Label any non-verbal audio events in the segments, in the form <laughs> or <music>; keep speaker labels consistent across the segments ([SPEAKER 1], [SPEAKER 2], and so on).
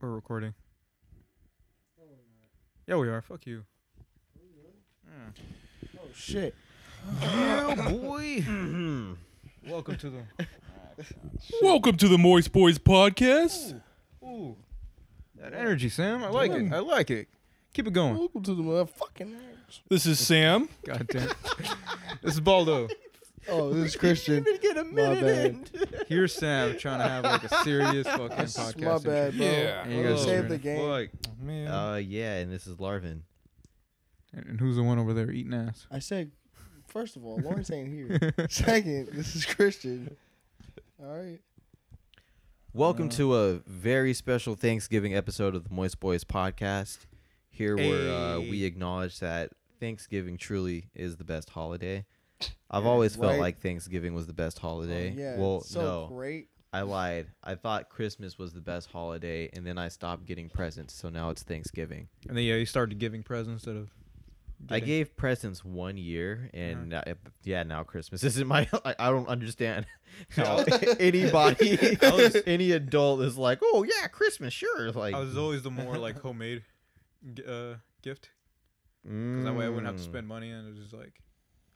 [SPEAKER 1] We're recording. Yeah, we are. Fuck you.
[SPEAKER 2] Oh shit.
[SPEAKER 1] Yeah, boy. <coughs> Welcome to the.
[SPEAKER 3] Welcome to the Moist Boys podcast.
[SPEAKER 1] Ooh, that energy, Sam. I like it. I like it. Keep it going.
[SPEAKER 2] Welcome to the motherfucking nerds.
[SPEAKER 3] This is Sam.
[SPEAKER 1] God damn. this is Baldo.
[SPEAKER 2] Oh, this <laughs> is Christian.
[SPEAKER 4] get a
[SPEAKER 2] minute <laughs> bad.
[SPEAKER 1] Here's Sam trying to have like a serious fucking
[SPEAKER 2] This is
[SPEAKER 1] podcast.
[SPEAKER 2] my bad, bro.
[SPEAKER 3] Yeah.
[SPEAKER 1] And you guys
[SPEAKER 2] Save
[SPEAKER 1] over here
[SPEAKER 2] the
[SPEAKER 1] in
[SPEAKER 2] game.
[SPEAKER 1] Like,
[SPEAKER 3] Man.
[SPEAKER 4] Uh, yeah, and this is Larvin.
[SPEAKER 1] and and who's the one over there eating ass?
[SPEAKER 2] I said, first of all, Lawrence ain't here. <laughs> Second, this is Christian. All right. Um,
[SPEAKER 4] Welcome
[SPEAKER 1] Uh,
[SPEAKER 4] to a very special Thanksgiving episode of the Moist Boys podcast. Here, where uh, we
[SPEAKER 1] Hey.
[SPEAKER 4] acknowledge that Thanksgiving truly is the best holiday. I've always felt
[SPEAKER 2] Right.
[SPEAKER 4] like Thanksgiving was the best holiday.
[SPEAKER 2] Oh, yeah.
[SPEAKER 4] well,
[SPEAKER 2] so
[SPEAKER 4] no,
[SPEAKER 2] great.
[SPEAKER 4] I lied. I thought Christmas was the best holiday, and then I stopped getting presents, so now it's Thanksgiving.
[SPEAKER 1] And then yeah, you started giving presents instead of.
[SPEAKER 4] I
[SPEAKER 1] getting-
[SPEAKER 4] gave presents one year, and
[SPEAKER 1] Uh-huh.
[SPEAKER 4] uh, yeah, now Christmas <laughs> isn't my. I, I
[SPEAKER 1] <laughs>
[SPEAKER 4] don't understand
[SPEAKER 1] Oh.
[SPEAKER 4] how anybody, <laughs> any adult is like, oh yeah, Christmas, sure. Like,
[SPEAKER 1] I was always the more like homemade g- uh, gift. Because that way I wouldn't have to
[SPEAKER 4] mm,
[SPEAKER 1] spend money and it's just like,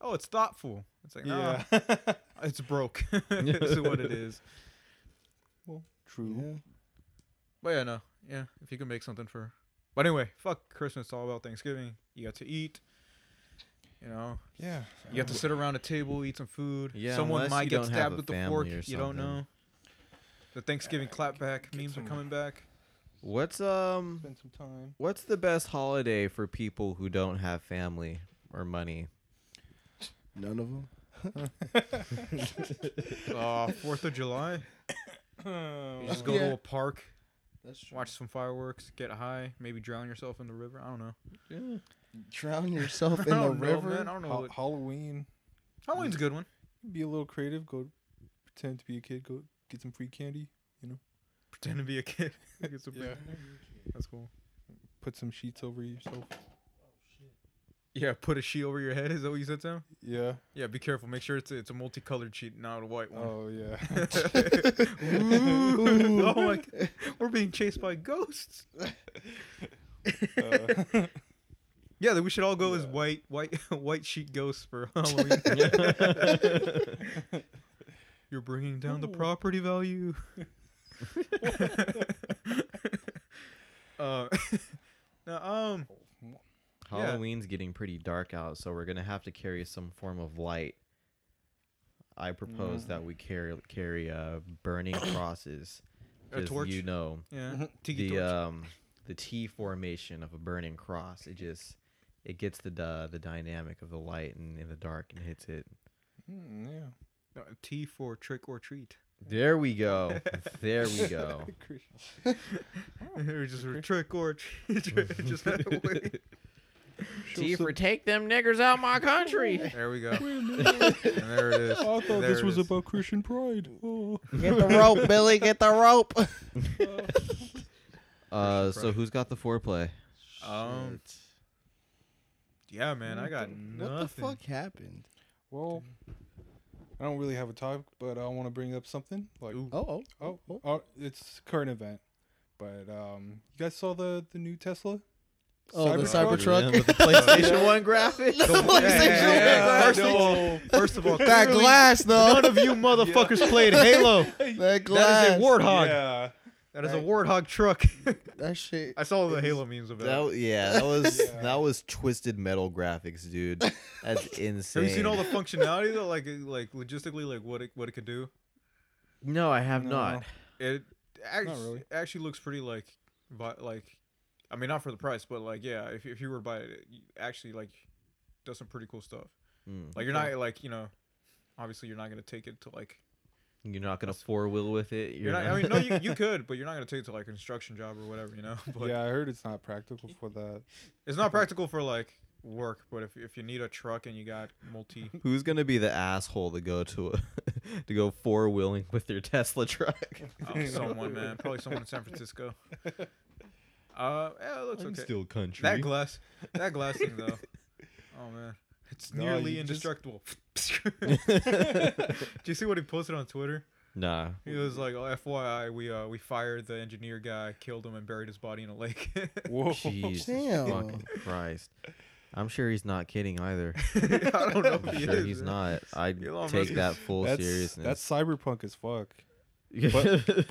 [SPEAKER 1] oh, it's thoughtful. It's like, yeah,
[SPEAKER 3] yeah.
[SPEAKER 1] <laughs> it's broke. this is what it is.
[SPEAKER 2] True.
[SPEAKER 1] But yeah, no, yeah, if you can make something for. But anyway, fuck Christmas. It's all about Thanksgiving. You got to eat. You know,
[SPEAKER 3] yeah.
[SPEAKER 1] you got to sit around a table, eat some food.
[SPEAKER 4] Yeah,
[SPEAKER 1] Someone
[SPEAKER 4] unless
[SPEAKER 1] might
[SPEAKER 4] you
[SPEAKER 1] get
[SPEAKER 4] don't have
[SPEAKER 1] stabbed
[SPEAKER 4] a
[SPEAKER 1] with the
[SPEAKER 4] family
[SPEAKER 1] fork.
[SPEAKER 4] or
[SPEAKER 1] You don't
[SPEAKER 4] something.
[SPEAKER 1] know. The Thanksgiving clapback memes are
[SPEAKER 3] some-
[SPEAKER 1] coming back.
[SPEAKER 4] "Mm, What's um,
[SPEAKER 3] Spend some time.
[SPEAKER 4] what's the best holiday for people who don't have family or money?
[SPEAKER 2] None of them.
[SPEAKER 1] Uh, Fourth of July. You just go
[SPEAKER 2] Yeah.
[SPEAKER 1] to a park,
[SPEAKER 2] That's true.
[SPEAKER 1] watch some fireworks, get high, maybe drown yourself in the river. I don't know.
[SPEAKER 2] Drown
[SPEAKER 1] <laughs>
[SPEAKER 2] yourself in
[SPEAKER 1] I
[SPEAKER 2] the
[SPEAKER 1] don't know,
[SPEAKER 2] river.
[SPEAKER 1] man. I don't know.
[SPEAKER 3] Ha-
[SPEAKER 1] what-
[SPEAKER 3] Halloween.
[SPEAKER 1] Halloween's a good one.
[SPEAKER 3] Be a little creative. Go pretend to be a kid. Go get some free candy.
[SPEAKER 1] pretend to be a kid. <laughs> Like, it's a
[SPEAKER 3] Yeah.
[SPEAKER 1] That's cool.
[SPEAKER 3] Put some sheets over yourself.
[SPEAKER 1] Yeah, put a sheet over your head. Is that what you said, Sam?
[SPEAKER 3] Yeah.
[SPEAKER 1] Yeah, be careful. Make sure it's a, it's a multicolored sheet, not a white one.
[SPEAKER 3] Oh yeah.
[SPEAKER 1] Ooh. <laughs> oh my! g- We're being chased by ghosts. Oh,
[SPEAKER 3] <laughs> Uh,
[SPEAKER 1] Yeah, then we should all go as
[SPEAKER 3] Yeah.
[SPEAKER 1] white, white, <laughs> white sheet ghosts <laughs> for Halloween. <laughs> You're bringing down the property <laughs> value. uh, <laughs> no, um, Yeah.
[SPEAKER 4] Halloween's getting pretty dark out, so we're gonna have to carry some form of light. I propose
[SPEAKER 1] Mm.
[SPEAKER 4] that we carry carry uh, burning <coughs> crosses.
[SPEAKER 1] A
[SPEAKER 4] 'cause
[SPEAKER 1] torch?
[SPEAKER 4] You know
[SPEAKER 1] yeah, tiki
[SPEAKER 4] the
[SPEAKER 1] torch.
[SPEAKER 4] um the T formation of a burning cross. It just it gets the uh, the dynamic of the light and in the dark and hits it.
[SPEAKER 1] <laughs>
[SPEAKER 3] mm, yeah.
[SPEAKER 1] No, T for trick or treat.
[SPEAKER 4] There
[SPEAKER 1] <laughs>
[SPEAKER 4] we go. there we go.
[SPEAKER 3] Christian.
[SPEAKER 1] Or just a trick or treat. <laughs> just that way.
[SPEAKER 4] T for take them niggers out my country.
[SPEAKER 1] There we go. and <laughs> there it is.
[SPEAKER 3] I thought
[SPEAKER 1] There
[SPEAKER 3] this
[SPEAKER 1] it
[SPEAKER 3] was
[SPEAKER 1] is.
[SPEAKER 3] about Christian
[SPEAKER 1] <laughs>
[SPEAKER 3] pride. Oh.
[SPEAKER 2] Get the rope, Billy. Get the <laughs> rope.
[SPEAKER 4] Uh,
[SPEAKER 1] Christian
[SPEAKER 4] so
[SPEAKER 1] pride.
[SPEAKER 4] who's got the foreplay?
[SPEAKER 1] Um, yeah, man, I got nothing.
[SPEAKER 2] What
[SPEAKER 1] <laughs>
[SPEAKER 2] the fuck happened?
[SPEAKER 3] Well, I don't really have a topic, but I want to bring up something. Like,
[SPEAKER 1] Ooh.
[SPEAKER 2] Oh,
[SPEAKER 3] oh, oh, it's current event. But um, you guys saw the the
[SPEAKER 1] <laughs>
[SPEAKER 3] new Tesla?
[SPEAKER 2] Oh, the
[SPEAKER 3] Cybertruck?
[SPEAKER 2] Cybertruck.
[SPEAKER 4] With the PlayStation One graphic.
[SPEAKER 2] PlayStation
[SPEAKER 1] Yeah, yeah, yeah. First of all, first of all,
[SPEAKER 2] <laughs> That
[SPEAKER 1] clearly
[SPEAKER 2] glass, though.
[SPEAKER 1] None of you motherfuckers played <laughs> Halo.
[SPEAKER 2] That glass.
[SPEAKER 1] That is a warthog.
[SPEAKER 3] Yeah.
[SPEAKER 1] That is a warthog truck. <laughs>
[SPEAKER 2] That shit.
[SPEAKER 1] I saw the Halo memes about.
[SPEAKER 4] That,
[SPEAKER 1] it.
[SPEAKER 4] w- yeah, that was
[SPEAKER 3] Yeah.
[SPEAKER 4] that was twisted metal graphics, dude. That's
[SPEAKER 1] <laughs>
[SPEAKER 4] insane.
[SPEAKER 1] Have you seen all the functionality though? Like, it- like logistically, like what it what it could do.
[SPEAKER 4] No, I have
[SPEAKER 3] No.
[SPEAKER 4] not.
[SPEAKER 1] It actually,
[SPEAKER 3] really.
[SPEAKER 1] actually looks pretty like, vi- like, I mean, not for the price, but like, yeah, if if you were to buy it, it actually like does some pretty cool stuff.
[SPEAKER 4] Mm.
[SPEAKER 1] Like you're not like you know, obviously you're not gonna take it to like
[SPEAKER 4] You're not gonna four wheel with it.
[SPEAKER 1] you're not. I mean, no, you,
[SPEAKER 4] <laughs>
[SPEAKER 1] you could, but you're not gonna take it to like a construction job or whatever, you know. <laughs> But
[SPEAKER 3] yeah, I heard it's not practical for
[SPEAKER 1] <laughs>
[SPEAKER 3] that.
[SPEAKER 1] it's not practical for like work. But if if you need a truck and you got multi,
[SPEAKER 4] Who's gonna be the asshole to go to a, <laughs> to go four wheeling with your Tesla truck?
[SPEAKER 1] oh, someone man, probably someone in San Francisco. Uh, yeah, it looks okay.
[SPEAKER 4] still country.
[SPEAKER 1] that glass, that glass thing
[SPEAKER 3] <laughs>
[SPEAKER 1] though. Oh man, it's
[SPEAKER 3] No,
[SPEAKER 1] nearly <laughs>
[SPEAKER 3] <laughs> you just-
[SPEAKER 1] indestructible. Do you see what he posted on Twitter?
[SPEAKER 4] Nah.
[SPEAKER 1] He was like, oh, "FYI, we uh we fired the engineer guy, killed him, and buried his body in a lake." <laughs>
[SPEAKER 3] Whoa.
[SPEAKER 4] Jesus
[SPEAKER 2] Damn.
[SPEAKER 4] fucking Christ. I'm sure he's not kidding either.
[SPEAKER 1] I don't know
[SPEAKER 4] I'm
[SPEAKER 1] if he
[SPEAKER 4] sure
[SPEAKER 1] is.
[SPEAKER 4] he's
[SPEAKER 1] man.
[SPEAKER 4] not. I take
[SPEAKER 1] Elon Musk
[SPEAKER 4] that
[SPEAKER 1] is-
[SPEAKER 4] full
[SPEAKER 3] that's,
[SPEAKER 4] seriousness.
[SPEAKER 3] That's cyberpunk as fuck. But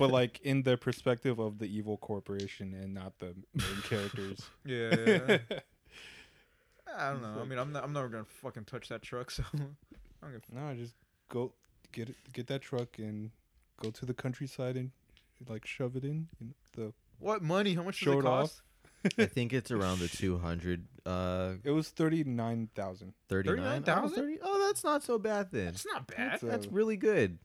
[SPEAKER 1] <laughs>
[SPEAKER 3] like in the perspective of the evil corporation and not the main characters.
[SPEAKER 1] Yeah. <laughs>
[SPEAKER 3] <laughs>
[SPEAKER 1] yeah.
[SPEAKER 3] no,
[SPEAKER 1] I don't know. I
[SPEAKER 3] Fuck.
[SPEAKER 1] mean, I'm not, I'm never gonna fucking touch that truck. So, I'm gonna,
[SPEAKER 3] just go get it, get that truck and go to the countryside and like shove it in. in the
[SPEAKER 1] what money? How much does it
[SPEAKER 3] Show it off.
[SPEAKER 1] cost?
[SPEAKER 4] <laughs> I think it's around the 200, uh,
[SPEAKER 3] It was thirty nine thousand.
[SPEAKER 4] 39. Oh,
[SPEAKER 1] 39,000?
[SPEAKER 4] 30 oh, that's not so bad then.
[SPEAKER 1] It's not bad.
[SPEAKER 3] That's a-
[SPEAKER 4] That's uh, really good.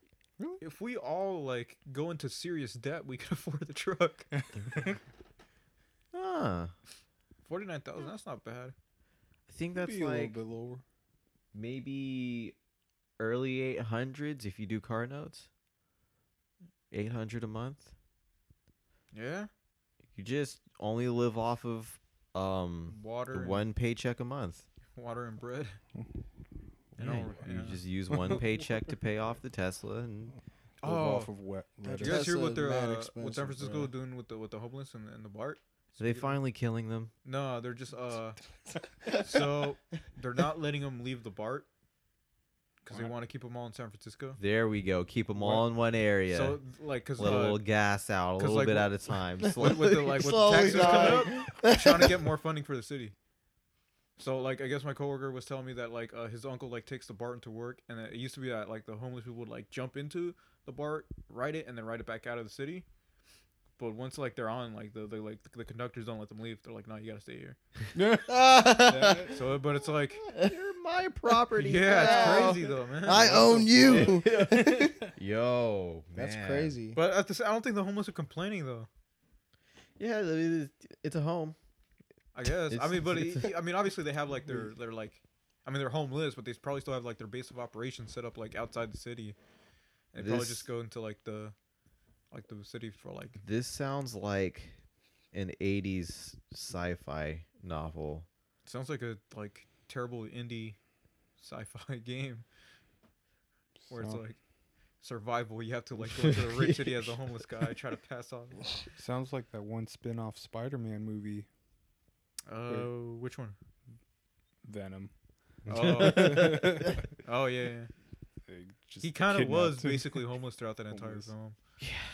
[SPEAKER 1] If we all like go into serious debt, we can <laughs> afford the
[SPEAKER 3] <laughs>
[SPEAKER 1] truck.
[SPEAKER 4] Huh.
[SPEAKER 1] Forty nine thousand. That's not bad.
[SPEAKER 4] I think that's
[SPEAKER 3] Be a
[SPEAKER 4] like
[SPEAKER 3] little bit lower.
[SPEAKER 4] maybe early 800s if you do car notes. 800 a month.
[SPEAKER 1] Yeah.
[SPEAKER 4] You just only live off of um
[SPEAKER 1] Water. and-
[SPEAKER 4] one paycheck a month.
[SPEAKER 1] Water and
[SPEAKER 4] <laughs>
[SPEAKER 1] bread.
[SPEAKER 4] Yeah,
[SPEAKER 1] And all-
[SPEAKER 4] you
[SPEAKER 1] yeah.
[SPEAKER 4] just use one paycheck to pay off the Tesla and
[SPEAKER 3] Live
[SPEAKER 1] Oh.
[SPEAKER 3] off of wet
[SPEAKER 1] Did
[SPEAKER 3] lettuce.
[SPEAKER 1] you guys hear
[SPEAKER 2] Tesla
[SPEAKER 1] what
[SPEAKER 2] is
[SPEAKER 1] they're
[SPEAKER 2] mad
[SPEAKER 1] uh, what San
[SPEAKER 2] expensive,
[SPEAKER 1] Francisco
[SPEAKER 2] bro.
[SPEAKER 1] doing with the with the homeless and, and the BART?
[SPEAKER 4] are they
[SPEAKER 1] Speaking of-
[SPEAKER 4] finally killing them?
[SPEAKER 1] No, they're just
[SPEAKER 2] <laughs>
[SPEAKER 1] uh. so they're not letting them leave the BART because they
[SPEAKER 3] Why?
[SPEAKER 1] want to keep them all in San Francisco.
[SPEAKER 4] There we go. Keep them all in one area.
[SPEAKER 1] So like, cause
[SPEAKER 4] Let a little
[SPEAKER 1] uh,
[SPEAKER 4] gas out a
[SPEAKER 1] 'cause,
[SPEAKER 4] little
[SPEAKER 1] like,
[SPEAKER 4] bit
[SPEAKER 1] with-
[SPEAKER 4] at a time.
[SPEAKER 1] with, with the
[SPEAKER 4] slowly.
[SPEAKER 1] like with the
[SPEAKER 2] Slowly
[SPEAKER 1] taxes coming
[SPEAKER 2] dying.
[SPEAKER 1] up, they're trying to get more funding for the city. So like, I guess my coworker was telling me that like uh, his uncle like takes the BART into work, and it used to be that like the homeless people would like jump into the BART, ride it, and then ride it back out of the city. But once like they're on, like the, the like the conductors don't let them leave. They're like, no, you gotta stay here.
[SPEAKER 2] <laughs>
[SPEAKER 1] So, but it's like,
[SPEAKER 4] You're my property.
[SPEAKER 1] yeah,
[SPEAKER 2] now.
[SPEAKER 1] it's crazy though, man.
[SPEAKER 2] I own you. <laughs>
[SPEAKER 4] Yo,
[SPEAKER 2] That's
[SPEAKER 4] man.
[SPEAKER 2] crazy.
[SPEAKER 1] But at the, s- I don't think the homeless are complaining though.
[SPEAKER 4] Yeah, it is- it's a home.
[SPEAKER 1] I guess. I
[SPEAKER 4] It's-
[SPEAKER 1] mean, but
[SPEAKER 4] it's-
[SPEAKER 1] it- I mean, obviously they have like their
[SPEAKER 3] <laughs>
[SPEAKER 1] their like, I mean, they're homeless, but they probably still have like their base of operations set up like outside the city. And they probably
[SPEAKER 4] This-
[SPEAKER 1] just go into like the, like the city for like.
[SPEAKER 4] This sounds like an '80s sci-fi novel.
[SPEAKER 1] Sounds like a like terrible indie, sci-fi <laughs> game where it's
[SPEAKER 3] Sound-
[SPEAKER 1] like survival. You have to like
[SPEAKER 3] <laughs>
[SPEAKER 1] go into the rich city as a homeless guy, try to pass on.
[SPEAKER 3] sounds like that one spin off Spider Man movie,
[SPEAKER 1] Uh, which
[SPEAKER 3] <laughs>
[SPEAKER 1] one?
[SPEAKER 3] Venom. <laughs>
[SPEAKER 1] Oh, oh yeah, yeah.
[SPEAKER 3] They just
[SPEAKER 1] He kind of was
[SPEAKER 3] kidnapped him.
[SPEAKER 1] basically homeless throughout that entire
[SPEAKER 3] <laughs> Homeless.
[SPEAKER 1] film.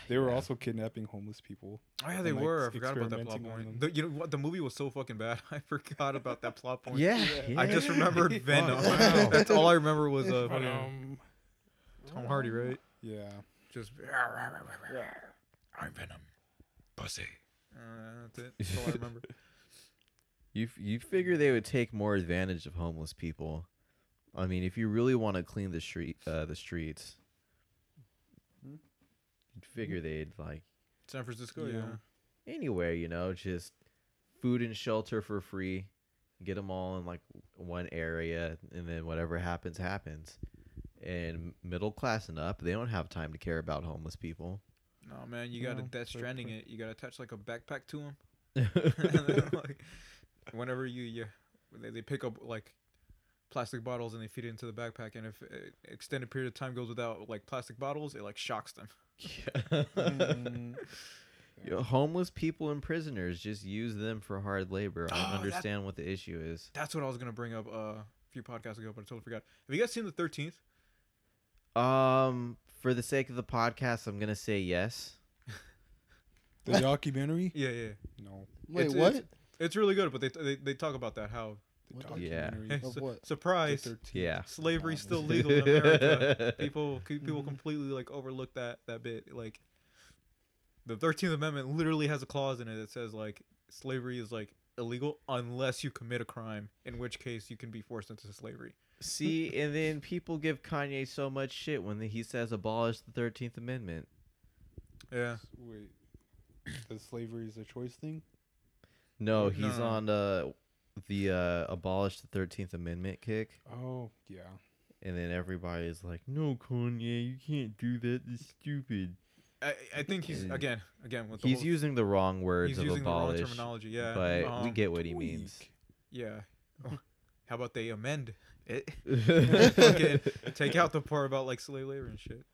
[SPEAKER 3] They were
[SPEAKER 4] Yeah.
[SPEAKER 3] also kidnapping homeless people.
[SPEAKER 1] Oh yeah, they
[SPEAKER 3] and, like,
[SPEAKER 1] were. I forgot about that plot
[SPEAKER 3] experimenting on
[SPEAKER 1] point.
[SPEAKER 3] them.
[SPEAKER 1] The, you know what? The movie was so fucking bad. <laughs> I forgot about that plot point.
[SPEAKER 4] Yeah,
[SPEAKER 1] I just
[SPEAKER 4] yeah.
[SPEAKER 1] <laughs> remembered Venom.
[SPEAKER 3] Wow.
[SPEAKER 1] That's all I remember was uh, fucking
[SPEAKER 3] Um,
[SPEAKER 1] Tom Hardy, right?
[SPEAKER 3] yeah. <laughs>
[SPEAKER 1] Just I'm Venom, pussy. Uh, that's it. That's all I <laughs> remember.
[SPEAKER 4] You f- you figure they would take more advantage of homeless people. I mean, if you really want to clean the street, uh, the streets,
[SPEAKER 1] Hmm?
[SPEAKER 4] you'd figure they'd like
[SPEAKER 1] San Francisco, yeah.
[SPEAKER 3] Yeah.
[SPEAKER 4] anywhere, you know, just food and shelter for free, get them all in like one area, and then whatever happens happens. And middle class and up, they don't have time to care about homeless people.
[SPEAKER 1] No man, you gotta
[SPEAKER 3] No,
[SPEAKER 1] Death
[SPEAKER 3] fair
[SPEAKER 1] Stranding
[SPEAKER 3] point.
[SPEAKER 1] it. You gotta attach like a backpack to him. <laughs>
[SPEAKER 4] yeah,
[SPEAKER 1] whenever you you they, they pick up like plastic bottles and they feed it into the backpack, and if uh, extended period of time goes without like plastic bottles, it like shocks them.
[SPEAKER 4] <laughs>
[SPEAKER 1] <laughs>
[SPEAKER 3] Mm,
[SPEAKER 4] You know, homeless people and prisoners just use them for hard labor. I
[SPEAKER 1] Oh,
[SPEAKER 4] don't
[SPEAKER 1] that-
[SPEAKER 4] understand what the issue is.
[SPEAKER 1] That's what I was gonna bring up uh, a few podcasts ago, but I totally forgot. Have you guys seen the Thirteenth?
[SPEAKER 4] Um, for the sake of the podcast, I'm gonna say yes.
[SPEAKER 3] the documentary?
[SPEAKER 1] Yeah, yeah.
[SPEAKER 3] No.
[SPEAKER 2] Wait,
[SPEAKER 1] it's-
[SPEAKER 2] what?
[SPEAKER 1] it's- It's really good, but they they, they talk about that how
[SPEAKER 3] The
[SPEAKER 2] What
[SPEAKER 4] Yeah.
[SPEAKER 3] documentary.
[SPEAKER 2] Of
[SPEAKER 1] Su-
[SPEAKER 2] what?
[SPEAKER 1] surprise
[SPEAKER 3] The
[SPEAKER 1] <laughs>
[SPEAKER 3] 13th.
[SPEAKER 4] Yeah.
[SPEAKER 1] slavery's
[SPEAKER 4] <laughs>
[SPEAKER 3] Um,
[SPEAKER 1] still legal in America. People c-
[SPEAKER 4] Mm-hmm.
[SPEAKER 1] people completely like overlook that that bit. Like the Thirteenth Amendment literally has a clause in it that says like slavery is like illegal unless you commit a crime, in which case you can be forced into slavery.
[SPEAKER 4] See, and then people give Kanye so much shit when he says abolish the Thirteenth Amendment.
[SPEAKER 1] Yeah.
[SPEAKER 3] Wait. The slavery is a choice thing?
[SPEAKER 4] No,
[SPEAKER 1] Mm,
[SPEAKER 4] he's
[SPEAKER 1] no.
[SPEAKER 4] on uh, the uh, abolish the Thirteenth Amendment kick,
[SPEAKER 3] Oh, yeah.
[SPEAKER 4] and then everybody's like, "No, Kanye, you can't do that. It's stupid."
[SPEAKER 1] I, I think he's
[SPEAKER 4] Mm.
[SPEAKER 1] again again with the
[SPEAKER 4] He's
[SPEAKER 1] whole-
[SPEAKER 4] using the wrong words
[SPEAKER 1] he's
[SPEAKER 4] of
[SPEAKER 1] using the wrong
[SPEAKER 4] abolish,
[SPEAKER 1] terminology. Yeah,
[SPEAKER 4] but we
[SPEAKER 1] um,
[SPEAKER 4] get what
[SPEAKER 1] <laughs>
[SPEAKER 4] he means.
[SPEAKER 3] Tweak.
[SPEAKER 1] Yeah. Oh, How about they amend it? <laughs>
[SPEAKER 4] yeah, <laughs>
[SPEAKER 1] Fucking take out the part about like slave labor and shit.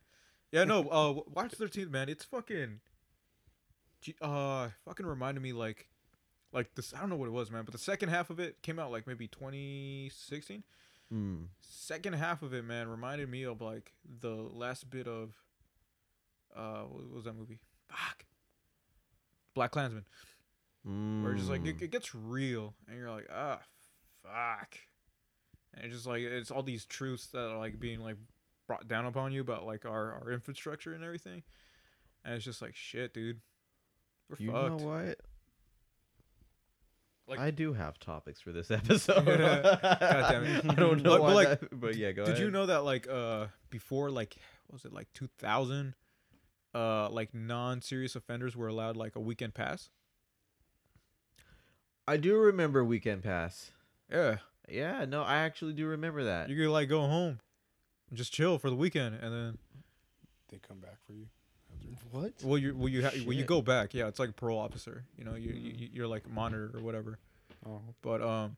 [SPEAKER 1] Yeah, no. Uh, w- Watch Thirteenth, man. It's fucking. Gee, Uh, fucking reminded me like, like this. I don't know what it was, man. But the second half of it came out like maybe 2016.
[SPEAKER 4] Mm.
[SPEAKER 1] Second half of it, man, reminded me of like the last bit of. Uh, what was that movie? Fuck. Black Klansman. Where it's just like it,
[SPEAKER 4] Mm.
[SPEAKER 1] it gets real, and you're like, ah, fuck. And it's just like it's all these truths that are like being like brought down upon you about like our our infrastructure and everything, and it's just like shit, dude. We're
[SPEAKER 4] you
[SPEAKER 1] fucked.
[SPEAKER 4] know what?
[SPEAKER 1] Like-
[SPEAKER 4] I do have topics for this <laughs> episode.
[SPEAKER 1] damn it.
[SPEAKER 4] <laughs> I
[SPEAKER 1] <laughs>
[SPEAKER 4] don't
[SPEAKER 1] But-
[SPEAKER 4] know,
[SPEAKER 1] but
[SPEAKER 4] why
[SPEAKER 1] like,
[SPEAKER 4] that- but yeah, go
[SPEAKER 1] Did you
[SPEAKER 4] ahead.
[SPEAKER 1] know that like uh before like what was it like 2000, uh like non serious offenders were allowed like a weekend pass.
[SPEAKER 4] I do remember Weekend Pass.
[SPEAKER 1] Yeah,
[SPEAKER 4] Yeah, no, I actually do remember that.
[SPEAKER 1] you could like go home, and just chill for the weekend, and then
[SPEAKER 3] They come back for you.
[SPEAKER 2] What?
[SPEAKER 1] Well, you well you ha- well you
[SPEAKER 4] Shit.
[SPEAKER 1] go back. Yeah, it's like a parole officer. You know, you, you you're like monitor or whatever.
[SPEAKER 3] Oh,
[SPEAKER 1] But um,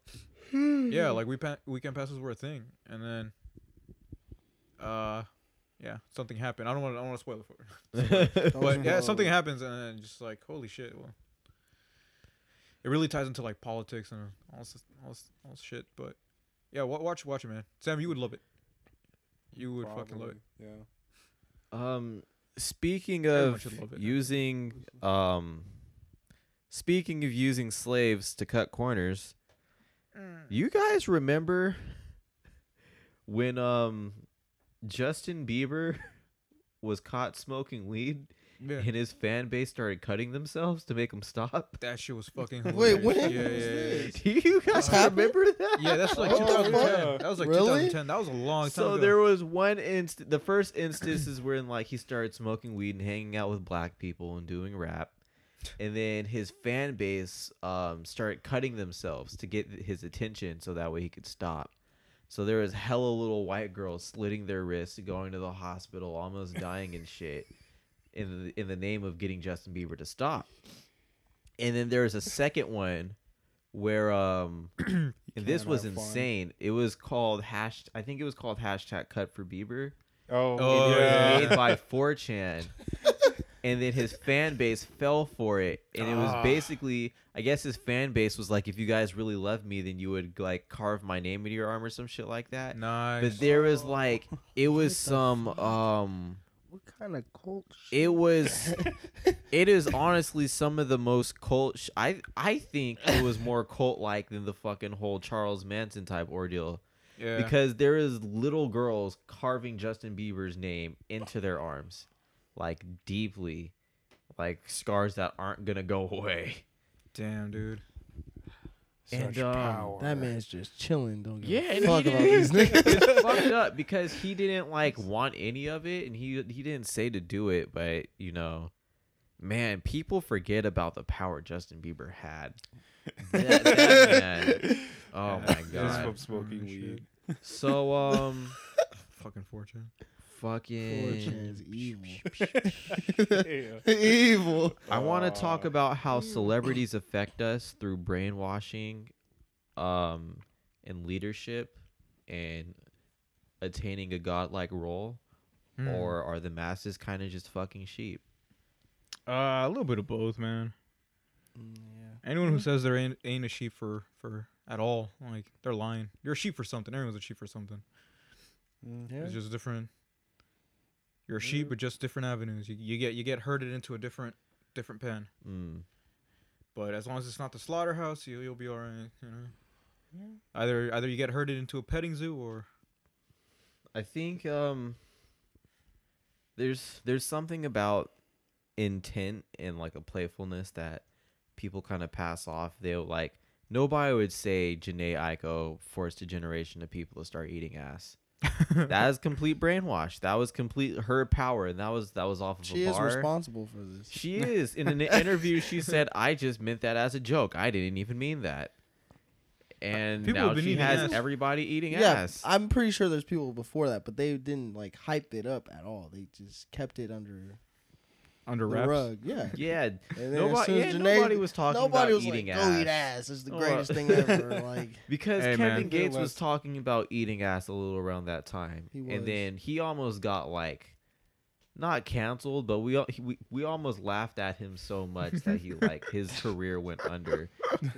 [SPEAKER 2] Hmm.
[SPEAKER 1] yeah, like we pa- weekend passes were a thing, and then uh, yeah, something happened. I don't want to I don't want to spoil it for, you.
[SPEAKER 4] <laughs>
[SPEAKER 2] Oh,
[SPEAKER 1] but yeah, something happens, and then just like holy shit. Well, it really ties into like politics and all this all this, all this shit. But yeah, wa- watch watch it, man. Sam, you would love it. You would fucking love it.
[SPEAKER 3] probably, Yeah.
[SPEAKER 4] um, speaking
[SPEAKER 1] Everyone
[SPEAKER 4] of
[SPEAKER 1] should love it.
[SPEAKER 4] using, um, speaking of using slaves to cut corners, you guys remember when um Justin Bieber <laughs> was caught smoking weed
[SPEAKER 1] Yeah.
[SPEAKER 4] and his fan base started cutting themselves to make him stop?
[SPEAKER 1] That shit
[SPEAKER 2] <laughs>
[SPEAKER 1] was fucking.
[SPEAKER 2] Wait,
[SPEAKER 1] hilarious.
[SPEAKER 2] when
[SPEAKER 1] Yeah,
[SPEAKER 2] was
[SPEAKER 1] yeah, yeah, yeah.
[SPEAKER 2] this?
[SPEAKER 4] <laughs> Do you guys
[SPEAKER 2] That's happened?
[SPEAKER 4] remember that?
[SPEAKER 1] Yeah, that's like
[SPEAKER 2] What the
[SPEAKER 1] 2010.
[SPEAKER 3] fuck?
[SPEAKER 1] That was like
[SPEAKER 2] Really?
[SPEAKER 1] 2010. That was a long time
[SPEAKER 4] So
[SPEAKER 1] ago.
[SPEAKER 4] there was one inst the first instance is where like he started smoking weed and hanging out with black people and doing rap. And then his fan base um started cutting themselves to get his attention so that way he could stop. So there was hella little white girls slitting their wrists, going to the hospital, almost dying and shit in the, in the name of getting Justin Bieber to stop. And then there's a second one
[SPEAKER 2] <clears throat>
[SPEAKER 4] where um and this
[SPEAKER 3] can't
[SPEAKER 4] was
[SPEAKER 3] have fun.
[SPEAKER 4] insane. It was called hash I think it was called hashtag cut for Bieber.
[SPEAKER 3] Oh,
[SPEAKER 1] Oh,
[SPEAKER 4] it was
[SPEAKER 1] yeah. <laughs>
[SPEAKER 4] made by 4chan. and then his fan base fell for it. And it was
[SPEAKER 1] Ah.
[SPEAKER 4] basically I guess his fan base was like, if you guys really love me, then you would like carve my name into your arm or some shit like that.
[SPEAKER 1] nice.
[SPEAKER 4] But there was like it
[SPEAKER 2] What the
[SPEAKER 4] was some
[SPEAKER 2] fuck?
[SPEAKER 4] um
[SPEAKER 2] What kind of cult? shit?
[SPEAKER 1] <laughs>
[SPEAKER 4] it was it is honestly some of the most cult sh- I I think it was more cult like than the fucking whole Charles Manson type ordeal
[SPEAKER 1] yeah.
[SPEAKER 4] because there is little girls carving Justin Bieber's name into their arms like deeply like scars that aren't going to go away.
[SPEAKER 1] Damn, dude.
[SPEAKER 3] such
[SPEAKER 4] and, um,
[SPEAKER 3] power.
[SPEAKER 2] That man's just chilling. Don't give
[SPEAKER 4] Yeah,
[SPEAKER 2] a
[SPEAKER 4] and
[SPEAKER 2] fuck
[SPEAKER 4] he
[SPEAKER 2] about
[SPEAKER 4] is.
[SPEAKER 2] these niggas.
[SPEAKER 4] It's fucked up because he didn't like want any of it and he he didn't say to do it, but you know, man, people forget about the power Justin Bieber had. That- that man. Oh my
[SPEAKER 3] Just
[SPEAKER 4] god.
[SPEAKER 3] from smoking
[SPEAKER 1] Holy
[SPEAKER 3] weed.
[SPEAKER 4] So um
[SPEAKER 1] Fucking fortune.
[SPEAKER 4] fucking
[SPEAKER 2] Fortune's evil.
[SPEAKER 3] <laughs> yeah.
[SPEAKER 2] evil. <laughs>
[SPEAKER 4] I want to talk
[SPEAKER 3] Uh,
[SPEAKER 4] about how celebrities affect us through brainwashing, um, and leadership, and attaining a godlike role,
[SPEAKER 1] Hmm.
[SPEAKER 4] or are the masses kind of just fucking sheep?
[SPEAKER 1] uh, a little bit of both, man. Mm, Anyone who says they ain't, ain't a sheep for for at all, like they're lying. You're a sheep for something. Everyone's a sheep for something.
[SPEAKER 2] Yeah.
[SPEAKER 1] It's just different. You're a sheep, but just different avenues. You, you get you get herded into a different different pen.
[SPEAKER 4] Mm.
[SPEAKER 1] But as long as it's not the slaughterhouse, you you'll be all right. You know.
[SPEAKER 3] Yeah.
[SPEAKER 1] Either either you get herded into a petting zoo <laughs> or
[SPEAKER 4] I think um, there's there's something about intent and like a playfulness that people kind of pass off. They'll like nobody would say Janae Aiko forced a generation of people to start eating ass.
[SPEAKER 1] <laughs>
[SPEAKER 4] that is complete brainwash. That was complete her power, and that was that was off of
[SPEAKER 2] She
[SPEAKER 4] a
[SPEAKER 2] is
[SPEAKER 4] bar.
[SPEAKER 2] responsible for this.
[SPEAKER 4] she is. In
[SPEAKER 1] <laughs>
[SPEAKER 4] an interview, she said, "I just meant that as a joke. I didn't even mean that." And
[SPEAKER 1] Uh, people
[SPEAKER 4] now
[SPEAKER 1] have been
[SPEAKER 4] she
[SPEAKER 1] eating
[SPEAKER 4] has
[SPEAKER 1] ass.
[SPEAKER 4] everybody eating
[SPEAKER 2] yeah,
[SPEAKER 4] ass.
[SPEAKER 2] I'm pretty sure there's people before that, but they didn't like hype it up at all. They just kept it under
[SPEAKER 1] under
[SPEAKER 2] the
[SPEAKER 1] wraps.
[SPEAKER 2] rug. Yeah.
[SPEAKER 4] <laughs> yeah,
[SPEAKER 2] And then as
[SPEAKER 4] Nobody,
[SPEAKER 2] soon
[SPEAKER 4] yeah,
[SPEAKER 2] as Janae-
[SPEAKER 4] nobody was talking
[SPEAKER 2] nobody
[SPEAKER 4] about
[SPEAKER 2] was
[SPEAKER 4] eating
[SPEAKER 2] like,
[SPEAKER 4] ass.
[SPEAKER 2] Go eat ass. It's the
[SPEAKER 4] Oh.
[SPEAKER 2] greatest thing ever. Like
[SPEAKER 4] Because
[SPEAKER 1] Hey,
[SPEAKER 4] Kevin
[SPEAKER 1] man.
[SPEAKER 4] Gates
[SPEAKER 3] Real
[SPEAKER 4] was
[SPEAKER 3] ass.
[SPEAKER 4] talking about eating ass a little around that time.
[SPEAKER 2] He
[SPEAKER 4] And
[SPEAKER 2] was.
[SPEAKER 4] then he almost got like not canceled, but we all he- we, we almost laughed at him so much that he like his career went under.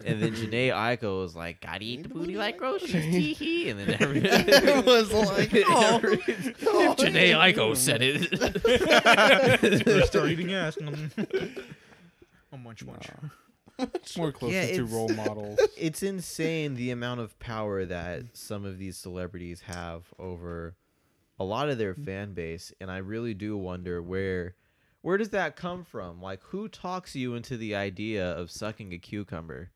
[SPEAKER 4] And
[SPEAKER 2] <laughs>
[SPEAKER 4] then Janae Aiko was like, "Gotta <laughs> eat the booty like groceries."
[SPEAKER 2] <laughs>
[SPEAKER 4] Tee hee. And then every,
[SPEAKER 2] It was
[SPEAKER 4] <laughs>
[SPEAKER 2] like, oh.
[SPEAKER 4] every- if Janae Aiko said
[SPEAKER 1] <laughs> They
[SPEAKER 4] it.
[SPEAKER 1] start eating ass. <laughs> A munch munch.
[SPEAKER 3] More closely
[SPEAKER 4] Yeah,
[SPEAKER 3] to
[SPEAKER 4] it's- <laughs>
[SPEAKER 3] role models.
[SPEAKER 4] it's insane the amount of power that some of these celebrities have over a lot of their fan base and i really do wonder where where does that come from like who talks you into the idea of sucking a cucumber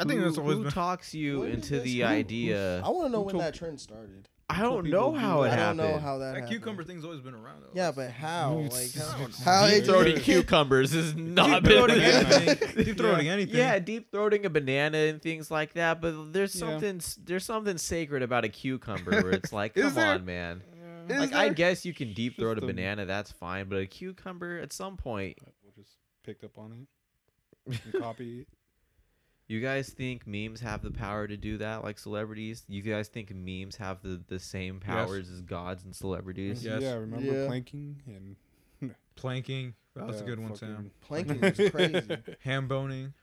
[SPEAKER 1] I think
[SPEAKER 4] Who-
[SPEAKER 1] that's always
[SPEAKER 4] who
[SPEAKER 1] been-
[SPEAKER 4] talks you
[SPEAKER 2] When did
[SPEAKER 4] into
[SPEAKER 2] this-
[SPEAKER 4] the
[SPEAKER 2] who-
[SPEAKER 4] idea
[SPEAKER 2] I want to know
[SPEAKER 3] who
[SPEAKER 2] when
[SPEAKER 3] told-
[SPEAKER 2] that trend started.
[SPEAKER 4] i
[SPEAKER 3] told
[SPEAKER 4] don't
[SPEAKER 3] people
[SPEAKER 4] know
[SPEAKER 3] who
[SPEAKER 4] how it
[SPEAKER 2] I
[SPEAKER 4] happened
[SPEAKER 2] don't know how that.
[SPEAKER 1] That
[SPEAKER 2] happened.
[SPEAKER 1] cucumber thing's always been around. Though.
[SPEAKER 2] Yeah, but how?
[SPEAKER 3] Mm,
[SPEAKER 2] Like
[SPEAKER 3] I
[SPEAKER 2] how?
[SPEAKER 3] don't
[SPEAKER 2] <laughs> how
[SPEAKER 3] know.
[SPEAKER 2] it-
[SPEAKER 4] deep throating
[SPEAKER 3] Yeah.
[SPEAKER 4] cucumbers has not
[SPEAKER 1] deep
[SPEAKER 4] been
[SPEAKER 1] throating
[SPEAKER 2] Yeah.
[SPEAKER 1] anything. Deep throating anything. <laughs>
[SPEAKER 4] Yeah, deep throating a banana and things like that. But there's
[SPEAKER 3] Yeah.
[SPEAKER 4] something s there's something sacred about a cucumber where it's
[SPEAKER 1] <laughs>
[SPEAKER 4] like,
[SPEAKER 1] Is
[SPEAKER 4] come
[SPEAKER 1] there?
[SPEAKER 4] on, man.
[SPEAKER 1] Is
[SPEAKER 4] like I
[SPEAKER 1] there?
[SPEAKER 4] guess you can deep throat a
[SPEAKER 3] Just a-
[SPEAKER 4] banana, that's fine. But a cucumber, at some point,
[SPEAKER 3] We just picked up on
[SPEAKER 1] <laughs>
[SPEAKER 3] it. and copy. it.
[SPEAKER 4] you guys think memes have the power to do that, like celebrities. You guys think memes have the the same powers as gods and celebrities?
[SPEAKER 1] Yes.
[SPEAKER 3] Yeah, remember
[SPEAKER 2] Yeah.
[SPEAKER 3] planking and
[SPEAKER 1] Planking. That was a
[SPEAKER 3] uh,
[SPEAKER 1] good one,
[SPEAKER 3] fucking-
[SPEAKER 1] Sam.
[SPEAKER 3] <laughs>
[SPEAKER 2] Planking was crazy.
[SPEAKER 1] Ham boning.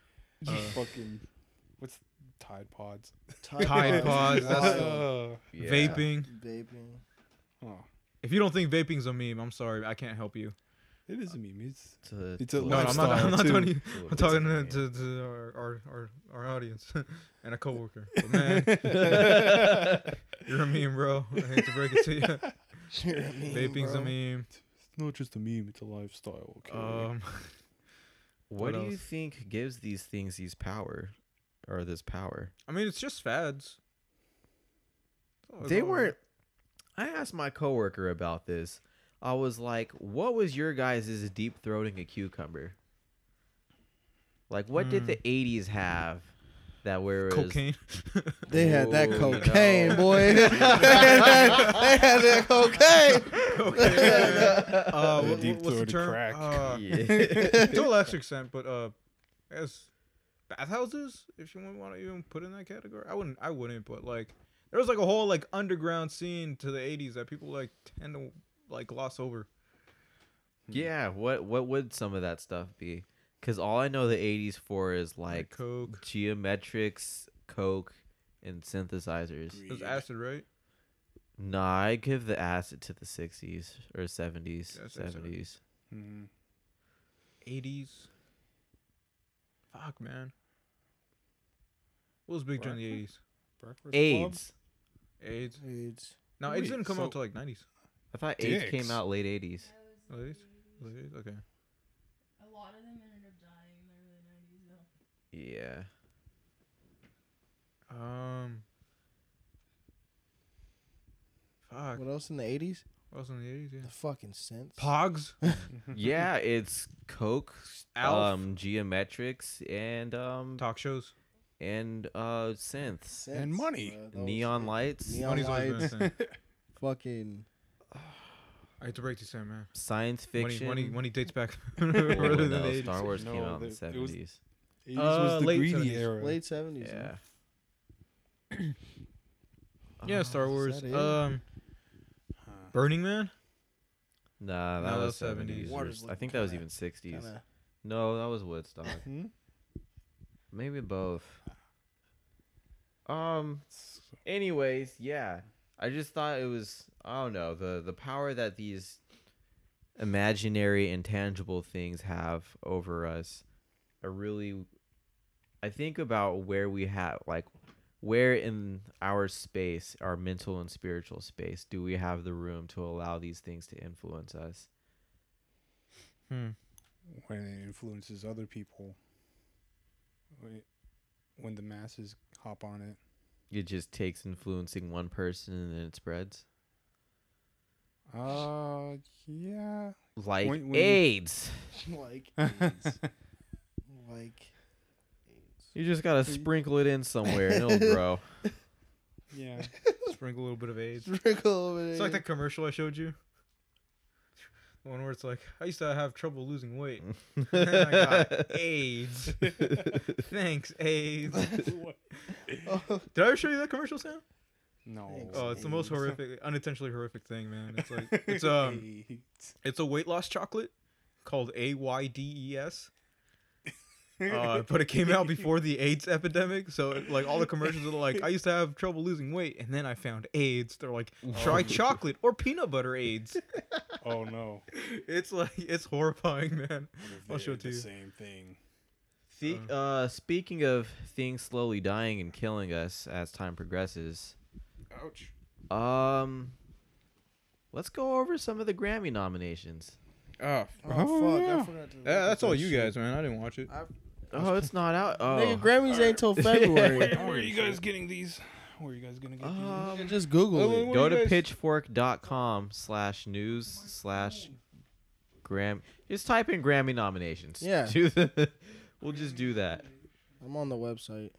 [SPEAKER 3] Uh,
[SPEAKER 1] Uh,
[SPEAKER 3] fucking what's Tide Pods? Uh,
[SPEAKER 1] Tide Pods,
[SPEAKER 3] <laughs>
[SPEAKER 2] was
[SPEAKER 1] that's-
[SPEAKER 2] wild.
[SPEAKER 4] Yeah.
[SPEAKER 1] Vaping.
[SPEAKER 2] <laughs> Vaping.
[SPEAKER 3] oh,
[SPEAKER 1] If you don't think vaping's a meme, I'm sorry. I can't help you.
[SPEAKER 3] it is a meme. It's
[SPEAKER 4] It's a,
[SPEAKER 3] It's a
[SPEAKER 1] No, I'm not.
[SPEAKER 3] Lifestyle,
[SPEAKER 1] I'm not
[SPEAKER 3] too.
[SPEAKER 1] talking. I'm talking to,
[SPEAKER 4] Lifestyle.
[SPEAKER 1] to, to our, our our our audience <laughs> and a coworker. But
[SPEAKER 3] <laughs>
[SPEAKER 1] man, you're a meme, bro. I hate to break it to
[SPEAKER 3] <laughs>
[SPEAKER 1] you.
[SPEAKER 2] You're a meme,
[SPEAKER 1] Vaping's
[SPEAKER 2] bro.
[SPEAKER 1] a meme.
[SPEAKER 3] it's not just a meme. It's a lifestyle. Okay.
[SPEAKER 1] Um,
[SPEAKER 4] What,
[SPEAKER 1] What
[SPEAKER 4] do you
[SPEAKER 1] else?
[SPEAKER 4] think gives these things these power, or this power?
[SPEAKER 1] I mean, it's just fads. That's
[SPEAKER 4] they
[SPEAKER 1] all.
[SPEAKER 4] weren't. I asked my coworker about this. I was like, "What was your guys' deep throating a cucumber? Like, what did
[SPEAKER 1] Mm.
[SPEAKER 4] the '80s have that where it was-
[SPEAKER 3] <laughs>
[SPEAKER 1] cocaine.
[SPEAKER 2] They had that
[SPEAKER 4] Ooh, you
[SPEAKER 2] cocaine,
[SPEAKER 1] <laughs>
[SPEAKER 4] know.
[SPEAKER 2] boy. <laughs> they, had that, they had
[SPEAKER 1] <laughs>
[SPEAKER 2] that cocaine.
[SPEAKER 1] uh,
[SPEAKER 3] The
[SPEAKER 1] what,
[SPEAKER 3] deep
[SPEAKER 1] what- what's the
[SPEAKER 3] throated
[SPEAKER 1] term?
[SPEAKER 3] crack. <laughs>
[SPEAKER 1] Uh,
[SPEAKER 4] <laughs> Yeah.
[SPEAKER 1] to a lesser extent, but uh, as bathhouses, if you want to even put in that category, I wouldn't. I wouldn't. But like, there was like a whole like underground scene to the '80s that people like tend to like gloss over.
[SPEAKER 4] yeah. What What would some of that stuff be? Because all I know the '80s for is
[SPEAKER 1] Like,
[SPEAKER 4] like
[SPEAKER 1] coke.
[SPEAKER 4] geometrics, coke, and synthesizers.
[SPEAKER 1] It was acid, right?
[SPEAKER 4] Nah, I give the acid to the '60s or '70s,
[SPEAKER 1] Yeah, I'd say
[SPEAKER 4] '70s.
[SPEAKER 3] Mhm.
[SPEAKER 1] '80s. Fuck, man. What was big during the '80s?
[SPEAKER 3] Breakfast Club?
[SPEAKER 4] AIDS.
[SPEAKER 1] AIDS.
[SPEAKER 2] Dudes.
[SPEAKER 1] No, AIDS
[SPEAKER 3] Wait,
[SPEAKER 1] didn't come
[SPEAKER 3] so-
[SPEAKER 1] out till like '90s.
[SPEAKER 4] I thought AIDS came
[SPEAKER 3] Dicks.
[SPEAKER 4] out late '80s.
[SPEAKER 1] Ladies? Ladies? Okay.
[SPEAKER 5] A lot of them ended up dying in the early 90s,
[SPEAKER 1] <laughs>
[SPEAKER 5] though.
[SPEAKER 4] Yeah.
[SPEAKER 1] Um. Fuck.
[SPEAKER 2] What else in the 80s?
[SPEAKER 1] What was in the '80s?
[SPEAKER 2] The
[SPEAKER 1] Yeah.
[SPEAKER 2] fucking synths.
[SPEAKER 4] <laughs>
[SPEAKER 1] Pogs.
[SPEAKER 4] Yeah, it's Coke,
[SPEAKER 1] Alf.
[SPEAKER 4] um, Geometrics, and um,
[SPEAKER 1] Talk shows.
[SPEAKER 4] and uh, synths,
[SPEAKER 2] Synths,
[SPEAKER 3] money.
[SPEAKER 2] bro. That was
[SPEAKER 4] neon
[SPEAKER 2] it.
[SPEAKER 4] lights,
[SPEAKER 2] Neon-
[SPEAKER 1] Money's always been a
[SPEAKER 2] lights.
[SPEAKER 1] thing.
[SPEAKER 2] <laughs> Fucking.
[SPEAKER 1] I hate to break this down, man.
[SPEAKER 4] science
[SPEAKER 1] Money,
[SPEAKER 4] fiction.
[SPEAKER 1] money, money dates back
[SPEAKER 4] <laughs>
[SPEAKER 1] <laughs>
[SPEAKER 4] Oh,
[SPEAKER 1] further than
[SPEAKER 4] no,
[SPEAKER 1] the 80s.
[SPEAKER 4] Star Wars came
[SPEAKER 3] No,
[SPEAKER 4] out in the
[SPEAKER 3] the- it was-
[SPEAKER 4] seventies.
[SPEAKER 3] 80s
[SPEAKER 1] Uh,
[SPEAKER 3] was the
[SPEAKER 1] late
[SPEAKER 3] greedy
[SPEAKER 1] 70s.
[SPEAKER 3] era.
[SPEAKER 2] Late 70s.
[SPEAKER 4] Yeah.
[SPEAKER 2] man.
[SPEAKER 1] Yeah, Star
[SPEAKER 2] is
[SPEAKER 1] Wars.
[SPEAKER 2] that it?
[SPEAKER 1] Um,
[SPEAKER 3] Huh.
[SPEAKER 1] Burning Man.
[SPEAKER 4] Nah, that
[SPEAKER 1] No, that
[SPEAKER 4] was
[SPEAKER 1] was 70s.
[SPEAKER 4] seventies.
[SPEAKER 2] Water's
[SPEAKER 4] I
[SPEAKER 2] looking
[SPEAKER 4] think that was
[SPEAKER 2] kinda-
[SPEAKER 4] even sixties.
[SPEAKER 2] Kinda-
[SPEAKER 4] No, that was Woodstock.
[SPEAKER 3] Hmm?
[SPEAKER 4] Maybe both. Um. Anyways, yeah. I just thought it was I don't know, the the power that these imaginary intangible things have over us. I really I think about where we have like where in our space, our mental and spiritual space, do we have the room to allow these things to influence us?
[SPEAKER 1] Hmm.
[SPEAKER 3] When it influences other people. Wait, When the masses hop on it.
[SPEAKER 4] It just takes influencing one person and then it spreads.
[SPEAKER 3] Uh, yeah.
[SPEAKER 4] Like
[SPEAKER 3] When- when you-
[SPEAKER 4] AIDS.
[SPEAKER 2] <laughs>
[SPEAKER 3] <laughs>
[SPEAKER 2] like AIDS. like AIDS.
[SPEAKER 4] You just gotta sprinkle it in somewhere
[SPEAKER 3] <laughs>
[SPEAKER 4] and it'll grow.
[SPEAKER 3] Yeah.
[SPEAKER 1] Sprinkle a little bit of AIDS.
[SPEAKER 2] Sprinkle over there.
[SPEAKER 1] It's like that commercial I showed you. The one where it's like, I used to have trouble losing
[SPEAKER 4] <laughs>
[SPEAKER 1] weight. <laughs> and then I got AIDS. <laughs>
[SPEAKER 2] Oh,
[SPEAKER 1] Thanks, AIDS. Did I ever show you that commercial, Sam?
[SPEAKER 3] No.
[SPEAKER 2] Thanks.
[SPEAKER 1] Oh, it's the most
[SPEAKER 2] Hey.
[SPEAKER 3] <laughs>
[SPEAKER 1] horrific, unintentionally horrific thing, man. It's like <laughs> it's um, it's a weight loss chocolate called A Y D E S. <laughs> Uh, but it came out before the AIDS epidemic, so it, like all the commercials are like, I used to have trouble losing weight, and then I found AIDS. They're like, try chocolate or peanut butter <laughs> AIDS. <laughs>
[SPEAKER 3] oh no.
[SPEAKER 1] It's like it's horrifying, man. I'll show it to you.
[SPEAKER 3] Same thing.
[SPEAKER 4] Speak, uh, speaking of things slowly dying and killing us as time progresses,
[SPEAKER 3] Ouch.
[SPEAKER 4] um, let's go over some of the Grammy nominations.
[SPEAKER 1] Oh,
[SPEAKER 2] Oh,
[SPEAKER 3] Oh,
[SPEAKER 2] fuck! I
[SPEAKER 3] yeah.
[SPEAKER 2] forgot to. look
[SPEAKER 1] Yeah,
[SPEAKER 2] at
[SPEAKER 1] that's
[SPEAKER 2] that
[SPEAKER 1] all you
[SPEAKER 2] shit.
[SPEAKER 1] guys, man. I didn't watch it.
[SPEAKER 4] Oh, it's not out.
[SPEAKER 2] Nigga,
[SPEAKER 4] Oh,
[SPEAKER 2] Grammys ain't
[SPEAKER 1] <laughs>
[SPEAKER 2] till February.
[SPEAKER 3] Where are you guys getting these? Where are you guys gonna get
[SPEAKER 4] um,
[SPEAKER 2] Nigga, Just Google
[SPEAKER 1] Oh,
[SPEAKER 2] it.
[SPEAKER 1] what
[SPEAKER 4] go
[SPEAKER 1] are you
[SPEAKER 4] to
[SPEAKER 1] guys- Oh
[SPEAKER 4] pitchfork.com slash news slash Grammy. Just type in Grammy nominations.
[SPEAKER 2] Yeah.
[SPEAKER 4] <laughs> Do the- we'll just do that.
[SPEAKER 2] I'm on the website.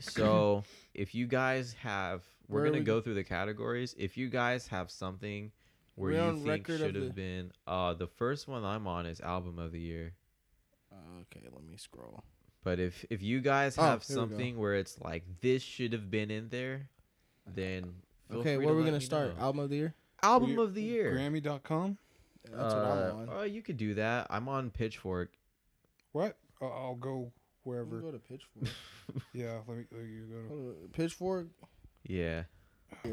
[SPEAKER 4] So if you guys have, we're
[SPEAKER 2] Where are
[SPEAKER 4] gonna
[SPEAKER 2] we
[SPEAKER 4] go through the categories. If you guys have something where
[SPEAKER 2] We're on
[SPEAKER 4] you think
[SPEAKER 2] record of
[SPEAKER 4] should have
[SPEAKER 2] the-
[SPEAKER 4] been, uh, the first one I'm on is album of the year.
[SPEAKER 2] Uh, Okay, let me scroll.
[SPEAKER 4] But if if you guys
[SPEAKER 2] Oh,
[SPEAKER 4] have
[SPEAKER 2] here we go.
[SPEAKER 4] something where it's like this should have been in there, then feel
[SPEAKER 2] okay,
[SPEAKER 4] free
[SPEAKER 2] where are
[SPEAKER 4] to
[SPEAKER 2] we
[SPEAKER 4] let
[SPEAKER 2] gonna
[SPEAKER 4] me
[SPEAKER 2] start?
[SPEAKER 4] know.
[SPEAKER 2] Album of the year.
[SPEAKER 4] Album of the year.
[SPEAKER 3] Grammy.com.
[SPEAKER 2] That's what I'm on.
[SPEAKER 4] Uh, Oh, you could do that. I'm on Pitchfork.
[SPEAKER 3] What? Uh, I'll go
[SPEAKER 2] Let me
[SPEAKER 3] wherever.
[SPEAKER 2] Go to Pitchfork.
[SPEAKER 3] Yeah. Let me. Let you go.
[SPEAKER 2] Go to Pitchfork. <laughs>
[SPEAKER 4] Yeah.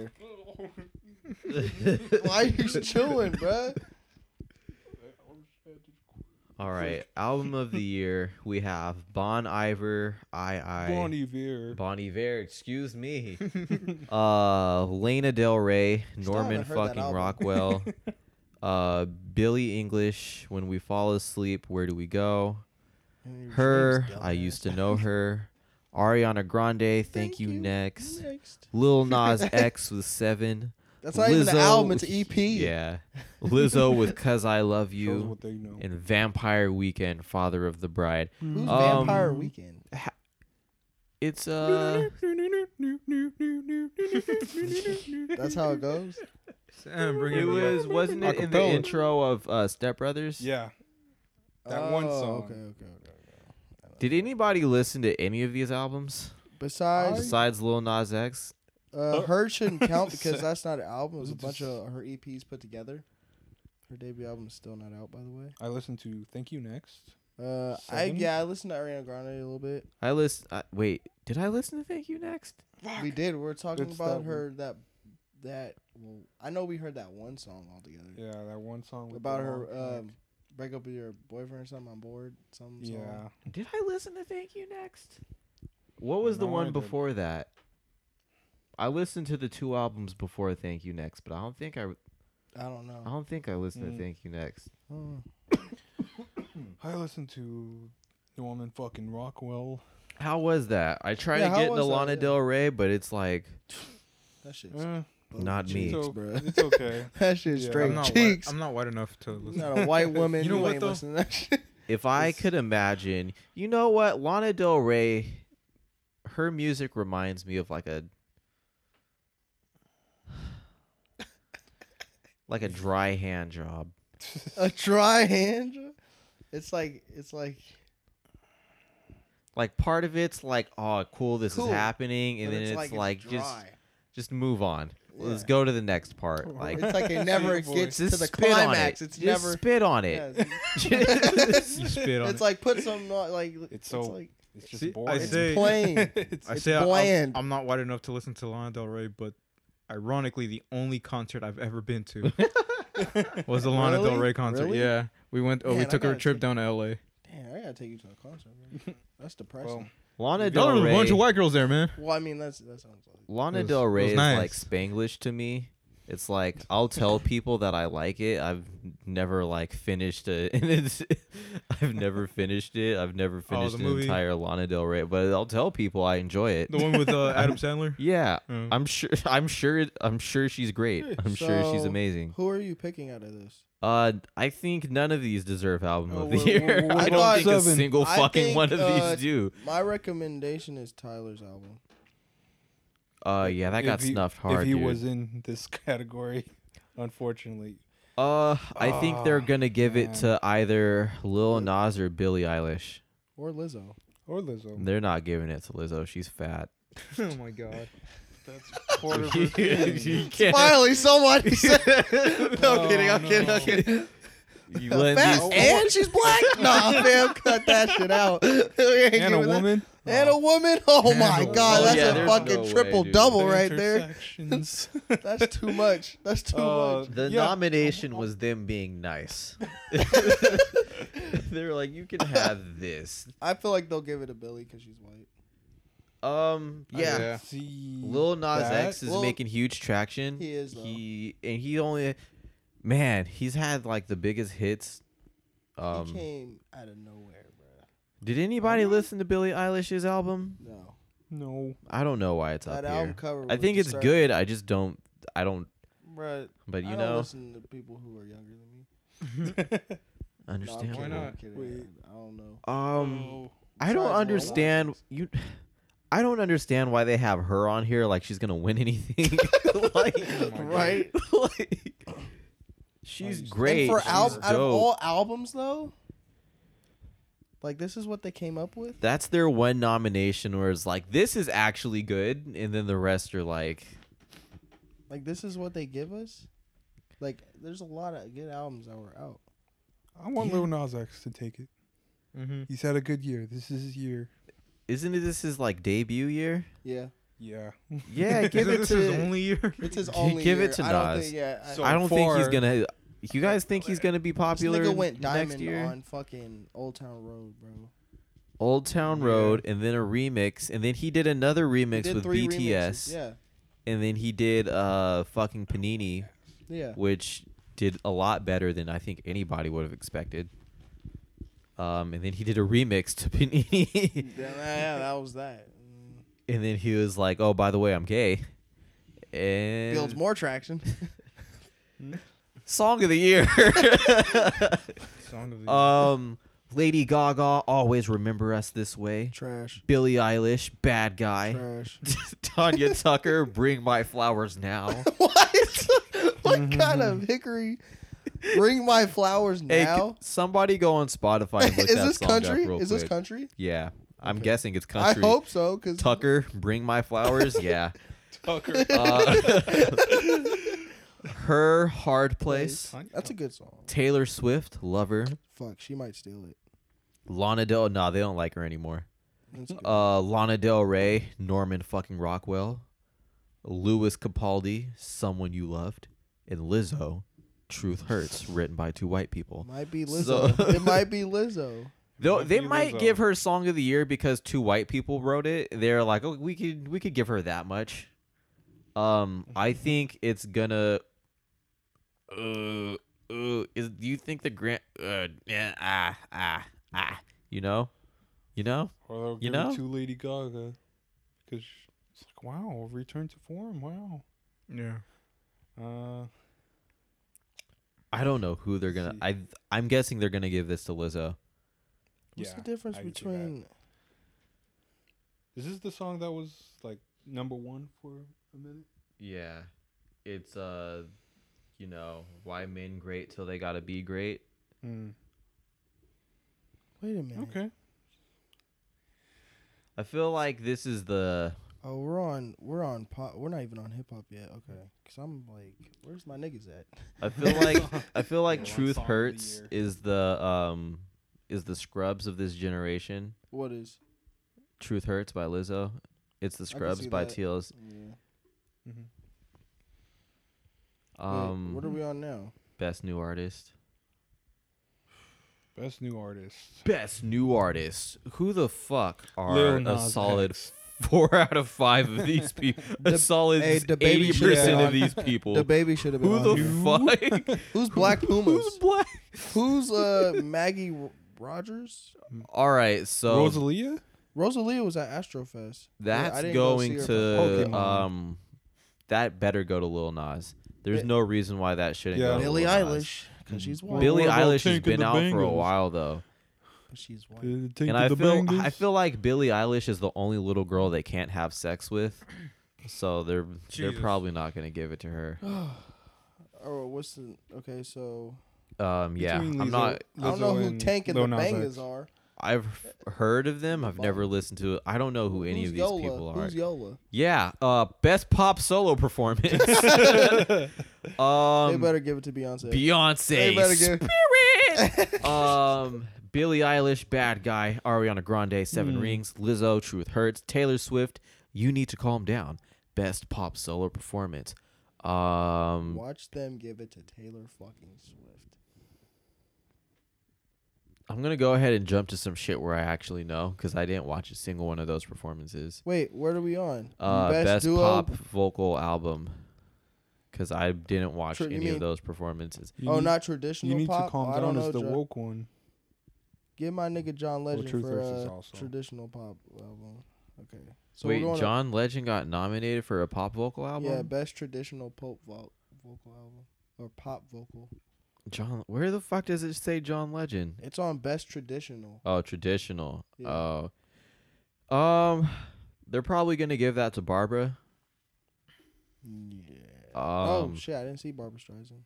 [SPEAKER 4] <laughs>
[SPEAKER 2] Why are you chilling, bruh?
[SPEAKER 4] All right. Album of the year. We have Bon Iver. I I.
[SPEAKER 3] Bon
[SPEAKER 4] <laughs>
[SPEAKER 3] Iver.
[SPEAKER 4] Bon Iver, excuse me.
[SPEAKER 3] <laughs>
[SPEAKER 4] uh, Lana Del Rey,
[SPEAKER 2] Still
[SPEAKER 4] Norman
[SPEAKER 2] haven't heard that
[SPEAKER 4] fucking
[SPEAKER 2] album. <laughs>
[SPEAKER 4] Rockwell, uh, Billy English, When We Fall Asleep, Where Do We Go? Her, I used to
[SPEAKER 2] <laughs>
[SPEAKER 4] know her. Ariana Grande, Thank,
[SPEAKER 2] Thank
[SPEAKER 4] you,
[SPEAKER 2] You
[SPEAKER 4] Next.
[SPEAKER 2] Next.
[SPEAKER 4] Lil Nas
[SPEAKER 2] <laughs>
[SPEAKER 4] X with Seven.
[SPEAKER 2] That's not even an
[SPEAKER 4] Lizzo
[SPEAKER 2] album. It's
[SPEAKER 4] with-
[SPEAKER 2] an E EP.
[SPEAKER 4] Yeah. Lizzo with Cause
[SPEAKER 2] <laughs>
[SPEAKER 4] I Love
[SPEAKER 3] Shows
[SPEAKER 4] You.
[SPEAKER 3] what they know.
[SPEAKER 4] And Vampire Weekend, Father of the Bride.
[SPEAKER 2] Who's
[SPEAKER 4] Um,
[SPEAKER 2] Vampire Weekend?
[SPEAKER 4] It's, uh. <laughs>
[SPEAKER 2] That's how it <laughs> goes.
[SPEAKER 1] Sam, bring
[SPEAKER 4] It
[SPEAKER 1] it
[SPEAKER 4] was wasn't it in the
[SPEAKER 3] Acapella.
[SPEAKER 4] intro of uh, Step Brothers?
[SPEAKER 3] Yeah. That one
[SPEAKER 2] Oh,
[SPEAKER 3] song.
[SPEAKER 2] Okay, okay, okay.
[SPEAKER 4] Did anybody listen to any of these albums
[SPEAKER 2] Besides,
[SPEAKER 4] besides Lil Nas X?
[SPEAKER 2] uh, her <laughs> shouldn't count because
[SPEAKER 3] Sa-
[SPEAKER 2] that's not an album. It's a
[SPEAKER 3] Just-
[SPEAKER 2] bunch of her EPs put together. Her debut album is still not out, by the way.
[SPEAKER 3] I listened to Thank You Next.
[SPEAKER 2] Uh, I
[SPEAKER 3] Seven?
[SPEAKER 2] yeah, I listened to Ariana Grande a little bit.
[SPEAKER 4] I list. I, wait, did I listen to Thank You Next?
[SPEAKER 2] We did. We were talking
[SPEAKER 3] It's
[SPEAKER 2] about
[SPEAKER 3] that
[SPEAKER 2] her that that. Well, I know we heard that one song altogether
[SPEAKER 3] Yeah, that one song with the
[SPEAKER 2] about
[SPEAKER 3] long
[SPEAKER 2] her
[SPEAKER 3] track.
[SPEAKER 2] um, break up with your boyfriend or something on board. Some song.
[SPEAKER 3] Yeah.
[SPEAKER 4] Did I listen to Thank You Next? What was the
[SPEAKER 3] No, I
[SPEAKER 4] one
[SPEAKER 3] didn't.
[SPEAKER 4] before that? I listened to the two albums before Thank You Next, but I don't think I.
[SPEAKER 2] I don't know.
[SPEAKER 4] I don't think I listened
[SPEAKER 3] Mm.
[SPEAKER 4] to Thank You Next.
[SPEAKER 2] Oh.
[SPEAKER 3] I listened to Norman fucking Rockwell.
[SPEAKER 4] How was that? I tried
[SPEAKER 2] Yeah,
[SPEAKER 4] to
[SPEAKER 2] how
[SPEAKER 4] get into
[SPEAKER 2] was that?
[SPEAKER 4] Lana
[SPEAKER 2] Yeah.
[SPEAKER 4] Del Rey, but it's like
[SPEAKER 2] That shit's
[SPEAKER 3] Eh,
[SPEAKER 2] both
[SPEAKER 4] Not me.
[SPEAKER 2] cheeks,
[SPEAKER 3] it's, o-
[SPEAKER 2] bro.
[SPEAKER 3] it's okay.
[SPEAKER 2] <laughs> that shit's
[SPEAKER 3] Yeah.
[SPEAKER 1] I'm
[SPEAKER 2] straight
[SPEAKER 1] not, white,
[SPEAKER 2] cheeks.
[SPEAKER 1] I'm not white enough to
[SPEAKER 2] You're
[SPEAKER 1] listen.
[SPEAKER 2] not a
[SPEAKER 3] <laughs>
[SPEAKER 2] white woman.
[SPEAKER 1] You know what,
[SPEAKER 2] ain't
[SPEAKER 1] though?
[SPEAKER 2] listening to that shit. <laughs>
[SPEAKER 4] if I
[SPEAKER 2] It's-
[SPEAKER 4] could imagine, you know what, Lana Del Rey, her music reminds me of like a <sighs> like a dry hand job.
[SPEAKER 2] A dry hand. job? It's like it's like
[SPEAKER 4] Like part of it's like, oh, cool, this
[SPEAKER 2] Cool.
[SPEAKER 4] is happening, and
[SPEAKER 2] but
[SPEAKER 4] then it's, like, just
[SPEAKER 2] dry.
[SPEAKER 4] just move on. Let's
[SPEAKER 2] Yeah.
[SPEAKER 4] go to the next part. Like,
[SPEAKER 2] it's
[SPEAKER 3] <laughs>
[SPEAKER 2] like it never
[SPEAKER 3] Boy.
[SPEAKER 2] gets to
[SPEAKER 4] just
[SPEAKER 2] the
[SPEAKER 4] spit on
[SPEAKER 2] climax.
[SPEAKER 4] it.
[SPEAKER 2] It's
[SPEAKER 4] just
[SPEAKER 2] never.
[SPEAKER 4] spit on
[SPEAKER 2] Yeah,
[SPEAKER 4] it.
[SPEAKER 2] <laughs> it's-
[SPEAKER 3] <laughs>
[SPEAKER 1] You spit on
[SPEAKER 2] it's
[SPEAKER 1] it.
[SPEAKER 2] like put some uh, like
[SPEAKER 3] It's so-
[SPEAKER 2] like
[SPEAKER 3] It's just
[SPEAKER 1] See, I
[SPEAKER 3] boring.
[SPEAKER 1] say- Hey.
[SPEAKER 2] plain.
[SPEAKER 3] <laughs> It's-
[SPEAKER 1] I
[SPEAKER 2] It's
[SPEAKER 1] say I- I'm-
[SPEAKER 2] bland.
[SPEAKER 1] I'm, not white enough to listen to Lana Del Rey, but ironically, the only concert I've ever been <laughs> to was the Lana Del
[SPEAKER 2] Really?
[SPEAKER 1] Rey concert.
[SPEAKER 2] Really?
[SPEAKER 1] Yeah, we went. Oh,
[SPEAKER 2] Man,
[SPEAKER 1] we
[SPEAKER 2] I
[SPEAKER 1] took our
[SPEAKER 2] gotta
[SPEAKER 1] trip
[SPEAKER 2] see-
[SPEAKER 1] down to L.A.
[SPEAKER 2] Damn, I gotta take you to a concert.
[SPEAKER 3] <laughs>
[SPEAKER 2] Man. That's
[SPEAKER 3] well,
[SPEAKER 2] depressing.
[SPEAKER 4] <laughs> Lana
[SPEAKER 1] There
[SPEAKER 4] Del
[SPEAKER 1] was a bunch
[SPEAKER 4] Rey.
[SPEAKER 1] of white girls there, man.
[SPEAKER 2] Well, I mean that's that sounds like
[SPEAKER 4] Lana
[SPEAKER 1] It was-
[SPEAKER 4] Del
[SPEAKER 1] it
[SPEAKER 4] Rey
[SPEAKER 1] was
[SPEAKER 4] is like
[SPEAKER 1] nice.
[SPEAKER 4] Spanglish to me. It's like I'll tell people that I like it. I've never like finished a. <laughs> and it's- I've never finished it. I've never finished an
[SPEAKER 1] movie?
[SPEAKER 4] entire Lana Del Rey, but I'll tell people I enjoy it.
[SPEAKER 1] The one with
[SPEAKER 2] <laughs>
[SPEAKER 1] uh, Adam Sandler.
[SPEAKER 4] yeah,
[SPEAKER 1] Oh.
[SPEAKER 4] I'm sure. <laughs> I'm sure. it- I'm sure she's great. I'm sure she's
[SPEAKER 2] So,
[SPEAKER 4] amazing.
[SPEAKER 2] Who are you picking out of this?
[SPEAKER 4] Uh, I think none of these deserve album
[SPEAKER 3] Oh,
[SPEAKER 4] of the
[SPEAKER 3] well,
[SPEAKER 4] year.
[SPEAKER 3] well, well,
[SPEAKER 4] <laughs> I
[SPEAKER 2] I
[SPEAKER 4] don't
[SPEAKER 2] thought-
[SPEAKER 4] think a
[SPEAKER 3] seven.
[SPEAKER 4] single
[SPEAKER 2] I
[SPEAKER 4] fucking
[SPEAKER 2] think,
[SPEAKER 4] one of
[SPEAKER 2] uh,
[SPEAKER 4] these do.
[SPEAKER 2] My recommendation is Tyler's album.
[SPEAKER 4] Uh, yeah, that
[SPEAKER 3] if
[SPEAKER 4] got
[SPEAKER 3] he-
[SPEAKER 4] snuffed hard.
[SPEAKER 3] If he
[SPEAKER 4] dude.
[SPEAKER 3] was in this <laughs> category, unfortunately,
[SPEAKER 4] Uh, I think
[SPEAKER 3] Oh,
[SPEAKER 4] they're gonna give it
[SPEAKER 3] man.
[SPEAKER 4] to either Lil Nas or Billie Eilish.
[SPEAKER 2] Or Lizzo.
[SPEAKER 3] <laughs> or Lizzo.
[SPEAKER 4] They're not giving it to Lizzo. She's fat.
[SPEAKER 2] <laughs>
[SPEAKER 1] oh my god.
[SPEAKER 2] That's quarter of a
[SPEAKER 4] you can't.
[SPEAKER 2] Finally,
[SPEAKER 3] <laughs>
[SPEAKER 2] somebody said.
[SPEAKER 4] <laughs> no, I'm kidding. I'm kidding. I'm
[SPEAKER 3] no.
[SPEAKER 4] kidding. <laughs> You
[SPEAKER 2] A
[SPEAKER 4] let
[SPEAKER 2] fat
[SPEAKER 4] these-
[SPEAKER 2] and she's
[SPEAKER 3] <laughs>
[SPEAKER 2] black. Nah, fam, cut that shit out. <laughs> We ain't
[SPEAKER 3] and a
[SPEAKER 2] giving that-
[SPEAKER 3] woman.
[SPEAKER 2] <laughs> And a woman. Oh
[SPEAKER 3] And
[SPEAKER 2] my
[SPEAKER 3] a
[SPEAKER 2] god,
[SPEAKER 3] woman.
[SPEAKER 2] that's
[SPEAKER 3] Oh, yeah,
[SPEAKER 2] a
[SPEAKER 3] there's
[SPEAKER 2] fucking
[SPEAKER 4] no way,
[SPEAKER 2] triple
[SPEAKER 4] dude.
[SPEAKER 2] double right
[SPEAKER 3] <laughs>
[SPEAKER 2] there.
[SPEAKER 3] Intersections.
[SPEAKER 2] <laughs> That's too much. That's too
[SPEAKER 3] Uh,
[SPEAKER 2] much.
[SPEAKER 4] The
[SPEAKER 3] Yeah.
[SPEAKER 4] nomination was them being <laughs> nice. they were like, "You can have this."
[SPEAKER 2] I feel like they'll give it to Billy because she's white.
[SPEAKER 4] Um, yeah.
[SPEAKER 1] Yeah.
[SPEAKER 3] See
[SPEAKER 4] Lil Nas
[SPEAKER 3] that?
[SPEAKER 4] X is
[SPEAKER 2] Lil-
[SPEAKER 4] making huge traction.
[SPEAKER 2] He is, though.
[SPEAKER 4] He and he only, man, he's had like the biggest hits.
[SPEAKER 2] he
[SPEAKER 4] Um,
[SPEAKER 2] came out of nowhere, bro.
[SPEAKER 4] did anybody listen to Billie Eilish's album?
[SPEAKER 2] No,
[SPEAKER 3] No. <laughs>
[SPEAKER 4] I don't know why it's
[SPEAKER 2] that
[SPEAKER 4] up
[SPEAKER 2] album
[SPEAKER 4] here.
[SPEAKER 2] cover.
[SPEAKER 4] I
[SPEAKER 2] was
[SPEAKER 4] think it's
[SPEAKER 2] disturbing.
[SPEAKER 4] good. I just don't. I don't.
[SPEAKER 2] bro.
[SPEAKER 4] But you
[SPEAKER 2] I don't
[SPEAKER 4] know,
[SPEAKER 2] listen to people who are younger than me.
[SPEAKER 4] understand.
[SPEAKER 2] No,
[SPEAKER 1] Why
[SPEAKER 2] I'm kidding,
[SPEAKER 1] not?
[SPEAKER 2] I'm kidding.
[SPEAKER 3] Wait.
[SPEAKER 2] I don't know.
[SPEAKER 4] Um.
[SPEAKER 3] Oh.
[SPEAKER 4] I don't
[SPEAKER 2] Besides Lil Nas
[SPEAKER 4] understand
[SPEAKER 2] X.
[SPEAKER 4] you. I don't understand why they have her on here. Like she's gonna win <laughs> anything.
[SPEAKER 2] <laughs>
[SPEAKER 4] like,
[SPEAKER 1] Oh my God.
[SPEAKER 2] right?
[SPEAKER 4] like, she's
[SPEAKER 3] And
[SPEAKER 4] great.
[SPEAKER 2] and for
[SPEAKER 4] she's
[SPEAKER 2] al- out of
[SPEAKER 4] dope.
[SPEAKER 2] all albums though, like this is what they came up with.
[SPEAKER 4] That's their one nomination where it's like this is actually good, and then the rest are like,
[SPEAKER 2] Like this is what they give us. Like there's a lot of good albums that were out.
[SPEAKER 3] I want Lil Nas X to take it.
[SPEAKER 1] Mm-hmm.
[SPEAKER 3] He's had a good year. This is his year.
[SPEAKER 4] isn't it this his like debut year?
[SPEAKER 2] Yeah,
[SPEAKER 3] Yeah.
[SPEAKER 2] <laughs>
[SPEAKER 4] Yeah, give it
[SPEAKER 1] this his
[SPEAKER 4] to.
[SPEAKER 1] only year.
[SPEAKER 2] it's his
[SPEAKER 4] G-
[SPEAKER 2] only.
[SPEAKER 4] give it
[SPEAKER 2] year.
[SPEAKER 4] to
[SPEAKER 2] I don't
[SPEAKER 4] Nas.
[SPEAKER 2] think, yeah, I-
[SPEAKER 3] So
[SPEAKER 4] I don't think he's
[SPEAKER 3] far-
[SPEAKER 4] gonna. You guys think he's gonna be
[SPEAKER 2] this
[SPEAKER 4] popular
[SPEAKER 2] nigga went
[SPEAKER 4] next
[SPEAKER 2] diamond
[SPEAKER 4] year?
[SPEAKER 2] on fucking Old Town Road, bro.
[SPEAKER 4] Old Town
[SPEAKER 3] Yeah.
[SPEAKER 4] Road, and then a remix, and then he did another
[SPEAKER 2] He
[SPEAKER 4] remix
[SPEAKER 2] did
[SPEAKER 4] with
[SPEAKER 2] three
[SPEAKER 4] BTS.
[SPEAKER 2] remixes. Yeah,
[SPEAKER 4] and then he did uh fucking panini
[SPEAKER 2] yeah.
[SPEAKER 4] which did a lot better than i think anybody would have expected um and then he did a remix to <laughs> panini
[SPEAKER 2] yeah, yeah, that was that. Mm.
[SPEAKER 4] and then he was like oh by the way i'm gay and
[SPEAKER 2] Builds more traction.
[SPEAKER 4] song of the year <laughs>
[SPEAKER 3] Song of the
[SPEAKER 4] um lady gaga always remember us this way
[SPEAKER 2] Trash.
[SPEAKER 4] billie eilish bad guy
[SPEAKER 2] Trash.
[SPEAKER 4] <laughs> tanya tucker bring my flowers now
[SPEAKER 2] <laughs> what? what
[SPEAKER 4] Mm-hmm,
[SPEAKER 2] kind of hickory? <laughs> Bring my flowers
[SPEAKER 4] hey, c-
[SPEAKER 2] now.
[SPEAKER 4] somebody go on
[SPEAKER 2] <laughs>
[SPEAKER 4] spotify
[SPEAKER 2] Is
[SPEAKER 4] and look that
[SPEAKER 2] this
[SPEAKER 4] song up
[SPEAKER 2] country?
[SPEAKER 4] real
[SPEAKER 2] Is this
[SPEAKER 4] quick.
[SPEAKER 2] country?
[SPEAKER 4] Yeah. I'm guessing it's country.
[SPEAKER 2] I hope so, because
[SPEAKER 4] Tucker, bring my flowers. Yeah.
[SPEAKER 3] Tucker.
[SPEAKER 4] Uh, <laughs> her hard place.
[SPEAKER 2] That's a good song.
[SPEAKER 4] Taylor Swift, lover.
[SPEAKER 2] Fuck, she might steal it.
[SPEAKER 4] Lana Del. Nah, they don't like her anymore.
[SPEAKER 2] That's good.
[SPEAKER 4] Uh, Lana Del Rey, Norman fucking Rockwell, Louis Capaldi, someone you loved, and Lizzo, "Truth Hurts," written by two white people.
[SPEAKER 2] might be Lizzo.
[SPEAKER 4] Oh. <laughs> so-
[SPEAKER 2] it might be Lizzo.
[SPEAKER 4] Though
[SPEAKER 3] Might
[SPEAKER 4] they
[SPEAKER 3] be
[SPEAKER 4] might
[SPEAKER 3] Lizzo.
[SPEAKER 4] give her song of the year because two white people wrote it. They're like, oh, we could we could give her that much. Um, I think it's gonna. Uh, uh, is do you think the grant? Uh, yeah, ah, ah, ah. You know, you know.
[SPEAKER 3] Or they'll
[SPEAKER 4] You
[SPEAKER 3] give it
[SPEAKER 4] know?
[SPEAKER 3] to Lady Gaga. Because it's like, wow, return to form. Wow.
[SPEAKER 1] Yeah.
[SPEAKER 3] Uh,
[SPEAKER 4] I don't know who they're gonna.
[SPEAKER 3] See.
[SPEAKER 4] I I'm guessing they're gonna give this to Lizzo.
[SPEAKER 2] What's
[SPEAKER 3] yeah,
[SPEAKER 2] the difference
[SPEAKER 3] I can see that.
[SPEAKER 2] between
[SPEAKER 3] Is this the song that was like number one for a minute?
[SPEAKER 4] Yeah, it's uh, you know, why men great till they gotta be great. Hmm.
[SPEAKER 2] Wait a minute.
[SPEAKER 3] Okay.
[SPEAKER 4] I feel like this is the
[SPEAKER 2] Oh, we're on we're on pop we're not even on hip hop yet. Okay. Cause I'm like, where's my niggas at?
[SPEAKER 4] I feel like I feel like
[SPEAKER 3] Yeah, one
[SPEAKER 4] Truth
[SPEAKER 3] song of the
[SPEAKER 4] Hurts
[SPEAKER 3] year.
[SPEAKER 4] is the um is the Scrubs of this generation.
[SPEAKER 2] What is?
[SPEAKER 4] Truth Hurts by Lizzo. It's the Scrubs
[SPEAKER 2] see
[SPEAKER 4] by
[SPEAKER 2] that.
[SPEAKER 4] Teals.
[SPEAKER 2] Yeah.
[SPEAKER 4] Um
[SPEAKER 2] Wait,
[SPEAKER 3] Mm-hmm.
[SPEAKER 2] what are we on now?
[SPEAKER 4] best new artist.
[SPEAKER 3] Best new artist.
[SPEAKER 4] Best new artist. Who the fuck are
[SPEAKER 3] Lil
[SPEAKER 4] a
[SPEAKER 3] Nas
[SPEAKER 4] solid
[SPEAKER 3] X.
[SPEAKER 4] four <laughs> out of five
[SPEAKER 2] <laughs>
[SPEAKER 4] of these people? A
[SPEAKER 2] The-
[SPEAKER 4] solid
[SPEAKER 2] hey, the baby
[SPEAKER 4] eighty
[SPEAKER 2] should've
[SPEAKER 4] percent
[SPEAKER 2] been
[SPEAKER 4] of
[SPEAKER 2] on-
[SPEAKER 4] these people.
[SPEAKER 2] The baby should have been
[SPEAKER 4] Who
[SPEAKER 2] on
[SPEAKER 4] the
[SPEAKER 2] here. <laughs>
[SPEAKER 4] fuck?
[SPEAKER 2] Who's Black
[SPEAKER 4] Who's
[SPEAKER 2] Pumas?
[SPEAKER 4] black?
[SPEAKER 2] Who's uh Maggie Ro- Rogers?
[SPEAKER 4] All right, so
[SPEAKER 3] Rosalia?
[SPEAKER 2] Rosalia was at Astrofest. Yeah, I
[SPEAKER 4] That's
[SPEAKER 2] didn't go see
[SPEAKER 4] going
[SPEAKER 2] her
[SPEAKER 4] to
[SPEAKER 3] Pokemon.
[SPEAKER 4] um, that better go to Lil Nas. There's
[SPEAKER 2] Bi-
[SPEAKER 4] no reason why that shouldn't
[SPEAKER 3] Yeah.
[SPEAKER 4] go. to
[SPEAKER 2] Billie
[SPEAKER 4] Lil Nas.
[SPEAKER 2] Eilish, because she's white.
[SPEAKER 4] uh, Mm-hmm. Billie
[SPEAKER 3] What about
[SPEAKER 4] Eilish has
[SPEAKER 3] Tank and
[SPEAKER 4] been
[SPEAKER 3] the
[SPEAKER 4] out for a
[SPEAKER 3] Bangles?
[SPEAKER 4] while though,
[SPEAKER 2] but she's white.
[SPEAKER 4] and I feel I feel like Billie Eilish is the only little girl they can't have sex with, so they're they're
[SPEAKER 1] Jesus.
[SPEAKER 4] probably not gonna give it to her.
[SPEAKER 2] Oh, what's the okay? So
[SPEAKER 4] Um, yeah,
[SPEAKER 3] Between
[SPEAKER 4] I'm
[SPEAKER 3] Lizzo-
[SPEAKER 4] not.
[SPEAKER 2] I don't know
[SPEAKER 3] Lizzo
[SPEAKER 2] who Tank and
[SPEAKER 3] Lil
[SPEAKER 2] the
[SPEAKER 3] Nas X.
[SPEAKER 2] Bangas are.
[SPEAKER 4] I've f- heard of them.
[SPEAKER 2] The
[SPEAKER 4] I've never
[SPEAKER 2] bottom.
[SPEAKER 4] listened to. I don't know who any
[SPEAKER 2] Who's
[SPEAKER 4] of these
[SPEAKER 2] Yola?
[SPEAKER 4] people are.
[SPEAKER 2] Who's Yola?
[SPEAKER 4] yeah, uh, best pop
[SPEAKER 2] <laughs>
[SPEAKER 4] solo performance. <laughs>
[SPEAKER 2] they
[SPEAKER 4] um,
[SPEAKER 2] better give it to Beyonce.
[SPEAKER 4] Beyonce.
[SPEAKER 2] they better give. <laughs>
[SPEAKER 4] Spirit. um, Billie Eilish, Bad Guy, Ariana Grande, Seven
[SPEAKER 2] Hmm.
[SPEAKER 4] Rings, Lizzo, Truth Hurts, Taylor Swift. You need to calm down. Best pop solo performance. Um,
[SPEAKER 2] Watch them give it to Taylor fucking Swift.
[SPEAKER 4] I'm gonna go ahead and jump to some shit where I actually know because I didn't watch a single one of those performances.
[SPEAKER 2] Wait, where are we on?
[SPEAKER 4] Uh, best pop vocal album because I didn't watch
[SPEAKER 2] True, you
[SPEAKER 4] any of
[SPEAKER 2] mean-
[SPEAKER 4] those performances.
[SPEAKER 3] You
[SPEAKER 2] oh,
[SPEAKER 3] need,
[SPEAKER 2] not traditional
[SPEAKER 3] You need
[SPEAKER 2] pop.
[SPEAKER 3] to calm
[SPEAKER 2] Oh, I
[SPEAKER 3] down.
[SPEAKER 2] don't
[SPEAKER 3] Is
[SPEAKER 2] know.
[SPEAKER 3] the
[SPEAKER 2] Dra-
[SPEAKER 3] woke one?
[SPEAKER 2] Give my nigga John Legend
[SPEAKER 3] Truth
[SPEAKER 2] for
[SPEAKER 3] Hurts is
[SPEAKER 2] uh,
[SPEAKER 3] also-
[SPEAKER 2] traditional pop album. Okay. we're
[SPEAKER 4] Wait,
[SPEAKER 2] going to-
[SPEAKER 4] John Legend got nominated for a pop vocal album.
[SPEAKER 2] Yeah, best traditional pop vo- vocal album or pop vocal.
[SPEAKER 4] John, where the fuck does it say John Legend?
[SPEAKER 2] It's on best traditional.
[SPEAKER 4] Oh, traditional.
[SPEAKER 2] Yeah.
[SPEAKER 4] Oh, um, they're probably gonna give that to Barbara.
[SPEAKER 2] Yeah.
[SPEAKER 4] Um,
[SPEAKER 2] oh shit! I didn't see Barbara Streisand.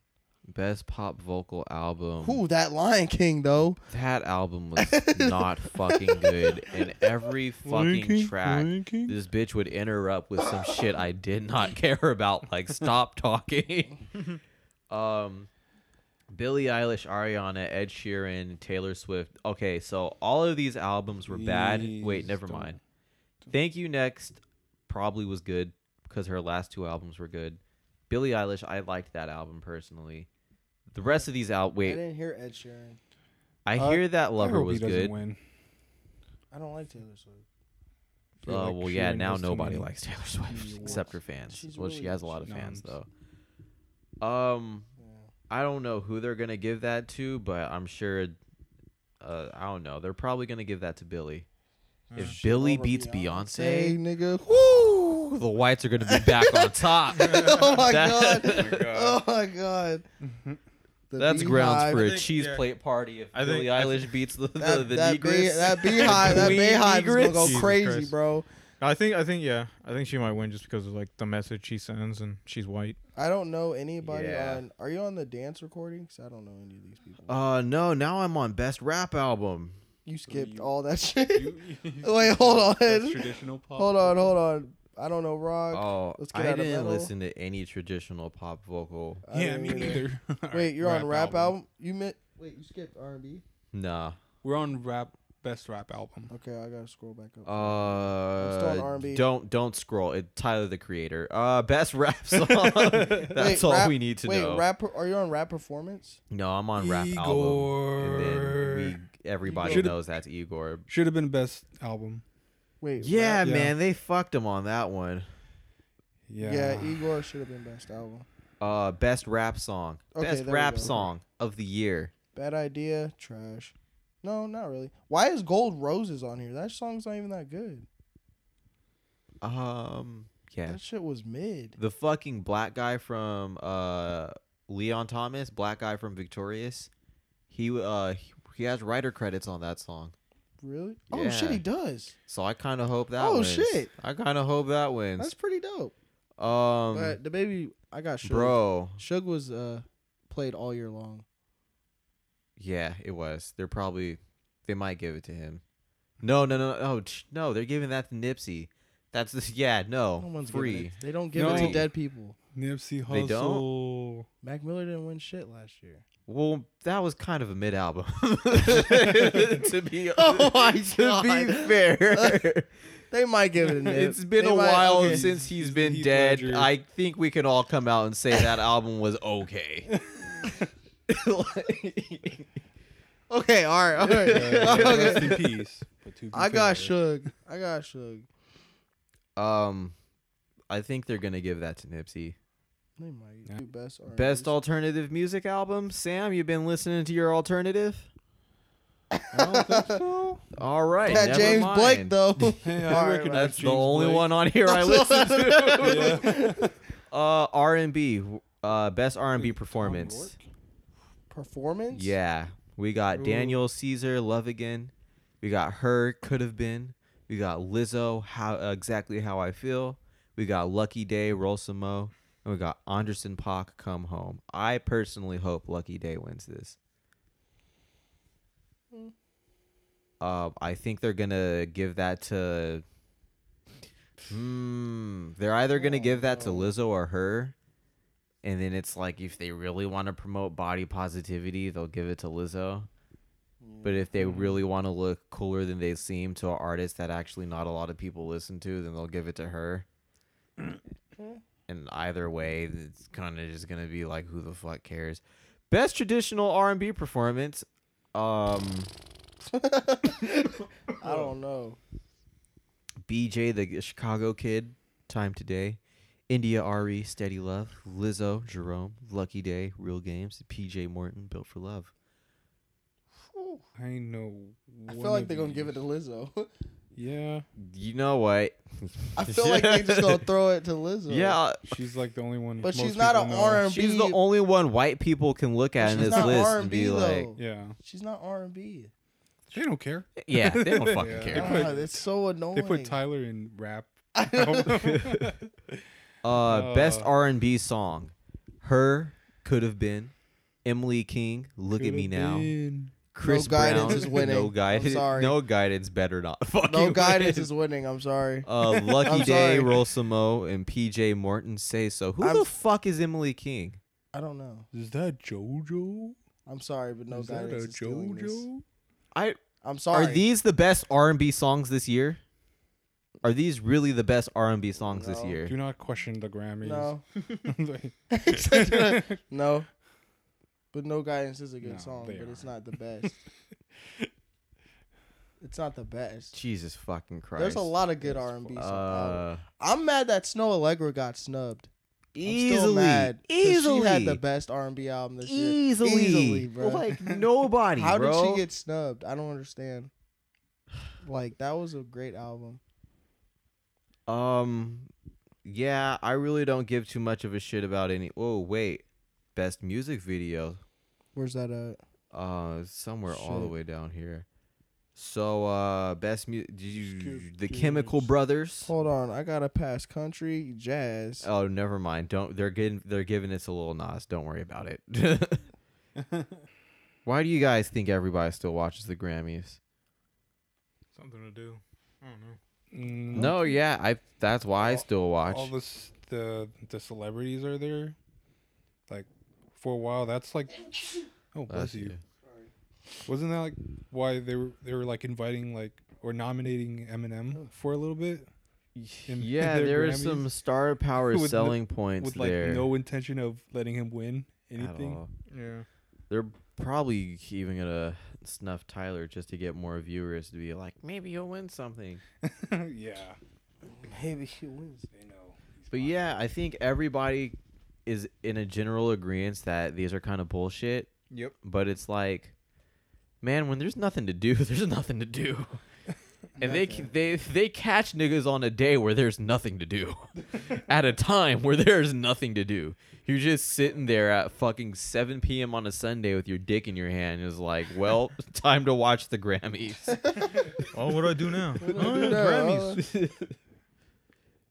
[SPEAKER 4] best pop vocal album.
[SPEAKER 2] Ooh, that Lion King though.
[SPEAKER 4] That album was
[SPEAKER 2] <laughs>
[SPEAKER 4] not fucking good, and every fucking track. This bitch would interrupt with some shit I did not <laughs> care about, like stop talking.
[SPEAKER 3] <laughs>
[SPEAKER 4] um, Billie Eilish, Ariana, Ed Sheeran, Taylor Swift. Okay, so all of these albums were bad. Wait,
[SPEAKER 3] Please
[SPEAKER 4] never
[SPEAKER 3] don't.
[SPEAKER 4] mind. Thank You Next probably was good because her last two albums were good. Billie Eilish, I liked that album personally. The rest of these out.
[SPEAKER 2] I
[SPEAKER 4] Wait,
[SPEAKER 2] didn't hear Ed Sheeran.
[SPEAKER 4] I
[SPEAKER 3] Uh,
[SPEAKER 4] hear that
[SPEAKER 3] I
[SPEAKER 4] Lover
[SPEAKER 3] hope he
[SPEAKER 4] was
[SPEAKER 3] doesn't
[SPEAKER 4] good.
[SPEAKER 3] Win.
[SPEAKER 2] I don't like Taylor Swift.
[SPEAKER 3] I feel
[SPEAKER 4] Uh,
[SPEAKER 3] like
[SPEAKER 4] well, yeah,
[SPEAKER 3] Sheeran
[SPEAKER 4] now
[SPEAKER 3] does too
[SPEAKER 4] nobody
[SPEAKER 3] many.
[SPEAKER 2] <laughs>
[SPEAKER 3] <laughs>
[SPEAKER 4] likes Taylor
[SPEAKER 3] many
[SPEAKER 4] Swift <laughs> except her
[SPEAKER 3] awards.
[SPEAKER 4] fans.
[SPEAKER 2] She's
[SPEAKER 4] well, she
[SPEAKER 2] really
[SPEAKER 4] has a
[SPEAKER 2] good.
[SPEAKER 4] lot of
[SPEAKER 3] No,
[SPEAKER 4] fans
[SPEAKER 3] I'm-
[SPEAKER 4] though. Um,
[SPEAKER 2] Yeah.
[SPEAKER 4] I don't know who they're gonna give that to, but I'm sure. Uh, I don't know. They're probably gonna give that to Billy.
[SPEAKER 2] Uh,
[SPEAKER 4] If Billy
[SPEAKER 2] Over
[SPEAKER 4] beats
[SPEAKER 2] Beyonce,
[SPEAKER 4] Beyonce,
[SPEAKER 2] nigga.
[SPEAKER 4] woo, the whites are gonna be back
[SPEAKER 2] <laughs>
[SPEAKER 4] on top.
[SPEAKER 2] oh my
[SPEAKER 4] <laughs>
[SPEAKER 2] god.
[SPEAKER 4] That-
[SPEAKER 1] Oh my God.
[SPEAKER 2] <laughs> Oh my god. The
[SPEAKER 4] That's grounds for
[SPEAKER 1] I
[SPEAKER 4] a
[SPEAKER 1] think-
[SPEAKER 4] cheese
[SPEAKER 1] yeah.
[SPEAKER 4] plate party if
[SPEAKER 1] I
[SPEAKER 4] Billie
[SPEAKER 1] think- I
[SPEAKER 4] Eilish
[SPEAKER 1] think-
[SPEAKER 4] beats the the,
[SPEAKER 2] that,
[SPEAKER 4] the
[SPEAKER 2] that, bee,
[SPEAKER 4] Negress.
[SPEAKER 2] that beehive, that
[SPEAKER 4] <laughs> Queen
[SPEAKER 2] beehive is gonna
[SPEAKER 4] Negress?
[SPEAKER 2] go
[SPEAKER 1] Jesus
[SPEAKER 2] crazy,
[SPEAKER 1] Christ.
[SPEAKER 2] bro.
[SPEAKER 1] I think I think yeah, I think she might win just because of like the message she sends and she's white.
[SPEAKER 2] I don't know anybody
[SPEAKER 4] Yeah.
[SPEAKER 2] on. Are you on the dance recordings? I don't know any of these people.
[SPEAKER 4] Uh, no, now I'm on best rap album.
[SPEAKER 2] you
[SPEAKER 3] so
[SPEAKER 2] skipped
[SPEAKER 3] you-
[SPEAKER 2] all that shit.
[SPEAKER 3] You-
[SPEAKER 2] <laughs> Wait, hold on.
[SPEAKER 3] <laughs>
[SPEAKER 2] <laughs>
[SPEAKER 3] That's traditional pop.
[SPEAKER 2] hold on, hold on. I don't know rock.
[SPEAKER 4] Oh,
[SPEAKER 2] let's get
[SPEAKER 4] I
[SPEAKER 2] out of
[SPEAKER 4] didn't
[SPEAKER 2] metal.
[SPEAKER 4] listen to any traditional pop vocal.
[SPEAKER 2] I
[SPEAKER 3] Yeah,
[SPEAKER 2] don't
[SPEAKER 3] me
[SPEAKER 2] either.
[SPEAKER 3] neither. <laughs>
[SPEAKER 2] Wait, you're on rap album. You meant wait, you skipped R and B.
[SPEAKER 4] Nah.
[SPEAKER 3] We're on rap best rap album.
[SPEAKER 2] Okay, I gotta scroll back up. still on
[SPEAKER 4] Uh,
[SPEAKER 2] R&B.
[SPEAKER 4] don't don't scroll. It Tyler the Creator. Uh, best rap
[SPEAKER 2] <laughs>
[SPEAKER 4] <laughs> song. That's all
[SPEAKER 2] rap-
[SPEAKER 4] we need to
[SPEAKER 2] wait,
[SPEAKER 4] know.
[SPEAKER 2] rap? Are you on rap performance?
[SPEAKER 4] No, I'm on rap album. And then we, everybody
[SPEAKER 3] Should've-
[SPEAKER 4] knows that's Igor.
[SPEAKER 3] Should have been best album.
[SPEAKER 2] Wait.
[SPEAKER 4] Yeah,
[SPEAKER 2] rap-
[SPEAKER 3] Yeah.
[SPEAKER 4] man, they fucked him on that one.
[SPEAKER 3] Yeah.
[SPEAKER 2] Yeah, E- Igor should have been best album.
[SPEAKER 4] Uh, best rap song.
[SPEAKER 2] Okay,
[SPEAKER 4] best
[SPEAKER 2] there we
[SPEAKER 4] rap
[SPEAKER 2] go.
[SPEAKER 4] song of the year.
[SPEAKER 2] Bad idea. Trash. No, not really. Why is Gold Roses on here? That song's not even that good.
[SPEAKER 4] Um, yeah,
[SPEAKER 2] That shit was mid.
[SPEAKER 4] the fucking black guy from uh Leon Thomas, black guy from Victorious. He uh he has writer credits on that song.
[SPEAKER 2] Really? Oh shit,
[SPEAKER 4] Yeah.
[SPEAKER 2] he does.
[SPEAKER 4] So I kind of hope that.
[SPEAKER 2] Oh,
[SPEAKER 4] wins.
[SPEAKER 2] shit.
[SPEAKER 4] I kind of hope that
[SPEAKER 2] That's
[SPEAKER 4] wins.
[SPEAKER 2] pretty dope.
[SPEAKER 4] um,
[SPEAKER 2] but the baby, I got Suge.
[SPEAKER 4] bro.
[SPEAKER 2] Suge was uh played all year long.
[SPEAKER 4] Yeah, it was. They're probably they might give it to him. No, no, no, no, ch- no. They're giving that to Nipsey. That's the yeah. No,
[SPEAKER 2] No one's giving
[SPEAKER 4] free.
[SPEAKER 2] it- They don't give it
[SPEAKER 4] No.
[SPEAKER 2] to dead people.
[SPEAKER 3] Nipsey
[SPEAKER 4] They don't?
[SPEAKER 3] Hussle.
[SPEAKER 2] Mac Miller didn't win shit last year.
[SPEAKER 4] Well, that was kind of a
[SPEAKER 2] <laughs>
[SPEAKER 4] mid album. <laughs> to be oh my to be
[SPEAKER 2] God. <laughs>
[SPEAKER 4] fair,
[SPEAKER 2] They might give
[SPEAKER 4] <laughs>
[SPEAKER 2] it. A nip.
[SPEAKER 4] it's been
[SPEAKER 2] They
[SPEAKER 4] a
[SPEAKER 2] might-
[SPEAKER 4] while
[SPEAKER 2] okay.
[SPEAKER 4] since he's
[SPEAKER 3] He's
[SPEAKER 4] been
[SPEAKER 3] Heath
[SPEAKER 4] dead.
[SPEAKER 3] Ledger.
[SPEAKER 4] I think we can all come out and say that album was
[SPEAKER 2] <laughs>
[SPEAKER 4] okay. Like-
[SPEAKER 2] Okay, all right, <laughs> all
[SPEAKER 4] <laughs>
[SPEAKER 2] right. <laughs>
[SPEAKER 3] Uh, rest
[SPEAKER 2] okay.
[SPEAKER 3] in
[SPEAKER 2] <laughs>
[SPEAKER 3] peace. But to be
[SPEAKER 2] I got
[SPEAKER 3] fair,
[SPEAKER 2] Suge. I got Suge.
[SPEAKER 4] Um, I think they're gonna give that to Nipsey.
[SPEAKER 2] They might
[SPEAKER 3] Yeah.
[SPEAKER 2] do best. R&B.
[SPEAKER 4] Best alternative music album. Sam, you've been listening to your alternative.
[SPEAKER 3] I don't
[SPEAKER 2] <laughs>
[SPEAKER 3] think
[SPEAKER 4] <laughs>
[SPEAKER 3] so.
[SPEAKER 4] All right,
[SPEAKER 2] That
[SPEAKER 4] never
[SPEAKER 2] James Blake
[SPEAKER 4] mind. <laughs>
[SPEAKER 2] though. <laughs>
[SPEAKER 3] Hey,
[SPEAKER 2] All
[SPEAKER 3] I
[SPEAKER 2] right,
[SPEAKER 3] recognize
[SPEAKER 4] That's the
[SPEAKER 3] James
[SPEAKER 4] only
[SPEAKER 3] Blake.
[SPEAKER 4] one on here
[SPEAKER 2] <laughs>
[SPEAKER 4] I listen to.
[SPEAKER 3] Yeah.
[SPEAKER 4] Uh, R and B. Uh, best R and B performance.
[SPEAKER 2] Performance.
[SPEAKER 4] Yeah, we got Daniel Caesar, Love Again. We got her, could have been. We got Lizzo, how uh, exactly how I feel. We got Lucky Day, Rolsamo, and we got Anderson Pock, Come Home. I personally hope Lucky Day wins this. Um, I think they're gonna give that to. Hmm. They're either gonna give that to
[SPEAKER 2] Oh.
[SPEAKER 4] Lizzo or her, and then it's like if they really want to promote body positivity, they'll give it to Lizzo. But if they really want to look cooler than they seem to an artist that actually not a lot of people listen to, then they'll give it to her. and either way, it's kind of just gonna be like, who the fuck cares? Best traditional R and B performance. Um.
[SPEAKER 2] I don't know.
[SPEAKER 4] BJ the Chicago Kid, Time Today, India RE, Steady Love, Lizzo, Jerome, Lucky Day, Real Games, PJ Morton, Built for Love.
[SPEAKER 3] I know.
[SPEAKER 2] I
[SPEAKER 3] one
[SPEAKER 2] feel like
[SPEAKER 3] of
[SPEAKER 2] they're gonna give it
[SPEAKER 3] these.
[SPEAKER 2] to Lizzo. <laughs>
[SPEAKER 3] Yeah,
[SPEAKER 4] You know what? <laughs>
[SPEAKER 2] I feel like they just gonna throw it to Lizzo.
[SPEAKER 4] Yeah, oh,
[SPEAKER 3] she's like the only one.
[SPEAKER 2] But she's
[SPEAKER 3] most
[SPEAKER 2] not
[SPEAKER 3] people
[SPEAKER 2] a
[SPEAKER 3] know.
[SPEAKER 2] R&B.
[SPEAKER 4] she's the only one white people can look at in
[SPEAKER 2] She's
[SPEAKER 4] this
[SPEAKER 2] not
[SPEAKER 4] list and
[SPEAKER 2] R&B
[SPEAKER 4] be like,
[SPEAKER 2] though.
[SPEAKER 3] Yeah,
[SPEAKER 2] She's not R and B.
[SPEAKER 3] they don't care.
[SPEAKER 4] yeah, they
[SPEAKER 2] <laughs>
[SPEAKER 4] don't fucking
[SPEAKER 3] Yeah. They
[SPEAKER 4] care.
[SPEAKER 3] put-
[SPEAKER 2] God, it's so annoying.
[SPEAKER 3] They put Tyler in rap.
[SPEAKER 2] <laughs> I know.
[SPEAKER 4] Uh, best
[SPEAKER 3] Uh.
[SPEAKER 4] R and B song, her could have been, Emily King, <laughs> Look at Me Now, Chris
[SPEAKER 2] Guidance
[SPEAKER 4] Brown,
[SPEAKER 2] is winning.
[SPEAKER 4] No
[SPEAKER 2] I'm
[SPEAKER 4] guidance,
[SPEAKER 2] sorry.
[SPEAKER 4] no guidance, better not. Fucking
[SPEAKER 2] no guidance
[SPEAKER 4] win.
[SPEAKER 2] is winning. I'm sorry.
[SPEAKER 4] <laughs> Uh, Lucky
[SPEAKER 2] I'm
[SPEAKER 4] Day,
[SPEAKER 2] sorry.
[SPEAKER 4] Roll Samo, and PJ Morton say so. Who
[SPEAKER 2] I'm-
[SPEAKER 4] the fuck is Emily King?
[SPEAKER 2] I don't know.
[SPEAKER 3] Is that JoJo?
[SPEAKER 2] I'm sorry, but no
[SPEAKER 3] is that a
[SPEAKER 2] guidance is stealing this.
[SPEAKER 3] JoJo?
[SPEAKER 4] I
[SPEAKER 2] I'm sorry. <laughs>
[SPEAKER 4] are these the best R and B songs this year? Are these really the best R and B songs this
[SPEAKER 2] No.
[SPEAKER 4] year?
[SPEAKER 3] Do not question the Grammys.
[SPEAKER 2] no?
[SPEAKER 3] <laughs> Like,
[SPEAKER 2] He said that- no. But no guidance is a good
[SPEAKER 3] No,
[SPEAKER 2] song,
[SPEAKER 3] they
[SPEAKER 2] but it's not the
[SPEAKER 3] <laughs>
[SPEAKER 2] best. it's not the best.
[SPEAKER 4] Jesus fucking Christ!
[SPEAKER 2] There's a lot of good
[SPEAKER 3] That's
[SPEAKER 2] R and B
[SPEAKER 4] Uh,
[SPEAKER 2] songs. I'm mad that Snow Allegra got snubbed. I'm still
[SPEAKER 4] easily,
[SPEAKER 2] mad 'cause
[SPEAKER 4] easily,
[SPEAKER 2] she had the best R and B album this year.
[SPEAKER 4] easily,
[SPEAKER 2] Easily, bro. <laughs>
[SPEAKER 4] like nobody.
[SPEAKER 2] How
[SPEAKER 4] bro.
[SPEAKER 2] did she get snubbed? I don't understand. Like that was a great album.
[SPEAKER 4] Um, yeah, I really don't give too much of a shit about any. Oh wait, best music video.
[SPEAKER 2] Where's that at?
[SPEAKER 4] Uh, somewhere all the
[SPEAKER 2] Shit.
[SPEAKER 4] way down here. So, uh, best mu- did you,
[SPEAKER 3] Skip
[SPEAKER 4] the Chemical
[SPEAKER 3] this.
[SPEAKER 4] Brothers.
[SPEAKER 2] Hold on, I gotta pass country jazz.
[SPEAKER 4] Oh, never mind. Don't they're getting they're giving us a little Nas. Don't worry about it.
[SPEAKER 3] <laughs>
[SPEAKER 4] Why do you guys think everybody still watches the Grammys?
[SPEAKER 1] Something to do. I don't know.
[SPEAKER 3] Mm,
[SPEAKER 4] No, yeah, I. That's why I
[SPEAKER 3] All-
[SPEAKER 4] still watch.
[SPEAKER 3] All this, the the celebrities are there. Like for a while, that's like. Oh
[SPEAKER 4] Bless
[SPEAKER 3] bless you. Wasn't that like why they were they were like inviting like or nominating
[SPEAKER 2] Oh.
[SPEAKER 3] Eminem for a little bit
[SPEAKER 4] <laughs>
[SPEAKER 3] in- in
[SPEAKER 4] Yeah,
[SPEAKER 3] their
[SPEAKER 4] there is
[SPEAKER 3] Grammys
[SPEAKER 4] some star power
[SPEAKER 3] with no-
[SPEAKER 4] selling points
[SPEAKER 3] with like
[SPEAKER 4] there.
[SPEAKER 3] no intention of letting him win
[SPEAKER 4] at
[SPEAKER 3] anything?
[SPEAKER 4] all.
[SPEAKER 3] Yeah.
[SPEAKER 4] They're probably even gonna snuff Tyler just to get more viewers to be like, maybe he'll win something.
[SPEAKER 3] <laughs> yeah.
[SPEAKER 2] Maybe he wins.
[SPEAKER 3] They know.
[SPEAKER 4] But yeah, I think everybody is in a general agreement that these are kind of bullshit.
[SPEAKER 1] Yep.
[SPEAKER 4] But it's like, man, when there's nothing to do, <laughs> there's nothing
[SPEAKER 1] <laughs>
[SPEAKER 4] to do. And they c- they they catch niggas on a day where there's nothing to do, <laughs> at a time where there's nothing to do. You're just sitting there at fucking 7 p.m. on a Sunday with your dick in your hand. Is like,
[SPEAKER 1] <laughs>
[SPEAKER 4] well, time to watch the Grammys.
[SPEAKER 1] Oh, what do I do
[SPEAKER 2] <laughs>
[SPEAKER 1] now?
[SPEAKER 2] do I
[SPEAKER 1] oh,
[SPEAKER 2] do
[SPEAKER 1] yeah,
[SPEAKER 2] now?
[SPEAKER 1] Grammys.
[SPEAKER 2] <laughs>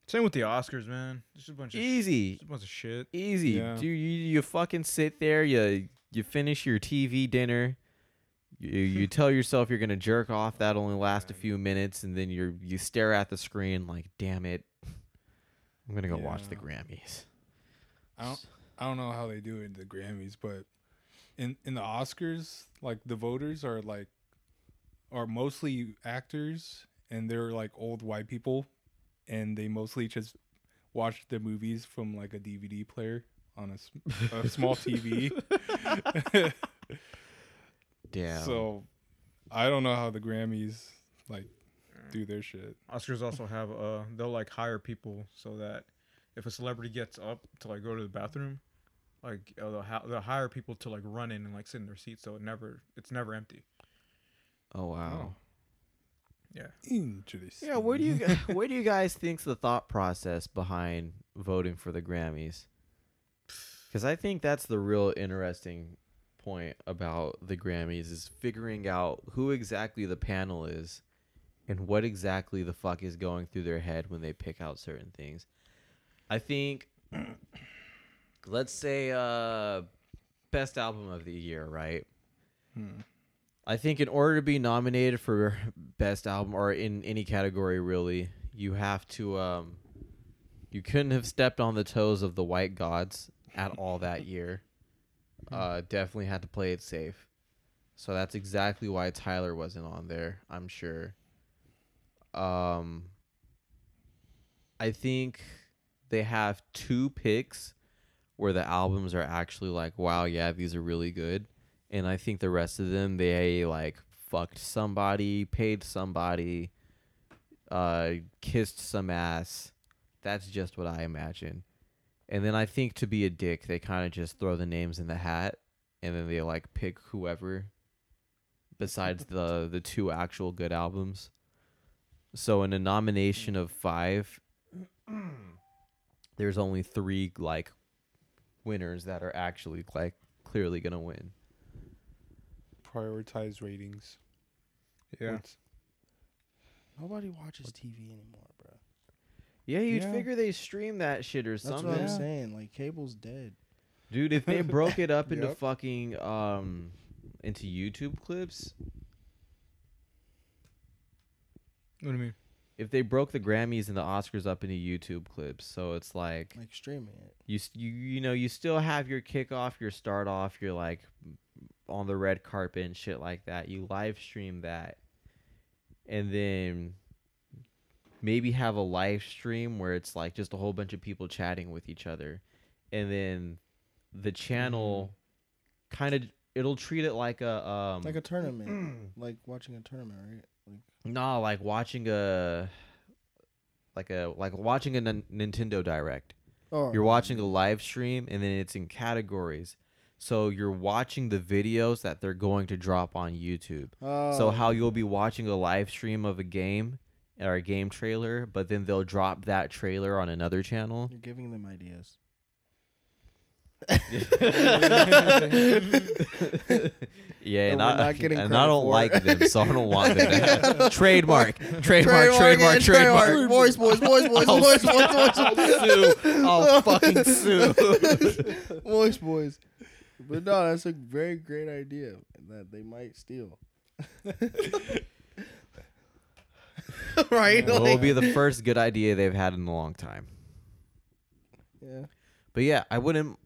[SPEAKER 1] Same with the Oscars, man. It's <laughs> just a
[SPEAKER 2] E
[SPEAKER 1] bunch of sh-
[SPEAKER 4] Easy,
[SPEAKER 1] just a bunch of shit.
[SPEAKER 4] easy.
[SPEAKER 3] Yeah.
[SPEAKER 4] Do you you fucking sit there, you you finish your TV dinner,
[SPEAKER 3] <laughs>
[SPEAKER 4] you you tell yourself you're gonna jerk off. That only lasts a few minutes, and then you're you stare at the screen like, damn it, I'm gonna go watch the
[SPEAKER 3] Yeah.
[SPEAKER 4] Grammys.
[SPEAKER 3] I don't I don't know how they do it in the Grammys, but in in the Oscars, like the voters are like are mostly actors and they're like old white people and they mostly just watch the movies from like a DVD player on a, s- <laughs> a small TV.
[SPEAKER 4] Damn.
[SPEAKER 3] So I don't know how the Grammys like do their shit.
[SPEAKER 1] Oscars also have uh they'll like hire people so that if a celebrity gets up to like go to the bathroom, like uh, they'll, ha- they'll hire people to like run in and like sit in their seats so it never it's never empty.
[SPEAKER 4] oh wow.
[SPEAKER 1] Yeah.
[SPEAKER 3] Interesting.
[SPEAKER 4] Yeah. What
[SPEAKER 3] <laughs>
[SPEAKER 4] do you gu- what do you guys think's the thought process behind voting for the Grammys? Because I think that's the real interesting point about the Grammys is figuring out who exactly the panel is and what exactly the fuck is going through their head when they pick out certain things. I think, <clears throat> let's say, uh, best album of the year, right? I think in order to be nominated for best album or in any category really, you have to um you couldn't have stepped on the toes of the White Gods at all that year. Uh definitely had to play it safe. So that's exactly why Tyler wasn't on there, I'm sure. Um I think they have two picks where the albums are actually like, wow, yeah, these are really good. And I think the rest of them, they like fucked somebody, paid somebody, uh, kissed some ass. That's just what I imagine. And then I think to be a dick, they kind of just throw the names in the hat and then they like pick whoever besides the the two actual good albums. So in a nomination of 5, there's only 3 like winners that are actually like clearly going to win.
[SPEAKER 3] Prioritize ratings.
[SPEAKER 1] Yeah.
[SPEAKER 3] What's-
[SPEAKER 2] Nobody watches TV anymore, bro.
[SPEAKER 4] Yeah, you'd
[SPEAKER 3] Yeah.
[SPEAKER 4] figure they stream that shit or
[SPEAKER 2] That's
[SPEAKER 4] something.
[SPEAKER 2] what I'm
[SPEAKER 3] Yeah.
[SPEAKER 2] saying. Like cable's dead.
[SPEAKER 4] Dude,
[SPEAKER 2] <laughs>
[SPEAKER 4] if they broke it up into
[SPEAKER 3] Yep.
[SPEAKER 4] fucking um into YouTube clips,
[SPEAKER 3] What do you mean?
[SPEAKER 4] if they broke the Grammys and the Oscars up into YouTube clips, so it's like
[SPEAKER 2] Like streaming it.
[SPEAKER 4] you s- you you know, you still have your kickoff, your start off, your like on the red carpet and shit like that. You live stream that. And then maybe have a live stream where it's like just a whole bunch of people chatting with each other. And then the channel kind of it'll treat it like a um
[SPEAKER 2] Mm-hmm. Like a tournament. <clears throat> like watching a tournament, right? Like
[SPEAKER 4] nah, like watching a like a like watching a Nin- Nintendo Direct
[SPEAKER 2] oh
[SPEAKER 4] you're watching a live stream and then it's in categories so you're watching the videos that they're going to drop on youtube so
[SPEAKER 2] oh,
[SPEAKER 4] how you'll be watching a live stream of a game or a game trailer but then they'll drop that trailer on another channel
[SPEAKER 2] you're giving them ideas.
[SPEAKER 4] yeah
[SPEAKER 2] And
[SPEAKER 4] and,
[SPEAKER 2] we're
[SPEAKER 4] I, <laughs>
[SPEAKER 2] not getting
[SPEAKER 4] and I
[SPEAKER 2] credit
[SPEAKER 4] don't
[SPEAKER 2] for
[SPEAKER 4] like
[SPEAKER 2] it.
[SPEAKER 4] them so i don't
[SPEAKER 2] <laughs>
[SPEAKER 4] want them to have- trademark trademark
[SPEAKER 2] Trademark
[SPEAKER 4] trademark
[SPEAKER 2] it,
[SPEAKER 4] trademark Oh.
[SPEAKER 2] Boys, boys, boys,
[SPEAKER 4] <laughs>
[SPEAKER 2] boys,
[SPEAKER 4] I'll
[SPEAKER 2] boys, boys, boys,
[SPEAKER 4] sue. I'll
[SPEAKER 2] <laughs>
[SPEAKER 4] fucking sue.
[SPEAKER 2] boys, boys. But no, that's a very great idea that they might steal. <laughs> right?
[SPEAKER 3] Yeah.
[SPEAKER 4] Well,
[SPEAKER 2] Like-
[SPEAKER 4] it'll be the first good idea they've had in a long time
[SPEAKER 2] yeah.
[SPEAKER 4] But yeah, I wouldn't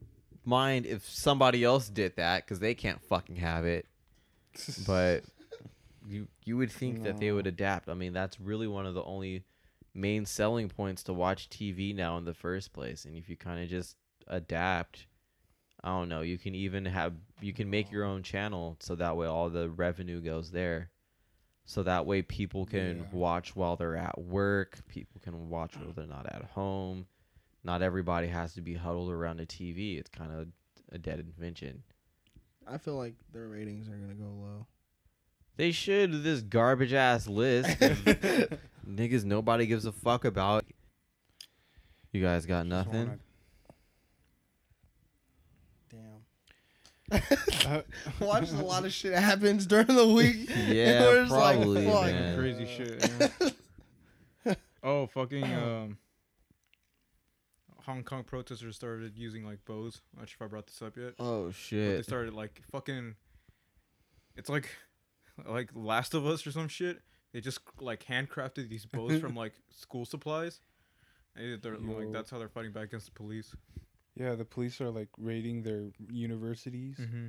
[SPEAKER 4] mind if somebody else did that because they can't fucking have it. But you you would think that they would adapt. I mean, that's really one of the only main selling points to watch TV now in the first place. And if you kind of just adapt, I don't know, you can even have you can make your own channel so that way all the revenue goes there. So that way people can
[SPEAKER 3] Yeah.
[SPEAKER 4] watch while they're at work, people can watch while they're not at home not everybody has to be huddled around a TV. It's kind of a dead invention.
[SPEAKER 2] I feel like their ratings are gonna go low.
[SPEAKER 4] They should do this garbage ass list.
[SPEAKER 3] <laughs>
[SPEAKER 4] Niggas nobody gives a fuck about. You guys got
[SPEAKER 3] Just <laughs>
[SPEAKER 4] nothing?
[SPEAKER 3] wanna-
[SPEAKER 2] Damn. <laughs>
[SPEAKER 3] Uh,
[SPEAKER 2] Watched a lot of shit happens during the week.
[SPEAKER 4] Yeah,
[SPEAKER 2] We're just like,
[SPEAKER 4] probably,
[SPEAKER 2] fuck.
[SPEAKER 4] man.
[SPEAKER 1] Crazy shit. yeah. oh, fucking um, Hong Kong protesters started using like bows. I'm not sure if I brought this up yet.
[SPEAKER 4] Oh
[SPEAKER 1] But they
[SPEAKER 4] shit!
[SPEAKER 1] started like fucking. It's like, like Last of Us or some shit. They just like handcrafted these bows
[SPEAKER 3] <laughs>
[SPEAKER 1] from like school supplies. And they're
[SPEAKER 3] Yo.
[SPEAKER 1] like that's how they're fighting back against the police.
[SPEAKER 3] yeah, the police are like raiding their universities.
[SPEAKER 1] Mm-hmm.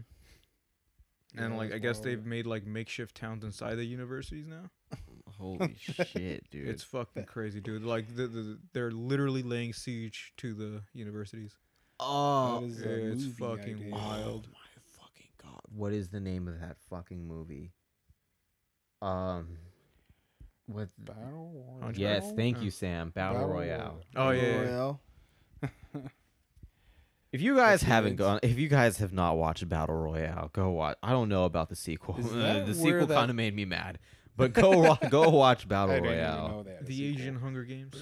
[SPEAKER 3] Yeah,
[SPEAKER 1] and like
[SPEAKER 3] that's
[SPEAKER 1] I guess
[SPEAKER 3] wild.
[SPEAKER 1] they've made like makeshift towns inside the universities now.
[SPEAKER 3] <laughs>
[SPEAKER 4] Holy shit, dude!
[SPEAKER 1] It's fucking crazy, dude. Like the, the they're literally laying siege to the universities.
[SPEAKER 4] oh
[SPEAKER 3] That is a
[SPEAKER 1] it's
[SPEAKER 3] movie
[SPEAKER 1] fucking
[SPEAKER 3] idea.
[SPEAKER 1] wild.
[SPEAKER 4] my fucking god! What is the name of that fucking movie? Um, what?
[SPEAKER 3] Battle Royale?
[SPEAKER 1] Hundred-
[SPEAKER 4] Yes, thank
[SPEAKER 1] Uh,
[SPEAKER 4] you, Sam. Battle,
[SPEAKER 3] Battle
[SPEAKER 4] Royale.
[SPEAKER 1] Oh yeah,
[SPEAKER 2] Battle
[SPEAKER 1] yeah, yeah.
[SPEAKER 2] Royale.
[SPEAKER 4] If you guys
[SPEAKER 3] kids.
[SPEAKER 4] haven't gone, if you guys have not watched Battle Royale, go watch. I don't know about the sequel.
[SPEAKER 3] Is
[SPEAKER 4] Uh,
[SPEAKER 3] that
[SPEAKER 4] <laughs>
[SPEAKER 3] where
[SPEAKER 4] the sequel
[SPEAKER 3] that-
[SPEAKER 4] kind of made me mad, but go wa-
[SPEAKER 3] <laughs>
[SPEAKER 4] go watch Battle
[SPEAKER 3] I didn't even
[SPEAKER 4] Royale.
[SPEAKER 3] know they had a
[SPEAKER 1] the
[SPEAKER 3] sequel.
[SPEAKER 1] Asian Hunger
[SPEAKER 3] <laughs>
[SPEAKER 1] Games.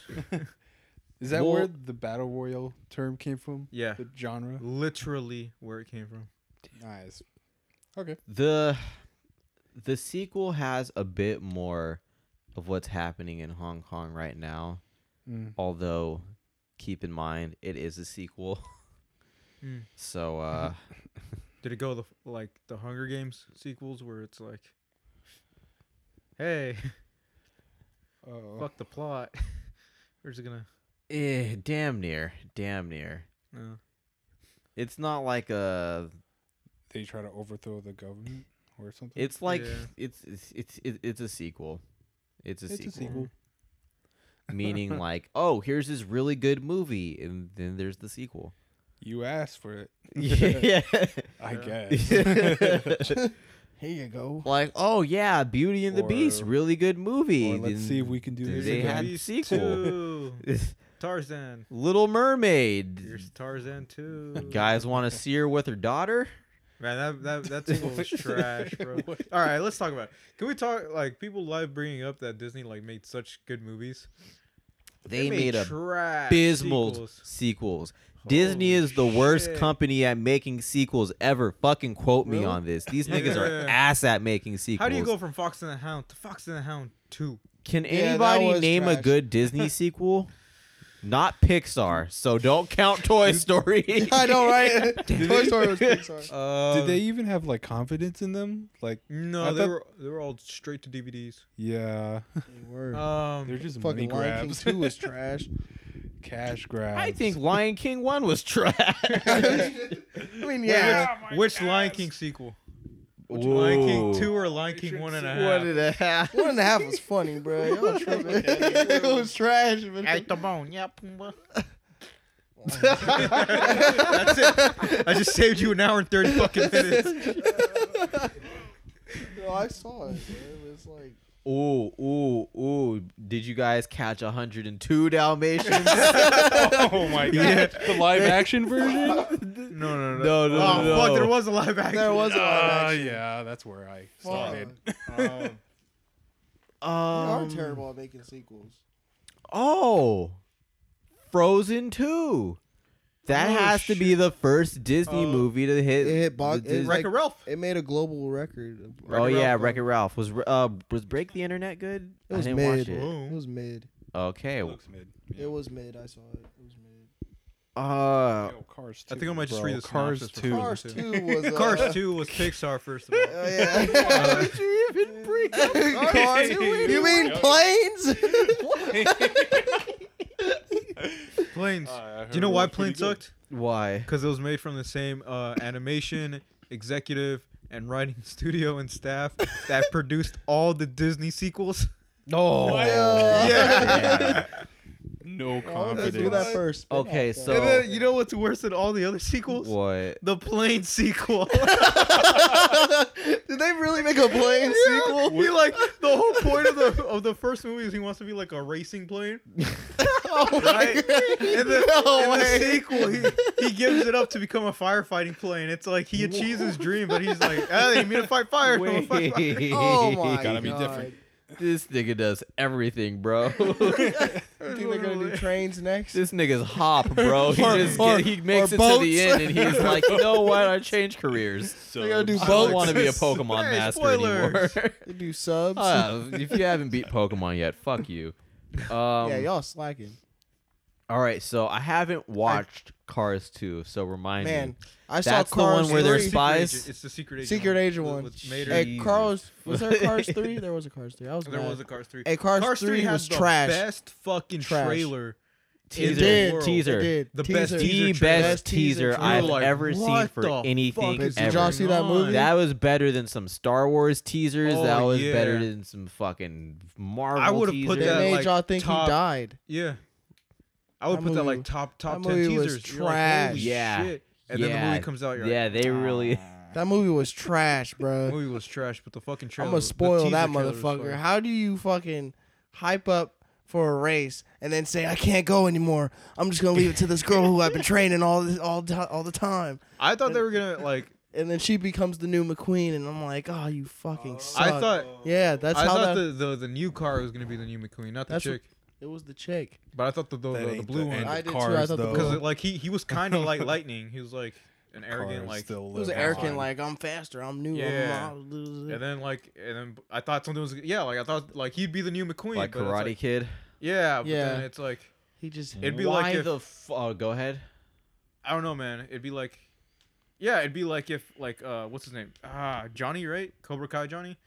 [SPEAKER 3] Is that
[SPEAKER 4] Well-
[SPEAKER 3] where the battle royal term came from?
[SPEAKER 1] yeah, <laughs>
[SPEAKER 3] The genre?
[SPEAKER 1] literally where it came from.
[SPEAKER 3] Nice.
[SPEAKER 4] the The sequel has a bit more of what's happening in Hong Kong right now.
[SPEAKER 3] Mm.
[SPEAKER 4] Although, keep in mind, it is a sequel. <laughs>
[SPEAKER 1] Mm.
[SPEAKER 4] So, uh,
[SPEAKER 1] Did it go the f- like the Hunger Games sequels where it's like Hey, <laughs>
[SPEAKER 3] Oh,
[SPEAKER 1] fuck the plot. <laughs> We're just gonna.
[SPEAKER 4] Eh, damn near, damn near.
[SPEAKER 1] No.
[SPEAKER 4] It's not like a.
[SPEAKER 3] they try to overthrow the government or something.
[SPEAKER 4] It's like
[SPEAKER 1] Yeah.
[SPEAKER 4] it's it's it's it- it's a sequel. It's a
[SPEAKER 3] It's
[SPEAKER 4] sequel.
[SPEAKER 3] <laughs>
[SPEAKER 4] Meaning like, oh, here's this really good movie, and then there's the sequel.
[SPEAKER 3] You asked for it,
[SPEAKER 4] yeah. <laughs>
[SPEAKER 3] I
[SPEAKER 1] Yeah.
[SPEAKER 3] guess.
[SPEAKER 2] Here you go.
[SPEAKER 4] like, oh yeah, Beauty and the
[SPEAKER 3] Or-
[SPEAKER 4] Beast, really good movie.
[SPEAKER 3] Or let's
[SPEAKER 4] Then
[SPEAKER 3] see if we can do
[SPEAKER 4] do
[SPEAKER 3] this
[SPEAKER 4] they
[SPEAKER 3] again.
[SPEAKER 4] had
[SPEAKER 1] Beast
[SPEAKER 4] sequel.
[SPEAKER 1] Two. <laughs> Tarzan.
[SPEAKER 4] Little Mermaid.
[SPEAKER 1] Here's Tarzan two.
[SPEAKER 4] Guys want to see her with her daughter.
[SPEAKER 1] Man, that that
[SPEAKER 4] <laughs>
[SPEAKER 1] that sequel was trash, bro. All right, let's talk about. It. Can we talk like people love bringing up that Disney like made such good movies?
[SPEAKER 4] They, made, a
[SPEAKER 1] trash
[SPEAKER 4] abysmal sequels.
[SPEAKER 1] sequels.
[SPEAKER 4] Disney
[SPEAKER 1] Holy
[SPEAKER 4] is the worst
[SPEAKER 1] shit.
[SPEAKER 4] company at making sequels ever. Fucking quote me
[SPEAKER 2] Really?
[SPEAKER 4] on this. These
[SPEAKER 1] Yeah.
[SPEAKER 4] niggas are ass at making sequels.
[SPEAKER 1] How do you go from Fox and the Hound to Fox and the Hound two?
[SPEAKER 4] Can
[SPEAKER 2] that
[SPEAKER 4] anybody
[SPEAKER 2] was
[SPEAKER 4] name a
[SPEAKER 2] trash.
[SPEAKER 4] good Disney sequel? Not Pixar, so don't count Toy Story.
[SPEAKER 2] <laughs> <laughs> I know, right? Toy Story was Pixar.
[SPEAKER 1] Uh,
[SPEAKER 3] Did
[SPEAKER 4] um,
[SPEAKER 3] they even have like confidence in them? Like,
[SPEAKER 1] No,
[SPEAKER 3] I
[SPEAKER 1] they
[SPEAKER 3] thought-
[SPEAKER 1] were they were all straight to DVDs.
[SPEAKER 3] yeah,
[SPEAKER 2] They were.
[SPEAKER 1] Um,
[SPEAKER 4] <laughs>
[SPEAKER 3] they're just money
[SPEAKER 2] Fucking Lion King
[SPEAKER 3] grabs,
[SPEAKER 2] 2 was trash.
[SPEAKER 3] <laughs>
[SPEAKER 2] <laughs>
[SPEAKER 3] cash grabs.
[SPEAKER 1] <laughs>
[SPEAKER 4] I think Lion King 1 was trash.
[SPEAKER 2] I mean, yeah.
[SPEAKER 1] which, which Lion King sequel? Lion King two or Lion King one and a half?
[SPEAKER 4] a half. <laughs>
[SPEAKER 2] One and a half was funny, <laughs> bro. Y'all tripping. <laughs> it was trash. But
[SPEAKER 4] the bone, yeah, Pumbaa.
[SPEAKER 1] <laughs> That's it. I just saved you an hour and thirty fucking minutes.
[SPEAKER 2] <laughs> No, I saw it. Bro. It was like
[SPEAKER 4] Ooh, ooh, ooh. Did you guys catch 102 Dalmatians?
[SPEAKER 3] oh my god, <laughs> the live action
[SPEAKER 2] <laughs>
[SPEAKER 3] version.
[SPEAKER 1] No, no, no.
[SPEAKER 4] No, no,
[SPEAKER 1] oh,
[SPEAKER 4] no.
[SPEAKER 1] fuck, there was a live action.
[SPEAKER 2] there <laughs> was a lot
[SPEAKER 1] Uh,
[SPEAKER 3] Ah,
[SPEAKER 2] of action.
[SPEAKER 3] yeah, that's where I
[SPEAKER 2] Fuck.
[SPEAKER 3] started. Um,
[SPEAKER 2] They are
[SPEAKER 4] um,
[SPEAKER 2] terrible at making sequels.
[SPEAKER 4] Oh, Frozen 2. That
[SPEAKER 1] Oh,
[SPEAKER 4] has to be
[SPEAKER 1] shit.
[SPEAKER 4] the first Disney
[SPEAKER 1] Uh,
[SPEAKER 4] movie to hit.
[SPEAKER 2] it hit box-
[SPEAKER 4] the
[SPEAKER 2] it
[SPEAKER 4] Dis-
[SPEAKER 2] like-
[SPEAKER 1] Wreck-It
[SPEAKER 2] <laughs>
[SPEAKER 1] Ralph.
[SPEAKER 2] It made a global record.
[SPEAKER 4] oh yeah,
[SPEAKER 1] Ralph, though.
[SPEAKER 4] Wreck It Ralph was uh was Break the Internet good?
[SPEAKER 2] It was
[SPEAKER 4] I didn't
[SPEAKER 2] mid.
[SPEAKER 4] watch it.
[SPEAKER 2] It was mid.
[SPEAKER 4] Okay.
[SPEAKER 3] It looks mid. Yeah.
[SPEAKER 2] It was mid. I saw it. It was mid.
[SPEAKER 4] Uh,
[SPEAKER 3] Yo, Cars 2.
[SPEAKER 1] I think I might just
[SPEAKER 3] bro.
[SPEAKER 1] read the
[SPEAKER 3] Cars
[SPEAKER 1] synopsis for
[SPEAKER 3] 2.
[SPEAKER 2] Cars two
[SPEAKER 4] <laughs>
[SPEAKER 2] was. Uh,
[SPEAKER 1] Cars two was Pixar first of all.
[SPEAKER 2] Oh <laughs> yeah.
[SPEAKER 4] did you even bring
[SPEAKER 2] <laughs> Cars.
[SPEAKER 3] Wait,
[SPEAKER 2] You mean
[SPEAKER 3] wait.
[SPEAKER 2] planes?
[SPEAKER 1] Planes. Do you know why Planes sucked?
[SPEAKER 2] <laughs>
[SPEAKER 4] Why?
[SPEAKER 1] Because it was made from the same uh, animation executive and writing <laughs> studio and staff that produced all the Disney sequels.
[SPEAKER 4] No.
[SPEAKER 1] Oh. <laughs> Yeah.
[SPEAKER 3] uh, <laughs>
[SPEAKER 1] Oh,
[SPEAKER 3] No
[SPEAKER 2] Let's
[SPEAKER 3] confidence.
[SPEAKER 2] do that first.
[SPEAKER 4] Okay,
[SPEAKER 2] Spin-off,
[SPEAKER 4] so-
[SPEAKER 2] though.
[SPEAKER 1] And then, you know
[SPEAKER 4] <laughs>
[SPEAKER 1] what's worse than all the other sequels?
[SPEAKER 4] What?
[SPEAKER 1] The plane
[SPEAKER 4] <laughs>
[SPEAKER 1] sequel.
[SPEAKER 2] <laughs> Did they really make a plane sequel?
[SPEAKER 1] sequel. He like the whole point of the of the first movie is he wants to be like a racing plane.
[SPEAKER 2] <laughs> Oh my
[SPEAKER 4] <laughs>
[SPEAKER 1] Right?
[SPEAKER 2] God.
[SPEAKER 1] And then
[SPEAKER 2] No
[SPEAKER 1] in the
[SPEAKER 2] way.
[SPEAKER 1] sequel, he, he gives it up to become a firefighting plane. It's like he achieves his dream, but he's like, ah, they mean to fight fire. I'm <laughs> gonna fight fire."
[SPEAKER 4] <laughs>
[SPEAKER 2] Oh my
[SPEAKER 3] Gotta
[SPEAKER 2] god.
[SPEAKER 3] be different.
[SPEAKER 4] This nigga does everything,
[SPEAKER 1] <laughs>
[SPEAKER 4] bro.
[SPEAKER 2] You think
[SPEAKER 4] uh,
[SPEAKER 2] they're gonna do trains
[SPEAKER 4] <laughs>
[SPEAKER 2] next?
[SPEAKER 4] this nigga's hop, bro. He
[SPEAKER 2] Or-
[SPEAKER 4] just
[SPEAKER 2] or-
[SPEAKER 4] get, he makes
[SPEAKER 2] or
[SPEAKER 4] it to
[SPEAKER 2] boats.
[SPEAKER 4] the end, and
[SPEAKER 1] <laughs>
[SPEAKER 4] he's like, you know what? I changed careers.
[SPEAKER 2] They gotta do
[SPEAKER 4] I
[SPEAKER 2] boats.
[SPEAKER 4] don't want
[SPEAKER 1] <laughs>
[SPEAKER 2] <laughs>
[SPEAKER 4] to be a Pokemon
[SPEAKER 1] Hey,
[SPEAKER 4] master
[SPEAKER 1] spoilers.
[SPEAKER 4] anymore. <laughs>
[SPEAKER 2] They do subs.
[SPEAKER 4] Uh, if you haven't beat Pokemon yet, fuck you. Um,
[SPEAKER 2] <laughs> yeah, y'all slacking.
[SPEAKER 4] All right, so I haven't watched Cars 2, so remind me.
[SPEAKER 2] Man, I saw
[SPEAKER 4] That's the one
[SPEAKER 2] Cars
[SPEAKER 4] where they're
[SPEAKER 2] three.
[SPEAKER 4] spy- Spies?
[SPEAKER 1] Secret agent. It's the secret agent.
[SPEAKER 2] Secret Agent
[SPEAKER 1] with-
[SPEAKER 2] one.
[SPEAKER 1] with Mater.
[SPEAKER 4] Hey,
[SPEAKER 2] At Cars, was
[SPEAKER 4] <laughs>
[SPEAKER 2] there a Cars three? There was a Cars three. I was
[SPEAKER 1] there
[SPEAKER 2] mad.
[SPEAKER 1] was a Cars three.
[SPEAKER 2] Hey, Cars,
[SPEAKER 1] Cars
[SPEAKER 2] three,
[SPEAKER 1] had
[SPEAKER 2] was
[SPEAKER 1] the
[SPEAKER 2] trash.
[SPEAKER 1] Best fucking
[SPEAKER 2] Trash.
[SPEAKER 1] trailer.
[SPEAKER 2] It
[SPEAKER 4] Teaser.
[SPEAKER 2] did.
[SPEAKER 1] world.
[SPEAKER 4] Teaser.
[SPEAKER 2] It did.
[SPEAKER 1] The
[SPEAKER 2] Teaser.
[SPEAKER 1] best
[SPEAKER 4] The
[SPEAKER 1] teaser
[SPEAKER 4] best,
[SPEAKER 1] trailer.
[SPEAKER 2] Best
[SPEAKER 4] teaser
[SPEAKER 2] teaser
[SPEAKER 4] I've
[SPEAKER 1] trailer.
[SPEAKER 4] ever seen
[SPEAKER 1] What
[SPEAKER 4] for
[SPEAKER 1] the fuck
[SPEAKER 4] anything
[SPEAKER 1] is
[SPEAKER 2] Bitch,
[SPEAKER 4] ever.
[SPEAKER 2] did y'all see that
[SPEAKER 1] going
[SPEAKER 2] movie?
[SPEAKER 1] on?
[SPEAKER 4] That was better than some Star Wars teasers.
[SPEAKER 1] Oh,
[SPEAKER 4] that was
[SPEAKER 1] yeah.
[SPEAKER 4] better than some fucking Marvel
[SPEAKER 1] I would've
[SPEAKER 4] teasers.
[SPEAKER 1] put
[SPEAKER 2] they
[SPEAKER 1] that,
[SPEAKER 2] made
[SPEAKER 1] like,
[SPEAKER 2] y'all think
[SPEAKER 1] top-
[SPEAKER 2] he died.
[SPEAKER 1] Yeah. I would
[SPEAKER 2] That
[SPEAKER 1] put that
[SPEAKER 2] movie-
[SPEAKER 1] like top top
[SPEAKER 2] that
[SPEAKER 1] ten
[SPEAKER 2] movie was
[SPEAKER 1] teasers. You're like, "Holy
[SPEAKER 2] trash."
[SPEAKER 4] Yeah.
[SPEAKER 1] shit." And then the
[SPEAKER 4] Yeah.
[SPEAKER 1] movie comes out. You're
[SPEAKER 4] yeah,
[SPEAKER 1] like,
[SPEAKER 4] they really.
[SPEAKER 3] Ah.
[SPEAKER 2] That movie was trash,
[SPEAKER 1] The
[SPEAKER 2] bro.
[SPEAKER 1] movie was trash, but the fucking
[SPEAKER 2] I'm
[SPEAKER 1] trailer.
[SPEAKER 2] gonna
[SPEAKER 1] was- the
[SPEAKER 2] spoil
[SPEAKER 1] teaser
[SPEAKER 2] that
[SPEAKER 1] trailer was
[SPEAKER 2] motherfucker.
[SPEAKER 1] fire.
[SPEAKER 2] How do you fucking hype up for a race and then say I can't go anymore? I'm just gonna leave it to this girl who
[SPEAKER 1] <laughs>
[SPEAKER 2] I've been training all this, all ti- all the time.
[SPEAKER 1] I thought they were
[SPEAKER 2] <laughs>
[SPEAKER 1] gonna like.
[SPEAKER 2] And then she becomes the new McQueen, and I'm like, oh, you fucking suck.
[SPEAKER 1] I thought.
[SPEAKER 2] yeah, that's
[SPEAKER 1] I
[SPEAKER 2] how
[SPEAKER 1] thought
[SPEAKER 2] that.
[SPEAKER 1] the, the the new car was gonna be the new McQueen, not the
[SPEAKER 2] That's
[SPEAKER 1] chick.
[SPEAKER 2] it was the chick.
[SPEAKER 1] But I thought the Oh, the,
[SPEAKER 3] That
[SPEAKER 1] the, the
[SPEAKER 3] ain't
[SPEAKER 1] blue
[SPEAKER 3] end
[SPEAKER 1] one
[SPEAKER 2] I
[SPEAKER 3] of
[SPEAKER 2] did too. I
[SPEAKER 3] Cars,
[SPEAKER 2] thought the
[SPEAKER 3] though.
[SPEAKER 2] blue-
[SPEAKER 1] because like he he was kind of
[SPEAKER 2] <laughs>
[SPEAKER 1] like lightning. He was like an arrogant
[SPEAKER 3] Cars
[SPEAKER 1] like.
[SPEAKER 3] still
[SPEAKER 2] It was
[SPEAKER 3] live
[SPEAKER 2] an Erican,
[SPEAKER 3] on.
[SPEAKER 2] like I'm faster, I'm new.
[SPEAKER 1] Yeah.
[SPEAKER 2] I'm, I'm,
[SPEAKER 1] And then like and then I thought something was yeah like I thought like he'd be the new McQueen.
[SPEAKER 4] Like
[SPEAKER 1] but it's
[SPEAKER 4] Karate
[SPEAKER 1] like-
[SPEAKER 4] Kid.
[SPEAKER 1] yeah, but
[SPEAKER 2] Yeah.
[SPEAKER 1] then it's like
[SPEAKER 2] he just
[SPEAKER 1] It'd be
[SPEAKER 4] Why
[SPEAKER 1] like if-
[SPEAKER 4] the. F- oh, go ahead.
[SPEAKER 1] I don't know, man. It'd be like, yeah, it'd be like if like uh, what's his name? Ah, Johnny, right? Cobra Kai Johnny.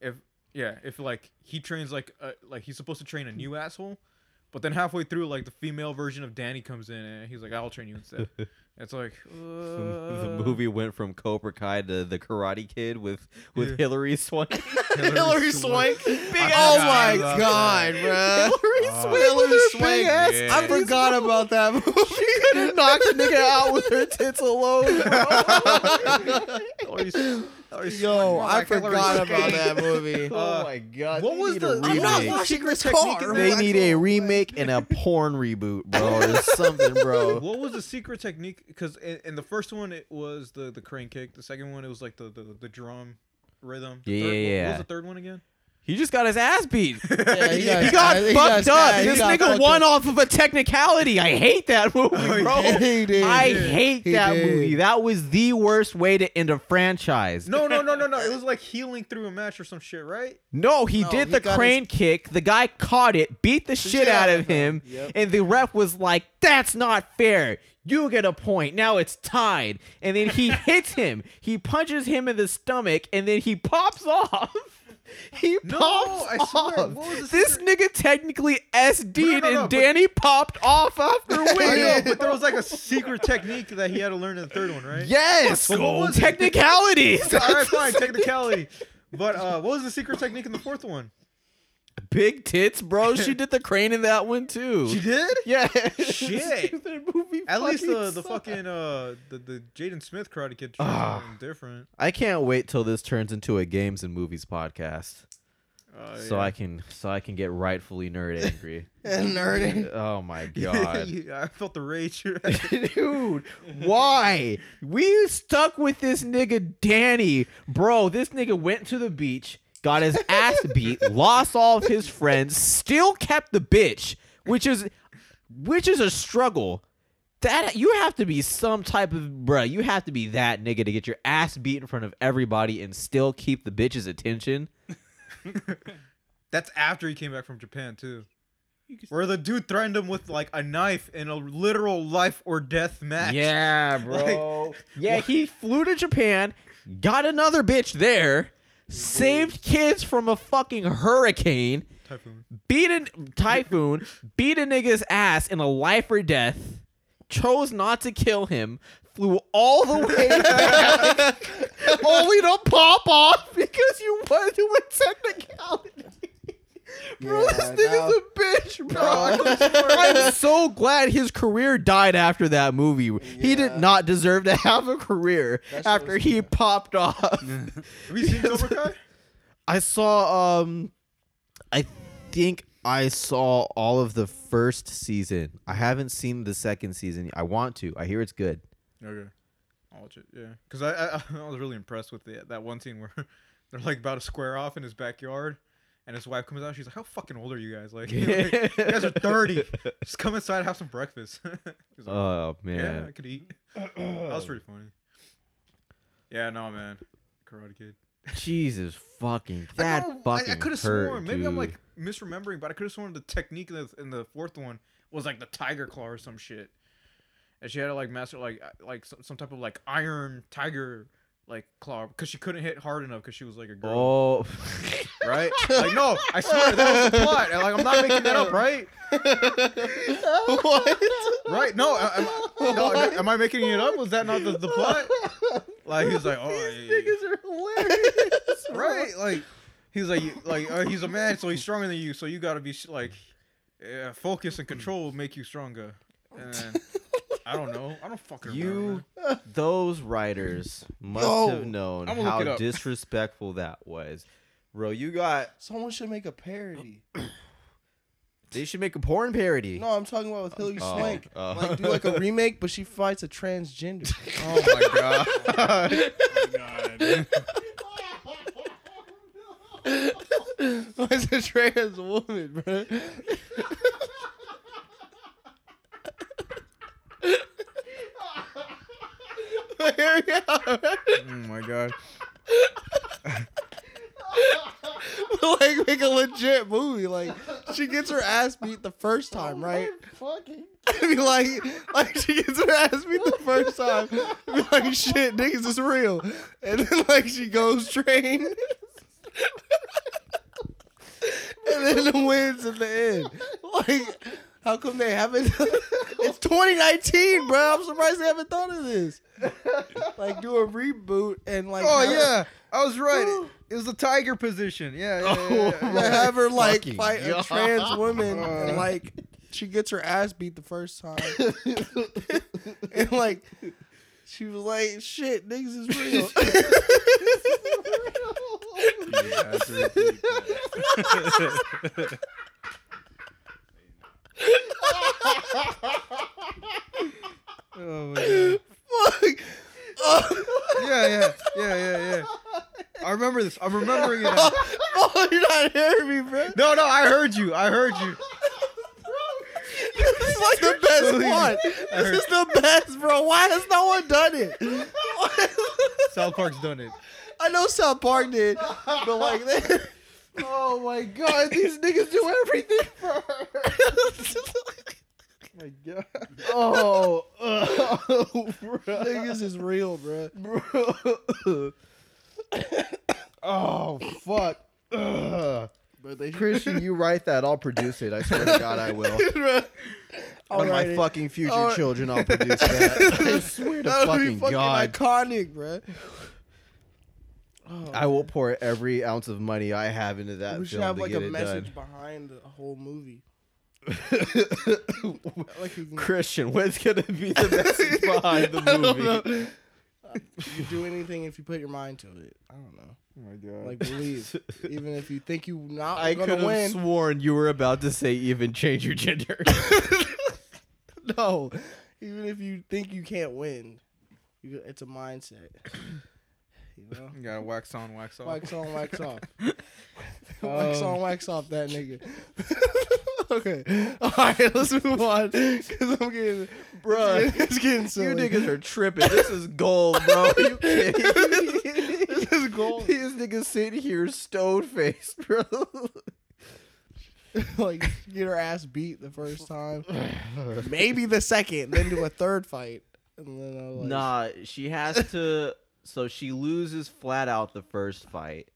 [SPEAKER 1] If Yeah, if like he trains like uh, like he's supposed to train a new asshole, but then halfway through like the female version of Danny comes in and he's like, "I'll train
[SPEAKER 6] <laughs>
[SPEAKER 1] you instead." it's like
[SPEAKER 6] the
[SPEAKER 1] uh,
[SPEAKER 6] movie went from Cobra Kai to The Karate Kid with with
[SPEAKER 1] Yeah.
[SPEAKER 6] Hillary
[SPEAKER 4] <laughs>
[SPEAKER 6] Swank.
[SPEAKER 2] Hillary Swank.
[SPEAKER 6] Big
[SPEAKER 1] ass-
[SPEAKER 2] oh my
[SPEAKER 1] I forgot
[SPEAKER 2] god, bruh. <laughs>
[SPEAKER 6] Hillary
[SPEAKER 1] Ah.
[SPEAKER 6] Swank.
[SPEAKER 2] Hillary
[SPEAKER 6] with her
[SPEAKER 2] Swank.
[SPEAKER 6] Big ass
[SPEAKER 1] Yeah.
[SPEAKER 2] I
[SPEAKER 6] titties,
[SPEAKER 2] forgot
[SPEAKER 6] bro.
[SPEAKER 2] about that <laughs> movie. She could have knocked the nigga out with her tits alone,
[SPEAKER 6] Hillary Swank- Hillary
[SPEAKER 2] Yo,
[SPEAKER 6] Swank, more
[SPEAKER 2] I
[SPEAKER 6] like Hillary
[SPEAKER 2] forgot
[SPEAKER 6] Swank.
[SPEAKER 2] about that movie.
[SPEAKER 6] <laughs> Oh my god.
[SPEAKER 1] what
[SPEAKER 6] they
[SPEAKER 1] was
[SPEAKER 6] need
[SPEAKER 1] the-
[SPEAKER 6] a
[SPEAKER 1] I'm not
[SPEAKER 6] remake.
[SPEAKER 1] watching this car.
[SPEAKER 6] They
[SPEAKER 1] Relax,
[SPEAKER 6] need
[SPEAKER 2] <laughs>
[SPEAKER 6] a remake and a porn reboot, bro, or something, bro.
[SPEAKER 1] what was the secret technique? Because in, in the first one it was the the crane kick. The second one it was like the the, the drum rhythm. The
[SPEAKER 6] Yeah,
[SPEAKER 1] third-
[SPEAKER 6] yeah,
[SPEAKER 1] What
[SPEAKER 6] yeah.
[SPEAKER 1] was the third one again?
[SPEAKER 4] He just got his ass beat. <laughs>
[SPEAKER 2] Yeah,
[SPEAKER 1] <laughs>
[SPEAKER 2] he
[SPEAKER 4] He got
[SPEAKER 2] he got
[SPEAKER 4] fucked up.
[SPEAKER 2] stabbed. He
[SPEAKER 4] This
[SPEAKER 2] got fucked
[SPEAKER 4] nigga won off of a technicality. I hate that movie,
[SPEAKER 1] Oh,
[SPEAKER 4] bro.
[SPEAKER 1] yeah.
[SPEAKER 2] He did.
[SPEAKER 4] I
[SPEAKER 2] He
[SPEAKER 4] hate
[SPEAKER 2] He
[SPEAKER 4] that
[SPEAKER 2] did.
[SPEAKER 4] movie. That was the worst way to end a
[SPEAKER 1] <laughs>
[SPEAKER 4] franchise.
[SPEAKER 1] No, no, no, no, no. It was like healing through a match or some shit, right?
[SPEAKER 4] No, he
[SPEAKER 2] No,
[SPEAKER 4] did
[SPEAKER 2] he
[SPEAKER 4] the
[SPEAKER 2] got his-
[SPEAKER 4] crane kick. The guy caught it, beat the shit out of him,
[SPEAKER 2] Yep.
[SPEAKER 4] and the ref was like, "That's not fair. You get a point. Now it's tied." And then
[SPEAKER 1] <laughs>
[SPEAKER 4] he hits him. He punches him in the stomach, and then he pops off. <laughs> He
[SPEAKER 1] No,
[SPEAKER 4] pops
[SPEAKER 1] I
[SPEAKER 4] off.
[SPEAKER 1] swear, what was the
[SPEAKER 4] this
[SPEAKER 1] secret-
[SPEAKER 4] nigga technically SD'd,
[SPEAKER 1] No, no, no, but-
[SPEAKER 4] and Danny popped off
[SPEAKER 1] <laughs>
[SPEAKER 4] after
[SPEAKER 1] I know,
[SPEAKER 4] winning.
[SPEAKER 1] but there was like a secret technique that he had to learn in the third one, right?
[SPEAKER 4] yes,
[SPEAKER 1] But what was it?
[SPEAKER 4] technicalities.
[SPEAKER 1] All right, fine, technicality. But uh, what was the secret technique in the fourth one?
[SPEAKER 4] <laughs> Big tits, bro. She did the crane in that one too.
[SPEAKER 1] did.
[SPEAKER 4] Yeah.
[SPEAKER 1] Shit.
[SPEAKER 4] <laughs> That movie
[SPEAKER 1] At least
[SPEAKER 4] fucking
[SPEAKER 1] the the
[SPEAKER 4] sucked.
[SPEAKER 1] fucking uh the the Jaden Smith Karate Kid tried
[SPEAKER 6] Ah.
[SPEAKER 1] something different.
[SPEAKER 6] I can't wait till this turns into a games and movies podcast,
[SPEAKER 4] Oh,
[SPEAKER 1] Uh,
[SPEAKER 6] so
[SPEAKER 1] yeah. <laughs>
[SPEAKER 6] I can so I can get rightfully nerd angry.
[SPEAKER 2] And nerding.
[SPEAKER 6] oh
[SPEAKER 1] <laughs>
[SPEAKER 6] my god,
[SPEAKER 1] Yeah, I felt the rage. <laughs>
[SPEAKER 4] Dude, why? We stuck with this nigga Danny. Bro, this nigga went to the beach, got his ass beat, lost all of his friends, still kept the bitch, which is which is a struggle. That you have to be some type of bruh, you have to be that nigga to get your ass beat in front of everybody and still keep the bitch's attention.
[SPEAKER 1] That's after he came back from Japan too. Where the dude threatened him with like a knife in a literal life or death match.
[SPEAKER 4] Yeah, bro. yeah, he flew to Japan, got another bitch there, saved kids from a fucking hurricane,
[SPEAKER 1] Typhoon.
[SPEAKER 4] beat a typhoon, beat a nigga's ass in a life or death, chose not to kill him, flew all the way back,
[SPEAKER 2] <laughs>
[SPEAKER 4] only to pop off because you wanted to a technicality. Bro,
[SPEAKER 2] Yeah,
[SPEAKER 4] this
[SPEAKER 2] no.
[SPEAKER 4] nigga's a bitch, bro. I'm so glad his career died after that movie. He
[SPEAKER 2] Yeah.
[SPEAKER 4] did not deserve to have a career
[SPEAKER 2] That's
[SPEAKER 4] after
[SPEAKER 2] really
[SPEAKER 4] he popped off.
[SPEAKER 1] Have you seen Cobra Kai?
[SPEAKER 4] I saw um I
[SPEAKER 6] think I saw all of the first season. I haven't seen the second season. I want to. I hear it's good.
[SPEAKER 1] Okay. I'll watch it.
[SPEAKER 2] <clears throat>
[SPEAKER 1] Yeah, because I, I <laughs> I was really impressed with the, that one scene where <laughs> they're like about to square off in his backyard, and his wife comes out. She's like, "How fucking old are you guys? <laughs> Like, like, you guys
[SPEAKER 6] <laughs>
[SPEAKER 1] are thirty. Just come inside, and have some breakfast." <laughs> He's like,
[SPEAKER 6] Oh
[SPEAKER 1] yeah,
[SPEAKER 6] man. Oh.
[SPEAKER 1] I could eat. that was pretty funny. Yeah, no man, Karate Kid.
[SPEAKER 6] Jesus fucking
[SPEAKER 1] I
[SPEAKER 6] that
[SPEAKER 1] know, oh, I-
[SPEAKER 6] fucking
[SPEAKER 1] I, could have
[SPEAKER 6] hurt,
[SPEAKER 1] sworn. Maybe I'm
[SPEAKER 6] dude.
[SPEAKER 1] like misremembering, but I could have sworn the technique in the, in the fourth one was like the tiger claw or some shit, and she had to like master like uh, like some, some type of like iron tiger like claw because she couldn't hit hard enough because she was like a girl,
[SPEAKER 6] Oh, <laughs>
[SPEAKER 1] right? like no, I swear that was the plot. And, like I'm not making that
[SPEAKER 6] <laughs>
[SPEAKER 1] up, right?
[SPEAKER 2] <laughs> What?
[SPEAKER 1] Right? No, I- am I, no, am I- am I making it up? Was that not the, the plot? Like he
[SPEAKER 6] <laughs>
[SPEAKER 1] was like, oh, yeah, yeah, yeah."
[SPEAKER 4] are hilarious.
[SPEAKER 1] right? Like he's like you- like uh, he's a man, so he's stronger than you. So you gotta be sh- like uh, focus and control will make you stronger. And then, I don't know. I don't fucking
[SPEAKER 6] you,
[SPEAKER 1] remember.
[SPEAKER 6] those writers must
[SPEAKER 2] Yo,
[SPEAKER 6] have known
[SPEAKER 1] I'm gonna look it
[SPEAKER 6] how
[SPEAKER 1] up.
[SPEAKER 6] disrespectful that was, bro. You got
[SPEAKER 2] Someone should make a parody.
[SPEAKER 6] they should make a porn parody.
[SPEAKER 2] No, I'm talking about with Hillary
[SPEAKER 6] Oh,
[SPEAKER 2] Swank.
[SPEAKER 6] oh.
[SPEAKER 2] Like do
[SPEAKER 6] <laughs>
[SPEAKER 1] <laughs>
[SPEAKER 2] like a remake, but she fights a transgender.
[SPEAKER 1] Oh my god. <laughs>
[SPEAKER 7] God.
[SPEAKER 2] <laughs> It's a trans woman, bro. <laughs>
[SPEAKER 1] oh my god.
[SPEAKER 2] <laughs> like make a legit movie. Like she gets her ass beat the first time, right? <laughs> I mean, like, like she gets her ass beat the first time. I mean, like, shit, niggas is real. And then like she goes train. <laughs> and then the wins at the end. Like, how come they haven't? <laughs> it's 2019, bro. I'm surprised they haven't thought of this. Like, do a reboot and like.
[SPEAKER 1] Oh
[SPEAKER 2] have her-
[SPEAKER 1] yeah, I was right. It was the tiger position. Yeah, yeah, yeah, yeah,
[SPEAKER 2] <laughs> to
[SPEAKER 1] yeah.
[SPEAKER 2] have her like
[SPEAKER 3] Fucking
[SPEAKER 2] fight a
[SPEAKER 3] God. Uh.
[SPEAKER 2] trans woman and like she gets her ass beat the first
[SPEAKER 3] <laughs>
[SPEAKER 2] time <laughs> and like she was like shit niggas is
[SPEAKER 3] <laughs>
[SPEAKER 2] real
[SPEAKER 1] <laughs>
[SPEAKER 2] <laughs>
[SPEAKER 1] Oh my god.
[SPEAKER 2] fuck Oh,
[SPEAKER 1] Yeah, yeah, yeah, yeah, yeah. I remember this. I'm remembering it. now.
[SPEAKER 2] oh you're not hearing me bro <laughs>
[SPEAKER 1] No, no, I heard you. I heard you.
[SPEAKER 2] this is like the best
[SPEAKER 1] Believe me.
[SPEAKER 2] one
[SPEAKER 1] I heard-
[SPEAKER 2] this is the best bro why has no one done it <laughs>
[SPEAKER 1] South Park's done it.
[SPEAKER 2] I know South Park did but
[SPEAKER 3] <laughs>
[SPEAKER 2] like they
[SPEAKER 3] Oh my god, these niggas do everything for her.
[SPEAKER 1] My god.
[SPEAKER 3] Oh, oh
[SPEAKER 2] niggas is real bro <laughs>
[SPEAKER 3] bro. oh fuck. Ugh.
[SPEAKER 2] but they
[SPEAKER 3] Christian, you write that. I'll produce it. I swear to God, I
[SPEAKER 2] <laughs>
[SPEAKER 3] will. On my
[SPEAKER 2] Alrighty.
[SPEAKER 3] fucking future
[SPEAKER 2] Alright.
[SPEAKER 3] children, I'll produce
[SPEAKER 2] <laughs>
[SPEAKER 3] that. <laughs> I swear to
[SPEAKER 2] That would
[SPEAKER 3] fucking,
[SPEAKER 2] be fucking
[SPEAKER 3] God.
[SPEAKER 2] iconic, bro.
[SPEAKER 3] I will pour every ounce of money I have into that
[SPEAKER 2] we should
[SPEAKER 3] film
[SPEAKER 2] have
[SPEAKER 3] to
[SPEAKER 2] like
[SPEAKER 3] get
[SPEAKER 2] a
[SPEAKER 3] it
[SPEAKER 2] message behind the whole
[SPEAKER 3] <laughs>
[SPEAKER 2] movie.
[SPEAKER 3] done.
[SPEAKER 2] Like you can,
[SPEAKER 3] Christian, what's gonna
[SPEAKER 2] <laughs>
[SPEAKER 3] be the message behind the
[SPEAKER 2] I don't
[SPEAKER 3] movie?
[SPEAKER 2] know. you can do anything if you put your mind to it. I don't know.
[SPEAKER 1] Oh my god.
[SPEAKER 2] Like
[SPEAKER 3] <laughs>
[SPEAKER 2] believe, even if you think you not
[SPEAKER 3] I could
[SPEAKER 2] gonna win.
[SPEAKER 3] have sworn you were about to say even change
[SPEAKER 2] <laughs>
[SPEAKER 3] your gender.
[SPEAKER 2] no, even if you think you can't win, you, it's a mindset. You
[SPEAKER 3] <laughs>
[SPEAKER 2] know,
[SPEAKER 1] you gotta wax on, wax off.
[SPEAKER 2] wax on, wax off, wax
[SPEAKER 3] Um.
[SPEAKER 2] on, wax off. That nigga. <laughs> okay, all right, let's move on <laughs> because I'm getting,
[SPEAKER 3] Bruh,
[SPEAKER 2] <laughs> it's getting
[SPEAKER 3] you
[SPEAKER 2] silly.
[SPEAKER 3] niggas are tripping. This is gold, bro. You kidding?
[SPEAKER 2] <laughs> this is gold.
[SPEAKER 3] These niggas sitting here stone faced, bro.
[SPEAKER 2] <laughs> like get her ass beat the first
[SPEAKER 3] <laughs>
[SPEAKER 2] time, maybe the second, then do a third fight, and then I like,
[SPEAKER 4] Nah, she has to. So she loses flat out the first fight.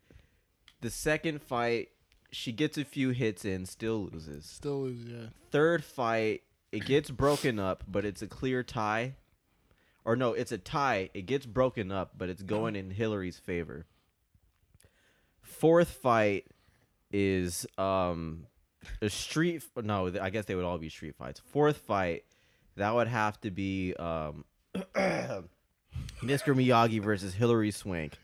[SPEAKER 4] The second fight, she gets a few hits in, still loses.
[SPEAKER 2] still lose.
[SPEAKER 3] <laughs>
[SPEAKER 2] Yeah,
[SPEAKER 4] Third fight, it gets broken up, but it's a clear tie. Or no, it's a tie. It gets broken up, but it's going in Hillary's favor. Fourth fight is um a street no, I guess they would all be street fights. Fourth fight, that would have to be um <coughs>
[SPEAKER 3] Mr. Miyagi versus Hillary Swank.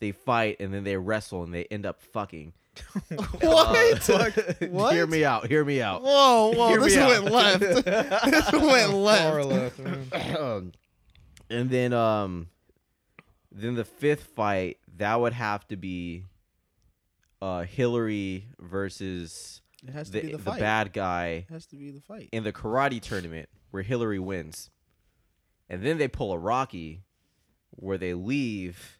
[SPEAKER 4] they fight and then they wrestle and they end up fucking.
[SPEAKER 2] what? What?
[SPEAKER 3] Hear me out. Hear me out.
[SPEAKER 2] Whoa, whoa!
[SPEAKER 3] Hear
[SPEAKER 2] This
[SPEAKER 3] me
[SPEAKER 2] went
[SPEAKER 3] out.
[SPEAKER 2] left.
[SPEAKER 3] <laughs>
[SPEAKER 2] <laughs> this went
[SPEAKER 1] Far left. <laughs>
[SPEAKER 2] left.
[SPEAKER 1] man.
[SPEAKER 3] Um,
[SPEAKER 4] <coughs> And then um then the fifth fight, that would have to be uh Hillary versus
[SPEAKER 2] It has to
[SPEAKER 4] the,
[SPEAKER 2] be the
[SPEAKER 4] the,
[SPEAKER 2] fight.
[SPEAKER 4] bad guy
[SPEAKER 2] it has to be the fight.
[SPEAKER 4] in the karate tournament where Hillary wins. And then they pull a Rocky where they leave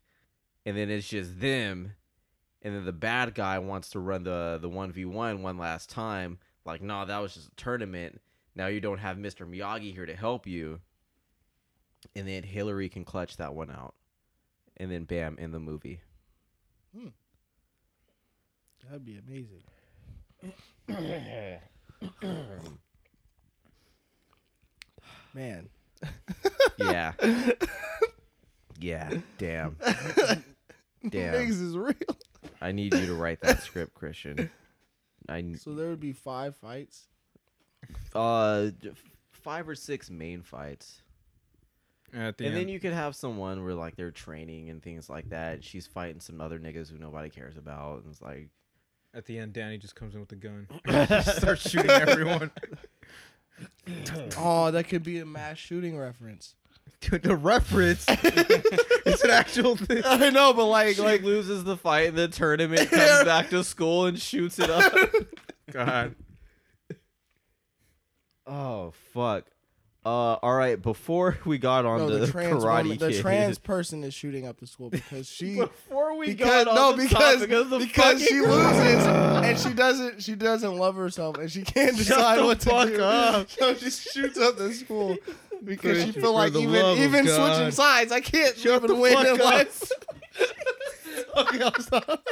[SPEAKER 4] and then it's just them and then the bad guy wants to run the the 1v1 one last time like nah, that was just a tournament. Now you don't have Mr. Miyagi here to help you. And then Hillary can clutch that one out. And then bam in the movie.
[SPEAKER 2] That'd be amazing. <coughs> Man,
[SPEAKER 4] Yeah. yeah, damn. Damn.
[SPEAKER 2] niggas is
[SPEAKER 4] <laughs>
[SPEAKER 2] real.
[SPEAKER 4] I need you to write that script, Christian. I
[SPEAKER 2] So there would be five fights.
[SPEAKER 4] uh d- five or six main fights.
[SPEAKER 8] At the
[SPEAKER 4] And
[SPEAKER 8] end,
[SPEAKER 4] then you could have someone where like they're training and things like that. and she's fighting some other niggas who nobody cares about and it's like
[SPEAKER 1] At the end, Danny just comes in with a <laughs> gun, starts shooting everyone.
[SPEAKER 2] Oh, that could be a mass shooting reference.
[SPEAKER 1] <laughs> Dude, the <laughs> reference. it's an actual thing.
[SPEAKER 2] <laughs> I know, but like,
[SPEAKER 4] she like loses the fight in
[SPEAKER 2] <laughs>
[SPEAKER 4] the tournament, comes back to school and shoots it up.
[SPEAKER 1] God.
[SPEAKER 4] oh fuck. Uh all right, before we got on
[SPEAKER 2] no, the
[SPEAKER 4] the, <laughs>
[SPEAKER 2] trans
[SPEAKER 4] karate
[SPEAKER 2] woman, the
[SPEAKER 4] kid- <laughs>
[SPEAKER 2] trans person is shooting up the school because she
[SPEAKER 4] before we
[SPEAKER 2] because
[SPEAKER 4] got on
[SPEAKER 2] no
[SPEAKER 4] the
[SPEAKER 2] because
[SPEAKER 4] topic of the
[SPEAKER 2] because
[SPEAKER 4] fucking
[SPEAKER 2] she
[SPEAKER 4] <laughs>
[SPEAKER 2] loses and she doesn't she doesn't love herself and she can't decide
[SPEAKER 4] the
[SPEAKER 2] what to
[SPEAKER 4] fuck
[SPEAKER 2] do.
[SPEAKER 4] up.
[SPEAKER 2] <laughs> So she shoots up the school because she
[SPEAKER 1] Christian,
[SPEAKER 2] feel
[SPEAKER 1] for
[SPEAKER 2] like
[SPEAKER 1] the
[SPEAKER 2] even
[SPEAKER 1] love of
[SPEAKER 2] even
[SPEAKER 1] God.
[SPEAKER 2] switching sides I can't
[SPEAKER 4] Shut
[SPEAKER 2] even
[SPEAKER 4] the
[SPEAKER 2] win
[SPEAKER 4] fuck
[SPEAKER 2] in
[SPEAKER 4] up. <laughs>
[SPEAKER 2] life. okay, I'll stop.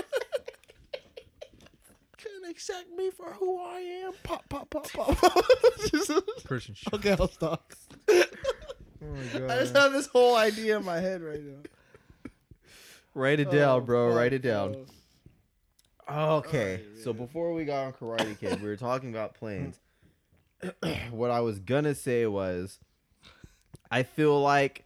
[SPEAKER 2] Couldn't accept me for who I am. Pop, pop, pop, <laughs> pop. Just-
[SPEAKER 1] Person shit.
[SPEAKER 2] okay, I'll
[SPEAKER 4] <laughs>
[SPEAKER 2] stop.
[SPEAKER 1] Oh my
[SPEAKER 2] I just
[SPEAKER 1] god.
[SPEAKER 2] have this whole idea in my head right now.
[SPEAKER 4] Write it
[SPEAKER 2] Oh,
[SPEAKER 4] down, bro.
[SPEAKER 2] fuck,
[SPEAKER 4] Write it down.
[SPEAKER 2] bro.
[SPEAKER 4] Okay, so before we got on Karate Kid, we were talking about planes. <clears throat> what I was gonna say was, I feel like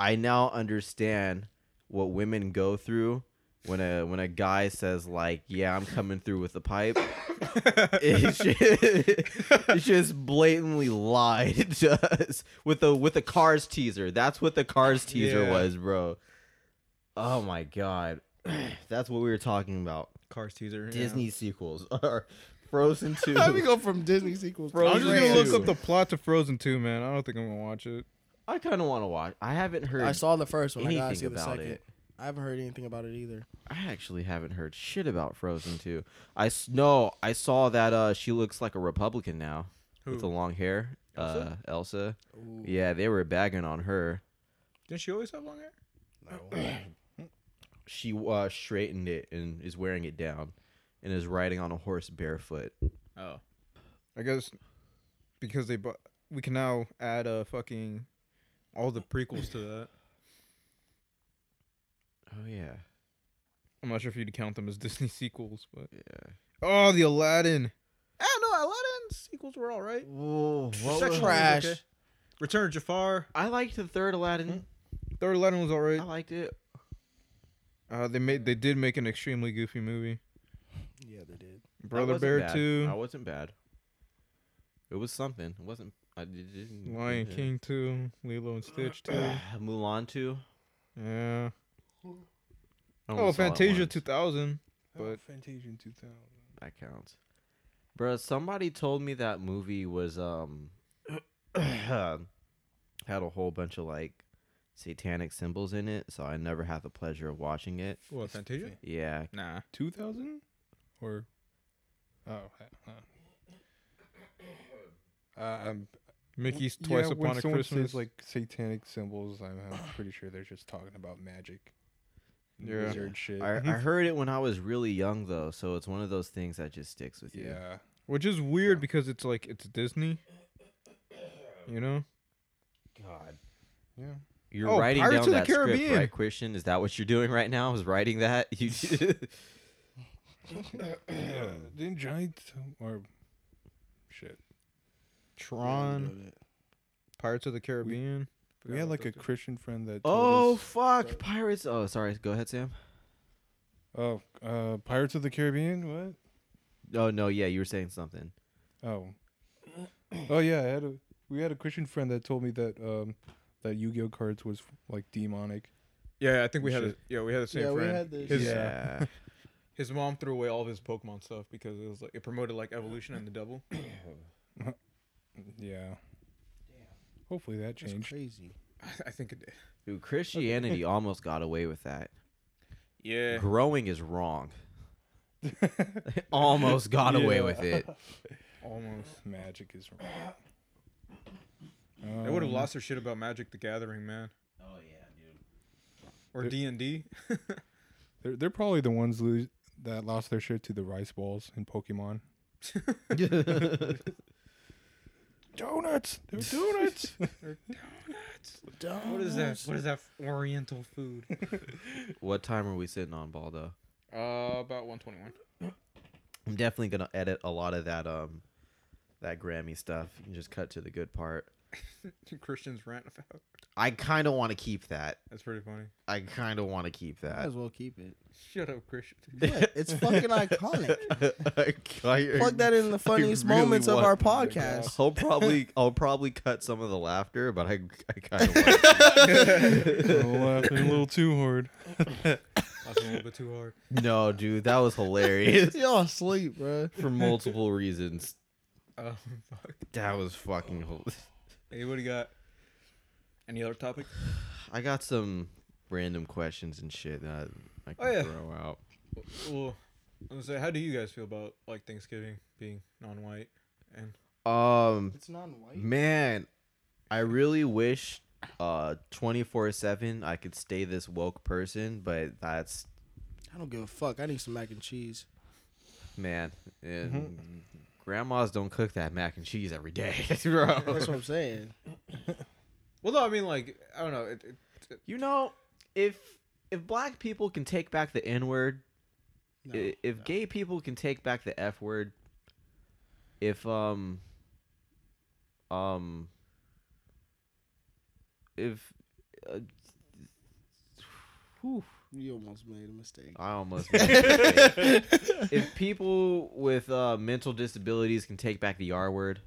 [SPEAKER 4] I now understand what women go through when a when a guy says like, "Yeah, I'm coming through with the pipe."
[SPEAKER 1] <laughs>
[SPEAKER 4] it's, <laughs> just, it's just blatantly lied <laughs> to us with a with a Cars teaser. That's what the Cars teaser
[SPEAKER 1] Yeah.
[SPEAKER 4] was, bro. Oh my god, <clears throat> that's what we were talking about.
[SPEAKER 1] Cars teaser. yeah.
[SPEAKER 4] Disney sequels <laughs> are Frozen 2.
[SPEAKER 2] How do we go from Disney sequels? to
[SPEAKER 4] Bro,
[SPEAKER 1] I'm just gonna look
[SPEAKER 4] Frozen.
[SPEAKER 1] up the plot to Frozen 2, man. I don't think I'm gonna watch it.
[SPEAKER 4] I kind of want to watch. I haven't heard.
[SPEAKER 2] I saw the first one. I gotta
[SPEAKER 4] anything
[SPEAKER 2] see the
[SPEAKER 4] about
[SPEAKER 2] second.
[SPEAKER 4] it. I
[SPEAKER 2] I haven't heard anything about it either.
[SPEAKER 4] actually haven't heard shit about Frozen 2. I s- no, I saw that uh she looks like a Republican now with the
[SPEAKER 1] Who?
[SPEAKER 4] long hair.
[SPEAKER 1] Elsa?
[SPEAKER 4] Uh Elsa.
[SPEAKER 2] Ooh,
[SPEAKER 4] Yeah, they were bagging on her.
[SPEAKER 1] Didn't she always have long hair?
[SPEAKER 2] <clears throat> no.
[SPEAKER 4] She uh straightened it and is wearing it down and is riding on a horse barefoot.
[SPEAKER 1] Oh. I guess because they bought, we can now add a fucking all the prequels to that.
[SPEAKER 4] Oh yeah.
[SPEAKER 1] I'm not sure if you'd count them as Disney sequels, but
[SPEAKER 4] Yeah.
[SPEAKER 1] oh, the Aladdin. Ah, no, Aladdin's sequels were all right.
[SPEAKER 4] Whoa,
[SPEAKER 1] Section
[SPEAKER 2] Trash.
[SPEAKER 1] okay. Return of Jafar.
[SPEAKER 4] <laughs>
[SPEAKER 1] Oh.
[SPEAKER 4] I liked the third Aladdin.
[SPEAKER 1] Third Aladdin was all right.
[SPEAKER 4] I liked it.
[SPEAKER 1] Uh, they made they did make an extremely goofy movie.
[SPEAKER 2] Yeah, they did.
[SPEAKER 1] Brother Bear
[SPEAKER 4] I
[SPEAKER 1] two,
[SPEAKER 4] wasn't bad. It was something. It wasn't. I did- didn't.
[SPEAKER 1] Lion
[SPEAKER 4] yeah.
[SPEAKER 1] King two, Lilo and Stitch two.
[SPEAKER 4] <sighs>
[SPEAKER 1] <clears throat>
[SPEAKER 4] Mulan two.
[SPEAKER 1] Yeah.
[SPEAKER 4] I
[SPEAKER 1] Oh,
[SPEAKER 4] only saw it
[SPEAKER 1] Fantasia
[SPEAKER 4] once.
[SPEAKER 1] two thousand.
[SPEAKER 3] But
[SPEAKER 1] But-
[SPEAKER 3] Oh, Fantasia in 2000.
[SPEAKER 4] That counts. Bruh, somebody told me that movie was um <clears throat> had a whole bunch of like satanic symbols in it, so I never had the pleasure of watching it.
[SPEAKER 1] What Fantasia?
[SPEAKER 4] Yeah,
[SPEAKER 1] Nah.
[SPEAKER 3] 2000 or oh, I- uh, uh, I'm
[SPEAKER 1] Mickey's
[SPEAKER 3] Yeah,
[SPEAKER 1] Twice
[SPEAKER 3] when
[SPEAKER 1] Upon a
[SPEAKER 3] someone
[SPEAKER 1] Christmas.
[SPEAKER 3] says, like satanic symbols, I'm, I'm pretty sure they're just talking about magic,
[SPEAKER 1] Yeah.
[SPEAKER 3] wizard shit.
[SPEAKER 4] I,
[SPEAKER 1] hmm
[SPEAKER 4] I heard it when I was really young though, so it's one of those things that just sticks with you.
[SPEAKER 3] yeah,
[SPEAKER 1] Which is weird because it's like it's Disney. You know?
[SPEAKER 4] God.
[SPEAKER 3] yeah.
[SPEAKER 4] You're
[SPEAKER 1] Oh,
[SPEAKER 4] writing
[SPEAKER 1] Pirates of
[SPEAKER 4] down
[SPEAKER 1] the
[SPEAKER 4] that script,
[SPEAKER 1] Caribbean.
[SPEAKER 4] right, Christian? Is that what you're doing right now? Is writing that? <laughs>
[SPEAKER 1] <laughs>
[SPEAKER 4] You
[SPEAKER 3] Didn't Johnny t- or shit?
[SPEAKER 1] Tron, Pirates of the Caribbean.
[SPEAKER 3] We
[SPEAKER 1] Oh,
[SPEAKER 3] had like a Christian friend that.
[SPEAKER 4] Oh
[SPEAKER 3] Told
[SPEAKER 4] fuck, pirates! Oh, sorry. Go ahead, Sam.
[SPEAKER 3] us, oh, uh, Pirates of the Caribbean.
[SPEAKER 4] Oh no, yeah, you were saying something.
[SPEAKER 3] What? Oh, oh yeah. I had a we had a Christian friend that told me that um that Yu-Gi-Oh cards was like demonic.
[SPEAKER 1] Yeah, I think we had a,
[SPEAKER 3] Shit.
[SPEAKER 1] yeah we had the same
[SPEAKER 2] Yeah, we
[SPEAKER 1] friend.
[SPEAKER 2] had this-
[SPEAKER 1] His
[SPEAKER 4] yeah.
[SPEAKER 1] <laughs> his mom threw away all of his Pokemon stuff because it was like it promoted like evolution and the
[SPEAKER 3] <coughs>
[SPEAKER 1] devil.
[SPEAKER 3] Yeah. Hopefully that
[SPEAKER 2] That's
[SPEAKER 3] changed.
[SPEAKER 2] crazy.
[SPEAKER 1] I think it did.
[SPEAKER 4] Dude, Christianity almost got away with that.
[SPEAKER 1] Yeah.
[SPEAKER 4] Growing is
[SPEAKER 1] <laughs>
[SPEAKER 4] wrong. <laughs> almost got away
[SPEAKER 3] Yeah.
[SPEAKER 4] with it.
[SPEAKER 1] Almost.
[SPEAKER 3] Magic <coughs> is Um, wrong.
[SPEAKER 1] They would have
[SPEAKER 3] Um,
[SPEAKER 1] lost their shit about Magic the Gathering, man.
[SPEAKER 4] Oh yeah, dude.
[SPEAKER 1] Or D and D.
[SPEAKER 3] They're they're probably the ones lo- that lost their shit to the rice balls in Pokemon.
[SPEAKER 1] <laughs>
[SPEAKER 3] Donuts. <laughs> They're donuts.
[SPEAKER 1] What is that? What is that Oriental <laughs> food?
[SPEAKER 4] What time are we sitting on, Baldo?
[SPEAKER 1] Uh, about one twenty one.
[SPEAKER 4] I'm definitely gonna edit a lot of that um that Grammy stuff. You can just cut to the good part.
[SPEAKER 1] <laughs> Christian's rant about.
[SPEAKER 4] I kind of want to keep that.
[SPEAKER 1] That's pretty funny.
[SPEAKER 4] I kind of want to keep
[SPEAKER 2] Might
[SPEAKER 4] that.
[SPEAKER 2] as well keep <laughs> it.
[SPEAKER 1] Shut up, <laughs> Christian.
[SPEAKER 2] Yeah, it's fucking
[SPEAKER 4] <laughs>
[SPEAKER 2] iconic. <laughs> Plug that in the funniest
[SPEAKER 4] really
[SPEAKER 2] moments of
[SPEAKER 4] want-
[SPEAKER 2] our <laughs> podcast.
[SPEAKER 4] I'll probably I'll probably cut some of the laughter, but I I kind of
[SPEAKER 3] laughing a little too hard.
[SPEAKER 1] That's a little bit too hard.
[SPEAKER 4] no, dude, that was
[SPEAKER 2] <laughs>
[SPEAKER 4] hilarious
[SPEAKER 2] Y'all asleep, bro.
[SPEAKER 4] for multiple reasons.
[SPEAKER 1] Oh <laughs> fuck.
[SPEAKER 4] That was fucking. hol-
[SPEAKER 1] Hey, what do you got? Any other topic?
[SPEAKER 4] I got some random questions and shit that I can
[SPEAKER 1] Oh, yeah.
[SPEAKER 4] throw out.
[SPEAKER 1] Well, I was gonna say, how do you guys feel about like Thanksgiving being non-white? And
[SPEAKER 4] Um,
[SPEAKER 2] It's non-white.
[SPEAKER 4] man, I really wish uh 24/7 I could stay this woke person, but that's
[SPEAKER 2] I don't give a fuck. I need some mac and cheese.
[SPEAKER 4] man. And
[SPEAKER 2] Mm-hmm.
[SPEAKER 4] grandmas don't cook that mac and cheese
[SPEAKER 2] <laughs>
[SPEAKER 4] every day, <laughs> bro.
[SPEAKER 2] That's what I'm <laughs> saying.
[SPEAKER 1] Well, no, I mean, like, I don't know. It, it,
[SPEAKER 4] You know, if if black people can take back the N word,
[SPEAKER 2] No,
[SPEAKER 4] i if gay people can take back the F word, if um um if uh, whew,
[SPEAKER 2] You almost made a mistake.
[SPEAKER 4] I almost made a mistake. if people with uh, mental disabilities can take back the R word.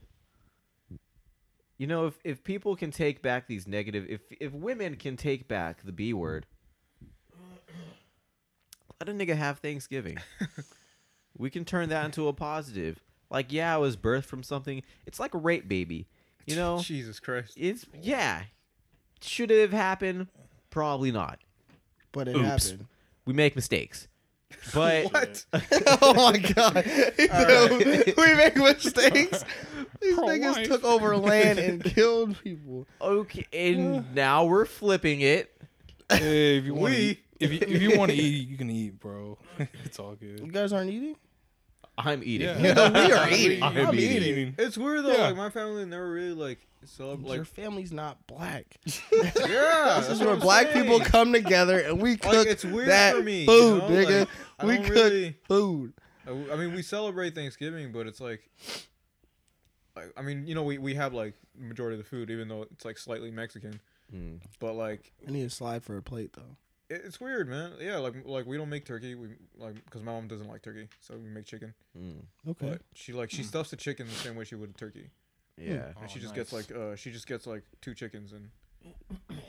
[SPEAKER 4] You know, if, if people can take back these negative, if if women can take back the B word, let a nigga have Thanksgiving. we can turn that into a positive. Like, yeah, I was birthed from something. It's like a rape baby.
[SPEAKER 1] <laughs>
[SPEAKER 4] You know,
[SPEAKER 1] Jesus
[SPEAKER 2] <laughs>
[SPEAKER 1] Christ.
[SPEAKER 4] it's yeah. Should it have happened? Probably not.
[SPEAKER 2] But it
[SPEAKER 4] Oops.
[SPEAKER 2] happened. <laughs>
[SPEAKER 4] We make mistakes, but
[SPEAKER 1] <laughs> What?
[SPEAKER 2] oh my
[SPEAKER 3] <laughs>
[SPEAKER 2] god. <laughs> we make <laughs> mistakes. These
[SPEAKER 3] Pro
[SPEAKER 2] niggas
[SPEAKER 3] life.
[SPEAKER 2] took over land <laughs> and killed people.
[SPEAKER 4] Okay, and now we're flipping it.
[SPEAKER 3] Hey, if you want,
[SPEAKER 1] We-
[SPEAKER 3] if you, if you want to eat, you can eat, bro. <laughs> it's all
[SPEAKER 2] You
[SPEAKER 3] good.
[SPEAKER 2] guys aren't eating?
[SPEAKER 4] I'm eating.
[SPEAKER 2] <laughs>
[SPEAKER 3] Yeah. Yeah,
[SPEAKER 2] we
[SPEAKER 3] <laughs>
[SPEAKER 2] are eating.
[SPEAKER 3] I'm,
[SPEAKER 4] I'm
[SPEAKER 3] eating.
[SPEAKER 1] It's weird though.
[SPEAKER 3] Yeah.
[SPEAKER 1] Like my family never really like celeb
[SPEAKER 2] Your
[SPEAKER 1] like
[SPEAKER 2] family's not black.
[SPEAKER 1] yeah.
[SPEAKER 2] This is
[SPEAKER 1] that's
[SPEAKER 2] where
[SPEAKER 1] what I'm
[SPEAKER 2] black
[SPEAKER 1] saying.
[SPEAKER 2] people come together and we cook
[SPEAKER 1] it's weird
[SPEAKER 2] that
[SPEAKER 1] for me, you
[SPEAKER 2] food,
[SPEAKER 1] know?
[SPEAKER 2] nigga.
[SPEAKER 1] Like, I
[SPEAKER 2] we
[SPEAKER 1] don't
[SPEAKER 2] cook
[SPEAKER 1] really-
[SPEAKER 2] food.
[SPEAKER 1] I w- I mean, we celebrate Thanksgiving, but it's like, like I mean, you know, we we have like majority of the food, even though it's like slightly Mexican.
[SPEAKER 4] Mm.
[SPEAKER 1] But like,
[SPEAKER 2] I need a slide for a plate though.
[SPEAKER 1] it, it's weird, man. Yeah, like like we don't make turkey. We like because my mom doesn't like turkey, so we make chicken.
[SPEAKER 2] Okay.
[SPEAKER 1] But she like she stuffs the chicken the same way she would a turkey,
[SPEAKER 4] Yeah.
[SPEAKER 1] and she
[SPEAKER 3] Oh,
[SPEAKER 1] just gets
[SPEAKER 3] nice.
[SPEAKER 1] like uh she just gets like two chickens and,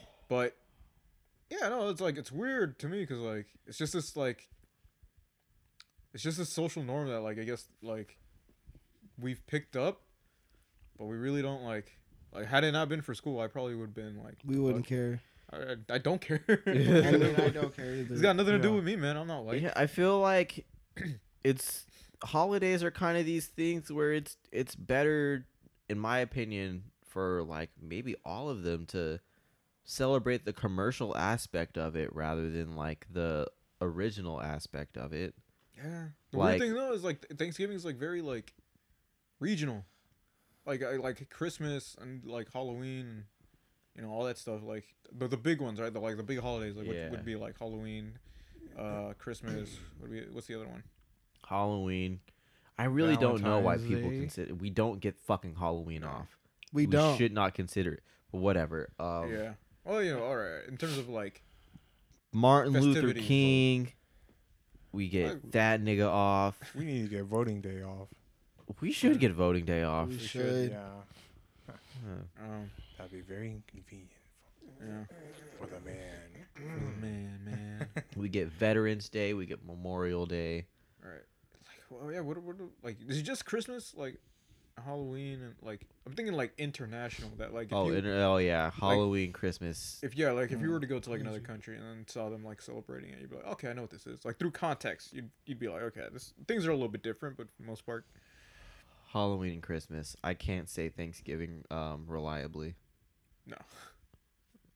[SPEAKER 1] <clears throat> but, yeah, no, it's like it's weird to me because like it's just this like. It's just this social norm that like I guess like, we've picked up, but we really don't like. Like had it not been for school, I probably would have been like
[SPEAKER 2] We
[SPEAKER 1] <laughs>
[SPEAKER 2] wouldn't care.
[SPEAKER 1] I, I, I don't care.
[SPEAKER 2] I mean, I don't care either.
[SPEAKER 1] It's got nothing to do
[SPEAKER 3] Yeah.
[SPEAKER 1] with me, man. I'm not like
[SPEAKER 4] yeah, I feel like it's holidays are kind of these things where it's it's better, in my opinion, for like maybe all of them to celebrate the commercial aspect of it rather than like the original aspect of it.
[SPEAKER 1] Yeah. The weird
[SPEAKER 4] Like-
[SPEAKER 1] thing though is like Thanksgiving is like very like regional, like I, like Christmas and like Halloween, you know all that stuff. Like the the big ones, right? The like the big holidays, like
[SPEAKER 4] Yeah.
[SPEAKER 1] would, would be like Halloween, uh, Christmas. What be, what's the other one?
[SPEAKER 4] Halloween. I really don't know why
[SPEAKER 3] Valentine's
[SPEAKER 4] people
[SPEAKER 3] Day.
[SPEAKER 4] consider we don't get fucking Halloween off.
[SPEAKER 2] we don't.
[SPEAKER 4] should not consider it. But whatever. Um,
[SPEAKER 1] yeah. Well, you know, all right. In terms of like,
[SPEAKER 4] Martin Luther
[SPEAKER 1] Festivities, but-
[SPEAKER 4] King. We get
[SPEAKER 1] I-
[SPEAKER 4] that nigga off.
[SPEAKER 3] We need to get voting day off.
[SPEAKER 4] We should get voting day off.
[SPEAKER 2] we
[SPEAKER 1] should,
[SPEAKER 2] should.
[SPEAKER 3] Yeah,
[SPEAKER 1] um,
[SPEAKER 3] that'd be very inconvenient
[SPEAKER 1] yeah. Oh,
[SPEAKER 3] for the man.
[SPEAKER 1] man, man.
[SPEAKER 4] <laughs> We get Veterans Day. We get Memorial Day.
[SPEAKER 1] All right. Like, well, yeah. What? What? Like, is it just Christmas? Like, Halloween and like I'm thinking like international. That like if
[SPEAKER 4] Oh,
[SPEAKER 1] you-
[SPEAKER 4] and, oh yeah, Halloween, Christmas.
[SPEAKER 1] if yeah, like if
[SPEAKER 4] Mm.
[SPEAKER 1] you were to go to like another country and then saw them like celebrating it, you'd be like, okay, I know what this is. Like through context, you'd you'd be like, okay, this things are a little bit different, but for the most part,
[SPEAKER 4] Halloween and Christmas. I can't say Thanksgiving um, reliably.
[SPEAKER 1] No.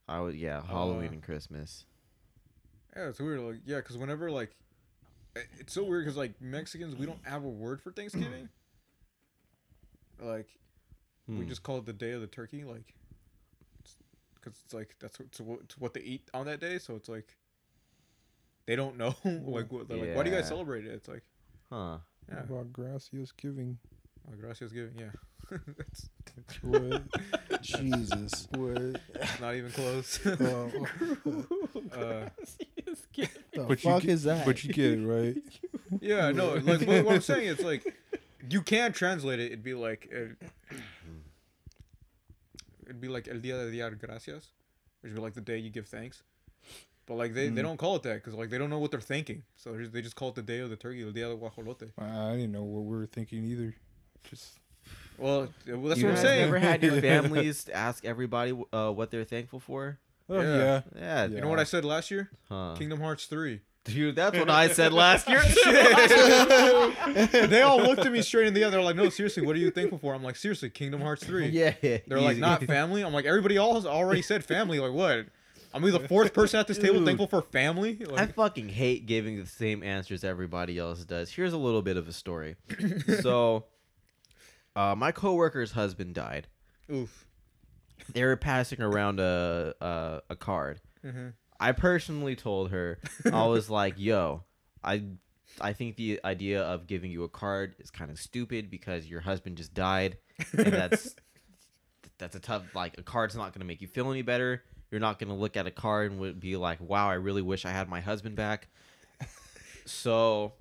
[SPEAKER 4] I would yeah, Halloween
[SPEAKER 1] Uh,
[SPEAKER 4] and Christmas.
[SPEAKER 1] yeah, it's weird. Like yeah, because whenever like i- it's so weird because like Mexicans, we don't have a word for
[SPEAKER 4] <clears throat>
[SPEAKER 1] Thanksgiving. like we
[SPEAKER 4] Hmm.
[SPEAKER 1] just call it the day of the turkey, like because it's like that's what it's, what it's what they eat on that day. So it's like they don't know <laughs> like what they're like why do you guys
[SPEAKER 4] Yeah.
[SPEAKER 1] celebrate it? It's like
[SPEAKER 4] Hmm, Huh.
[SPEAKER 1] yeah,
[SPEAKER 3] about gracias giving?
[SPEAKER 1] oh, gracias giving. Yeah, it's,
[SPEAKER 3] What?
[SPEAKER 2] <laughs> Jesus.
[SPEAKER 3] what?
[SPEAKER 1] it's not even
[SPEAKER 4] <laughs>
[SPEAKER 1] close.
[SPEAKER 3] Um,
[SPEAKER 1] Uh,
[SPEAKER 2] The
[SPEAKER 3] but you
[SPEAKER 2] fuck
[SPEAKER 3] get,
[SPEAKER 2] is that? <laughs>
[SPEAKER 3] But you get it right.
[SPEAKER 1] yeah,
[SPEAKER 4] <laughs>
[SPEAKER 1] no, like what, what I'm saying, it's like you can't translate it. It'd be like uh, it'd be like El Dia de Dar Gracias, which would be like the day you give thanks. But like they,
[SPEAKER 4] Mm.
[SPEAKER 1] they don't call it that because like they don't know what they're thinking, so they just- they just call it the day of the turkey, El Dia de Guajolote.
[SPEAKER 3] I I didn't know what we were thinking either. Just
[SPEAKER 1] Well, uh, well, that's
[SPEAKER 4] you
[SPEAKER 1] what I'm
[SPEAKER 4] guys
[SPEAKER 1] saying.
[SPEAKER 4] Never
[SPEAKER 1] <laughs>
[SPEAKER 4] had your families ask everybody uh, what they're thankful for.
[SPEAKER 3] oh,
[SPEAKER 1] Yeah.
[SPEAKER 3] yeah.
[SPEAKER 4] Yeah,
[SPEAKER 1] You know what I said last year?
[SPEAKER 4] huh.
[SPEAKER 1] Kingdom Hearts three.
[SPEAKER 4] <laughs> dude. That's what I
[SPEAKER 1] <laughs>
[SPEAKER 4] said last year. too.
[SPEAKER 1] they all looked at me straight in the eye. They're like, "No, seriously, what are you thankful for?" I'm like, "Seriously, Kingdom Hearts 3.
[SPEAKER 4] <laughs> yeah, <laughs>
[SPEAKER 1] <laughs> They're like, "Not family." I'm like, "Everybody else already said family. Like, what?" I'm <laughs> gonna be the fourth person at this table
[SPEAKER 4] Dude.
[SPEAKER 1] thankful for family.
[SPEAKER 4] I
[SPEAKER 1] Like,
[SPEAKER 4] fucking hate giving the same answers everybody else does. Here's a little bit of
[SPEAKER 1] <laughs>
[SPEAKER 4] a story. so, uh, my coworker's husband died.
[SPEAKER 1] <laughs> oof.
[SPEAKER 4] They were passing around a a, a card.
[SPEAKER 1] Mhm.
[SPEAKER 4] I personally told her I was like, "Yo, I I think the idea of giving you a card is kind of stupid because your husband just died, and that's that's a tough like a card's not gonna make you feel any better. You're not gonna look at a card and would be like, "Wow, I really wish I had my husband back." so,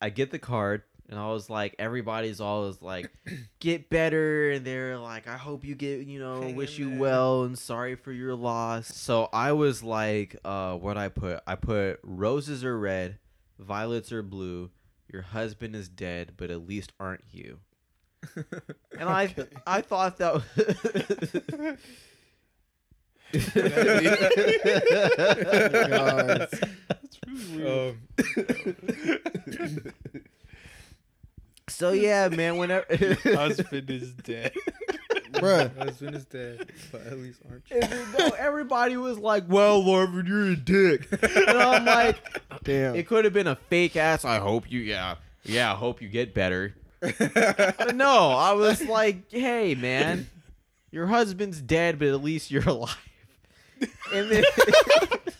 [SPEAKER 4] I get the card. And I was like, everybody's always like, get better. And they're like, I hope you get, you know,
[SPEAKER 2] Hang
[SPEAKER 4] wish
[SPEAKER 2] in
[SPEAKER 4] you
[SPEAKER 2] there.
[SPEAKER 4] well and sorry for your loss. So I was like, uh, what I put? I put roses are red, violets are blue. Your husband is dead, but at least aren't you. And I, I thought that.
[SPEAKER 1] Oh
[SPEAKER 4] <laughs>
[SPEAKER 1] <laughs>
[SPEAKER 2] God.
[SPEAKER 3] It's really weird.
[SPEAKER 1] Um,
[SPEAKER 4] so yeah,
[SPEAKER 3] <laughs>
[SPEAKER 4] man. Whenever <laughs>
[SPEAKER 3] husband is dead.
[SPEAKER 2] Bruh.
[SPEAKER 1] <laughs> husband is dead, but at least aren't you?
[SPEAKER 4] And then, no, everybody was like, "Well, Marvin, you're a dick," and I'm like,
[SPEAKER 2] Damn. <laughs>
[SPEAKER 4] "It could have been a fake ass." I hope you, yeah, yeah, I hope you get better. But no, I was like, "Hey, man, your husband's dead, but at least you're alive." And then,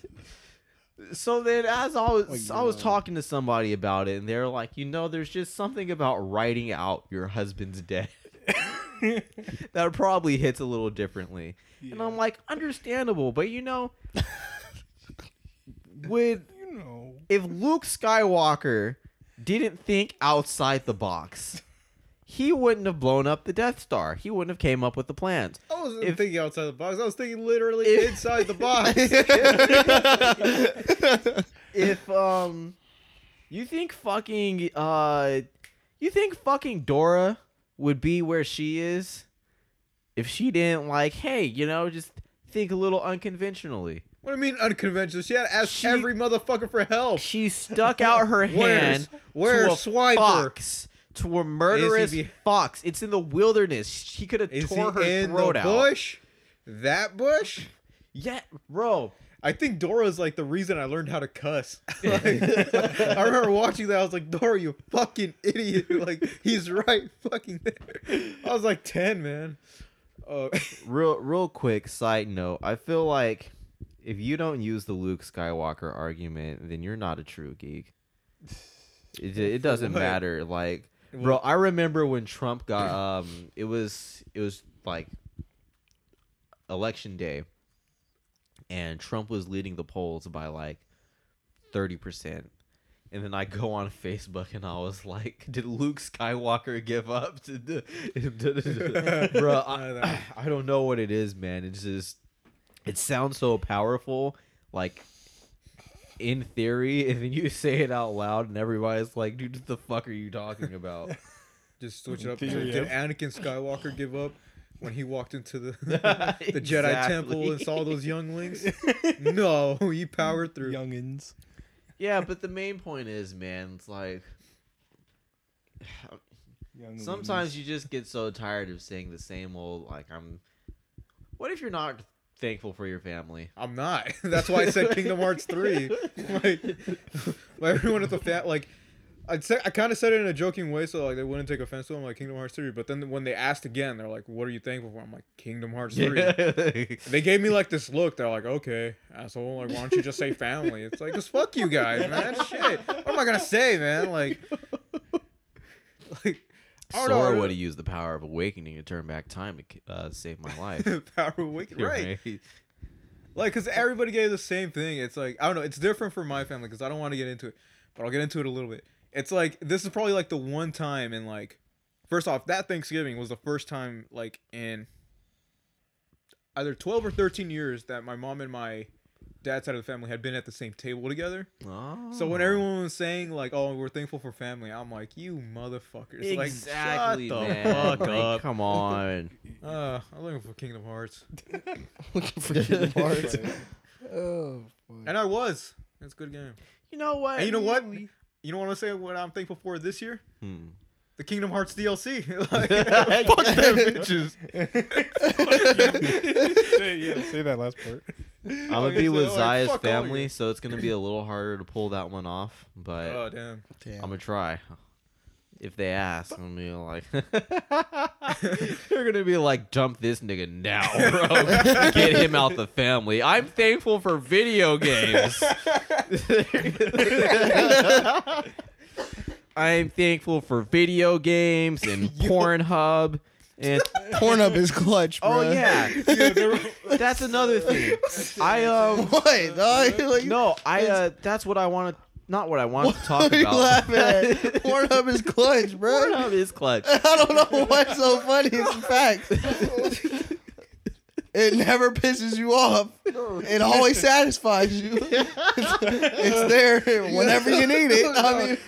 [SPEAKER 4] <laughs> so then, as I was,
[SPEAKER 2] Oh,
[SPEAKER 4] I was
[SPEAKER 2] no.
[SPEAKER 4] talking to somebody about it, and they're like, "You know, there's just something about writing out your husband's death <laughs> that probably hits a little differently." And I'm like, understandable, but you know, would
[SPEAKER 3] you know,
[SPEAKER 4] if Luke Skywalker didn't think outside the box, he wouldn't have blown up the Death Star. He wouldn't have came up with the plans.
[SPEAKER 1] I wasn't
[SPEAKER 4] If-
[SPEAKER 1] thinking outside the box. I was thinking literally
[SPEAKER 4] If-
[SPEAKER 1] inside the
[SPEAKER 4] <laughs>
[SPEAKER 1] box. <laughs>
[SPEAKER 4] If um, you think fucking uh, you think fucking Dora would be where she is if she didn't like, hey, you know, just think a little unconventionally.
[SPEAKER 1] what do you mean unconventional? She had to ask
[SPEAKER 4] She-
[SPEAKER 1] every motherfucker for help.
[SPEAKER 4] She <laughs> stuck out her hand
[SPEAKER 1] Where's where's
[SPEAKER 4] to a
[SPEAKER 1] Swiper?
[SPEAKER 4] fox, to a murderous
[SPEAKER 1] be-
[SPEAKER 4] fox. It's in the wilderness. She could have
[SPEAKER 1] Is
[SPEAKER 4] tore her
[SPEAKER 1] he in
[SPEAKER 4] throat
[SPEAKER 1] the
[SPEAKER 4] out.
[SPEAKER 1] bush? That bush?
[SPEAKER 4] Yeah, bro.
[SPEAKER 1] I think Dora's like the reason I learned how to cuss. <laughs> Like, I remember watching that. I was like, Dora, you fucking idiot. <laughs> Like, he's right fucking there. I was like 10, man. Uh,
[SPEAKER 4] Real, real quick side note. I feel like if you don't use the Luke Skywalker argument, then you're not a true geek. It, <laughs> it doesn't
[SPEAKER 1] What?
[SPEAKER 4] matter. Like, bro, I remember when Trump got um, it was it was like election day, and Trump was leading the polls by like thirty percent. And then I go on Facebook and I was like, "Did Luke Skywalker give up?" <laughs> To the, bro, I, I don't know what it is, man. It's just it sounds so powerful, like in theory, <laughs> and then you say it out loud, and everybody's like, "Dude, what the fuck are you talking <laughs> about?"
[SPEAKER 1] <laughs> just switch it up.
[SPEAKER 3] Did
[SPEAKER 1] Did,
[SPEAKER 3] you-
[SPEAKER 1] did Anakin Skywalker give up when he walked into the, <laughs> the Jedi
[SPEAKER 4] Exactly.
[SPEAKER 1] Temple and saw those younglings? no, he powered through.
[SPEAKER 3] youngins.
[SPEAKER 4] Yeah, but the main point is, man, it's like sometimes you just get so tired of saying the same old like I'm. What if you're not thankful for your family?
[SPEAKER 1] I'm not. <laughs> That's why I said Kingdom Hearts three. Like, like everyone at the fat like. I'd say, I kind of said it in a joking way, so like they wouldn't take offense to it. I'm like Kingdom Hearts three, but then when they asked again, they're like, "What are you thankful for?" I'm like, "Kingdom Hearts
[SPEAKER 4] <laughs>
[SPEAKER 1] 3. They gave me like this look. They're like, "Okay, asshole. Like, why don't you just say family?" It's like, just fuck you guys, man. Shit. What am I gonna say, man? Like, <laughs> like <laughs> I don't know.
[SPEAKER 4] Sora would have used the power of awakening to turn back time to uh, save my
[SPEAKER 1] <laughs>
[SPEAKER 4] life.
[SPEAKER 1] Power of Wicked, right? Like, because everybody gave the same thing. It's like, I don't know. It's different for my family because I don't want to get into it, but I'll get into it a little bit. It's like, this is probably like the one time in like, first off, that Thanksgiving was the first time like in either 12 or 13 years that my mom and my dad's side of the family had been at the same table together.
[SPEAKER 4] Oh.
[SPEAKER 1] So when everyone was saying like, "Oh, we're thankful for family," I'm like, "You motherfuckers!"
[SPEAKER 4] exactly,
[SPEAKER 1] like, shut
[SPEAKER 4] man.
[SPEAKER 1] the fuck
[SPEAKER 4] Like,
[SPEAKER 1] up.
[SPEAKER 4] Come on.
[SPEAKER 1] Uh, I'm looking for Kingdom Hearts,
[SPEAKER 2] Looking
[SPEAKER 1] <laughs>
[SPEAKER 2] for Kingdom
[SPEAKER 3] <laughs>
[SPEAKER 2] Hearts. oh, boy.
[SPEAKER 1] and I was. It's a good game.
[SPEAKER 4] You know what?
[SPEAKER 1] And you know what? You know what I'm saying? What I'm thankful for this year?
[SPEAKER 4] Hmm.
[SPEAKER 1] The Kingdom Hearts DLC. <laughs> Like, fuck them bitches.
[SPEAKER 3] say, yeah, say that last part.
[SPEAKER 4] I'm gonna
[SPEAKER 1] Like,
[SPEAKER 4] be
[SPEAKER 1] so,
[SPEAKER 4] with
[SPEAKER 1] like,
[SPEAKER 4] Zaya's
[SPEAKER 1] fuck all
[SPEAKER 4] family,
[SPEAKER 1] you.
[SPEAKER 4] so it's gonna be a little harder to pull that one off. But
[SPEAKER 1] Oh damn.
[SPEAKER 2] Damn.
[SPEAKER 4] I'm gonna try. If they ask, I'm gonna be like, <laughs> they're gonna be like, dump this nigga
[SPEAKER 2] <laughs>
[SPEAKER 4] now, bro. Get him out the family. I'm thankful for
[SPEAKER 2] <laughs>
[SPEAKER 4] video games. I'm thankful for video games
[SPEAKER 2] <laughs>
[SPEAKER 4] and Pornhub. And
[SPEAKER 2] Pornhub is clutch, bro.
[SPEAKER 4] oh yeah,
[SPEAKER 2] <laughs>
[SPEAKER 4] that's another thing. I um
[SPEAKER 2] Uh,
[SPEAKER 1] <laughs>
[SPEAKER 2] What? dog? Like,
[SPEAKER 4] no, I uh that's what I want to not what I want to talk
[SPEAKER 2] what are you
[SPEAKER 4] about.
[SPEAKER 2] laughing
[SPEAKER 4] <laughs>
[SPEAKER 2] at? Pornhub is clutch, bro.
[SPEAKER 4] Pornhub is clutch.
[SPEAKER 2] <laughs> I don't know what's so funny. It's a fact. It never pisses you off. It always satisfies you. <laughs> It's, it's there whenever you need it. I mean,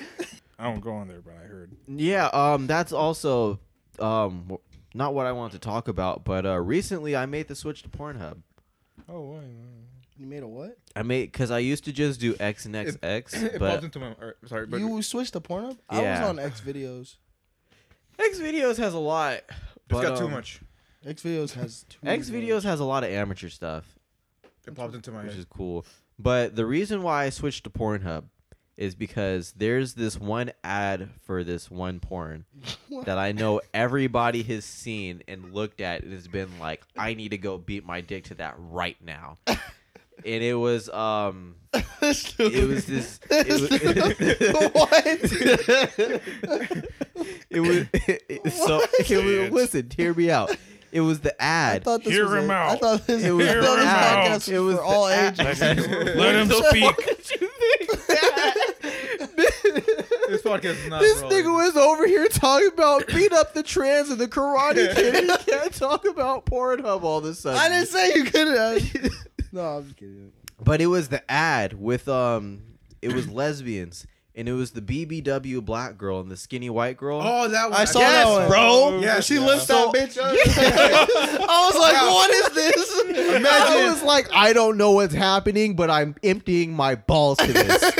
[SPEAKER 3] I don't go on there, but I heard.
[SPEAKER 4] Yeah, um, that's also um w- not what I want to talk about, but uh, recently I made the switch to Pornhub.
[SPEAKER 3] Oh, why?
[SPEAKER 2] you made a what?
[SPEAKER 4] I made because I used to just do X and X X,
[SPEAKER 1] It popped
[SPEAKER 4] but
[SPEAKER 1] into my or, sorry, but
[SPEAKER 2] You switched to Pornhub? I
[SPEAKER 4] Yeah.
[SPEAKER 2] was on X videos.
[SPEAKER 4] X videos has a lot.
[SPEAKER 1] it's
[SPEAKER 4] but,
[SPEAKER 1] got too
[SPEAKER 4] um,
[SPEAKER 1] much.
[SPEAKER 2] X videos has two. <laughs>
[SPEAKER 4] X videos has a lot of amateur stuff.
[SPEAKER 1] It popped into my
[SPEAKER 4] which
[SPEAKER 1] head.
[SPEAKER 4] is cool. But the reason why I switched to Pornhub is because there's this one ad for this one porn
[SPEAKER 9] <laughs>
[SPEAKER 4] that I know everybody has seen and looked at and has been like, I need to go beat my dick to that right
[SPEAKER 9] <laughs>
[SPEAKER 4] now. and it was um,
[SPEAKER 2] This dude-
[SPEAKER 4] it was
[SPEAKER 9] <laughs>
[SPEAKER 4] this. It was,
[SPEAKER 2] what?
[SPEAKER 4] <laughs>
[SPEAKER 2] <laughs>
[SPEAKER 4] it was it, it- so. It was, listen, hear me out. It was the
[SPEAKER 2] I
[SPEAKER 4] ad.
[SPEAKER 2] thought this
[SPEAKER 3] Hear
[SPEAKER 2] was
[SPEAKER 3] him
[SPEAKER 2] a, I
[SPEAKER 3] out.
[SPEAKER 2] thought this,
[SPEAKER 4] It was
[SPEAKER 2] I
[SPEAKER 4] the
[SPEAKER 2] thought this
[SPEAKER 4] ad.
[SPEAKER 2] podcast was
[SPEAKER 4] It was
[SPEAKER 2] for all
[SPEAKER 4] the ad.
[SPEAKER 2] ages. <laughs>
[SPEAKER 3] Let him
[SPEAKER 4] What the
[SPEAKER 3] speak.
[SPEAKER 4] fuck did you think that?
[SPEAKER 1] This podcast is not.
[SPEAKER 9] This
[SPEAKER 1] for all
[SPEAKER 9] nigga
[SPEAKER 1] ages.
[SPEAKER 9] was over here
[SPEAKER 4] <laughs>
[SPEAKER 9] talking about beat up the trans and
[SPEAKER 2] <laughs>
[SPEAKER 9] the karate kid. and He can't talk about Pornhub all of a sudden.
[SPEAKER 2] I didn't say you couldn't. No, I'm just kidding.
[SPEAKER 4] But it was the ad with um, it was lesbians and it was the BBW black girl and the skinny white girl.
[SPEAKER 9] <laughs>
[SPEAKER 1] Oh, that one.
[SPEAKER 2] I saw that one.
[SPEAKER 3] bro.
[SPEAKER 1] Yes,
[SPEAKER 2] she
[SPEAKER 1] yeah.
[SPEAKER 2] lifts that bitch up. I was <laughs> like, what is this?
[SPEAKER 9] I was like, I don't know what's happening, but I'm emptying my balls to this.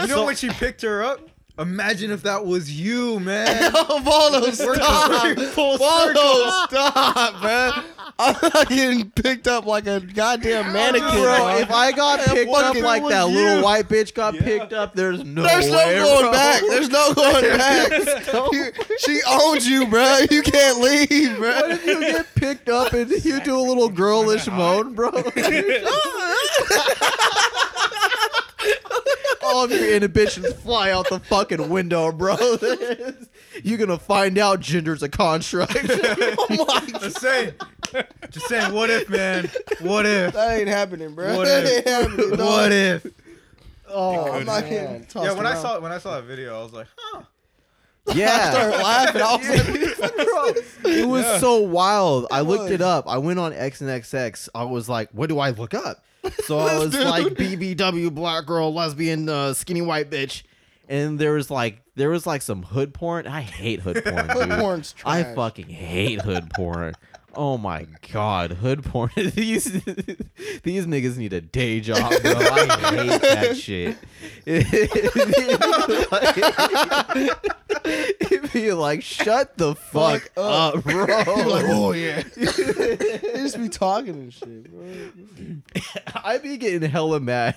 [SPEAKER 1] You know when she picked her up? Imagine if that was you,
[SPEAKER 4] <laughs>
[SPEAKER 1] man.
[SPEAKER 2] Waldo,
[SPEAKER 1] We're
[SPEAKER 2] stop.
[SPEAKER 1] going full
[SPEAKER 2] Waldo, stop, man. I'm not getting picked up like a goddamn mannequin,
[SPEAKER 9] Bro,
[SPEAKER 2] bro.
[SPEAKER 9] if I got picked up
[SPEAKER 2] fucking
[SPEAKER 9] like
[SPEAKER 2] was
[SPEAKER 9] that little
[SPEAKER 2] you.
[SPEAKER 9] white bitch got picked up, there's no
[SPEAKER 2] There's no
[SPEAKER 9] way,
[SPEAKER 2] going
[SPEAKER 9] bro. <laughs>
[SPEAKER 2] back. There's no going back. You- she owns you, bro. You can't leave, bro.
[SPEAKER 9] What if you get picked up and you do a little girlish
[SPEAKER 1] <laughs>
[SPEAKER 9] moan, bro? <laughs> All of your inhibitions fly out the fucking window, bro. <laughs> You're gonna find out gender's a construct.
[SPEAKER 2] <laughs> oh my god.
[SPEAKER 1] Just saying. Just saying, what if, man? What
[SPEAKER 2] <laughs>
[SPEAKER 1] if?
[SPEAKER 2] That ain't happening, bro.
[SPEAKER 1] What
[SPEAKER 2] that
[SPEAKER 1] if-
[SPEAKER 2] ain't happening. dog.
[SPEAKER 1] What if?
[SPEAKER 9] <laughs>
[SPEAKER 2] Oh, I'm not
[SPEAKER 3] man.
[SPEAKER 2] getting tossed
[SPEAKER 1] Yeah, when I
[SPEAKER 2] around.
[SPEAKER 1] saw when I saw that video, I was like, huh.
[SPEAKER 2] I started
[SPEAKER 9] yeah,
[SPEAKER 2] laughing. I was like,
[SPEAKER 9] bro, it was so wild. I looked
[SPEAKER 2] was.
[SPEAKER 9] it up. I went on XNXX. I was like, what do I look up?
[SPEAKER 2] <laughs>
[SPEAKER 9] So I was like, BBW, black girl, lesbian, uh, skinny white bitch. And there was like, there was like some hood porn. I hate hood
[SPEAKER 2] <laughs>
[SPEAKER 9] porn.
[SPEAKER 2] Hood
[SPEAKER 9] dude.
[SPEAKER 2] porn's
[SPEAKER 9] I
[SPEAKER 2] trash.
[SPEAKER 9] fucking hate hood porn. Oh my god, hood porn. <laughs> these these niggas need a day job, bro. I
[SPEAKER 2] <laughs>
[SPEAKER 9] hate that shit. <laughs> It'd be like, shut the fuck,
[SPEAKER 2] Fuck
[SPEAKER 9] up,
[SPEAKER 2] up."
[SPEAKER 9] bro.
[SPEAKER 2] uh, <laughs> like, oh yeah. they just be talking and shit, bro.
[SPEAKER 9] <laughs> I'd be getting hella mad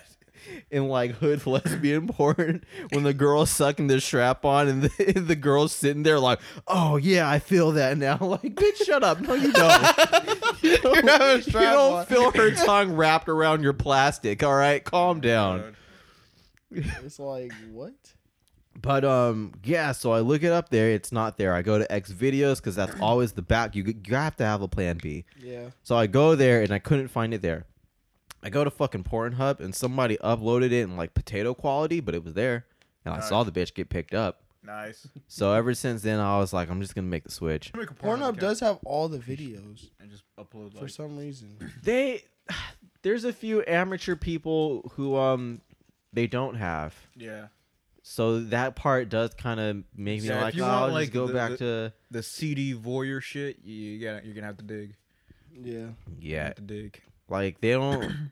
[SPEAKER 9] in like hood <laughs> lesbian porn when the girl's sucking the strap on and <laughs> the, and the girl's sitting there like, oh yeah, I feel that now. <laughs> Like, bitch, shut up. No,
[SPEAKER 2] <laughs>
[SPEAKER 9] you don't. you don't,
[SPEAKER 2] having a
[SPEAKER 9] you
[SPEAKER 2] strap
[SPEAKER 9] don't
[SPEAKER 2] on.
[SPEAKER 9] feel her tongue wrapped around your plastic. All right, calm down.
[SPEAKER 2] It's like what?
[SPEAKER 9] But um, yeah. So I look it up there. It's not there. I go to X videos
[SPEAKER 2] <clears throat>
[SPEAKER 9] because that's always the back. You you have to have a plan B.
[SPEAKER 2] Yeah.
[SPEAKER 9] So I go there and I couldn't find it there. I go to fucking Pornhub and somebody uploaded it in like potato quality, but it was there. And I
[SPEAKER 1] Nice.
[SPEAKER 9] saw the bitch get picked up.
[SPEAKER 1] Nice.
[SPEAKER 9] So ever since then, I was like, I'm just gonna make the switch.
[SPEAKER 1] Make a porn
[SPEAKER 2] Pornhub
[SPEAKER 1] account
[SPEAKER 2] does have all the videos
[SPEAKER 1] and just upload
[SPEAKER 2] for
[SPEAKER 1] like
[SPEAKER 2] some reason.
[SPEAKER 4] <coughs>
[SPEAKER 9] They, <sighs> there's a few amateur people who um, they don't have.
[SPEAKER 1] yeah
[SPEAKER 9] So that part does kind of make me
[SPEAKER 1] Yeah, if
[SPEAKER 9] like,
[SPEAKER 1] you
[SPEAKER 9] oh,
[SPEAKER 1] want,
[SPEAKER 9] I'll
[SPEAKER 1] like,
[SPEAKER 9] just go
[SPEAKER 1] the-
[SPEAKER 9] back
[SPEAKER 1] the-
[SPEAKER 9] to
[SPEAKER 1] the CD voyeur shit. You, you gotta, you're gonna have to dig.
[SPEAKER 2] Yeah.
[SPEAKER 1] You
[SPEAKER 9] yeah.
[SPEAKER 1] have to dig.
[SPEAKER 9] Like they don't.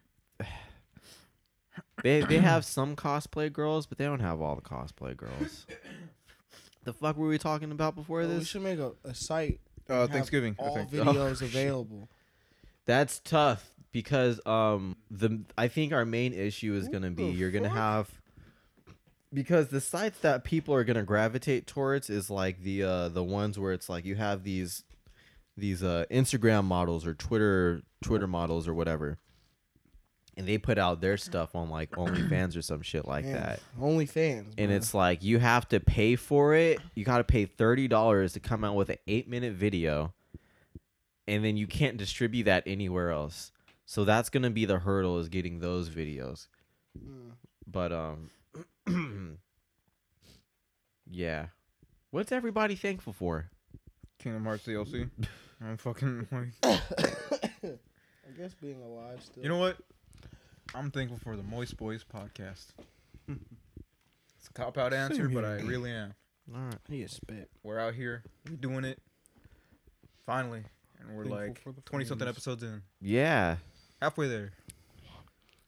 [SPEAKER 9] they they have some cosplay girls, but they don't have all the cosplay girls. the fuck were we talking about before
[SPEAKER 2] Well, Oh, we
[SPEAKER 9] this?
[SPEAKER 2] should make a, a site.
[SPEAKER 1] Uh,
[SPEAKER 2] and have
[SPEAKER 1] Thanksgiving. I
[SPEAKER 2] All
[SPEAKER 1] think. <laughs> Oh,
[SPEAKER 2] videos available.
[SPEAKER 9] That's tough.
[SPEAKER 4] because um the I think our main issue is going to be you're going to have because the sites that people are going to gravitate towards is like the uh the ones where it's like you have these these uh Instagram models or Twitter Twitter models or whatever. And they put out their stuff on like OnlyFans or some shit like that
[SPEAKER 2] Only fans.
[SPEAKER 4] and it's like you have to pay for it. You got to pay thirty dollars to come out with an eight minute video, and then you can't distribute that anywhere else. So that's gonna be the hurdle is getting those videos.
[SPEAKER 1] Hmm.
[SPEAKER 4] But um, <clears throat> yeah, what's everybody thankful for?
[SPEAKER 1] Kingdom Hearts
[SPEAKER 3] <laughs>
[SPEAKER 1] DLC. I'm fucking like,
[SPEAKER 2] I guess being alive still.
[SPEAKER 1] you know what? I'm thankful for the Moist Boys podcast. It's a cop out answer, but I really am.
[SPEAKER 4] All right.
[SPEAKER 2] He is spit.
[SPEAKER 1] We're out here, we doing it, finally, and we're
[SPEAKER 3] Thankful for the
[SPEAKER 1] like twenty something
[SPEAKER 3] fans.
[SPEAKER 1] episodes in,
[SPEAKER 4] Yeah,
[SPEAKER 1] halfway there.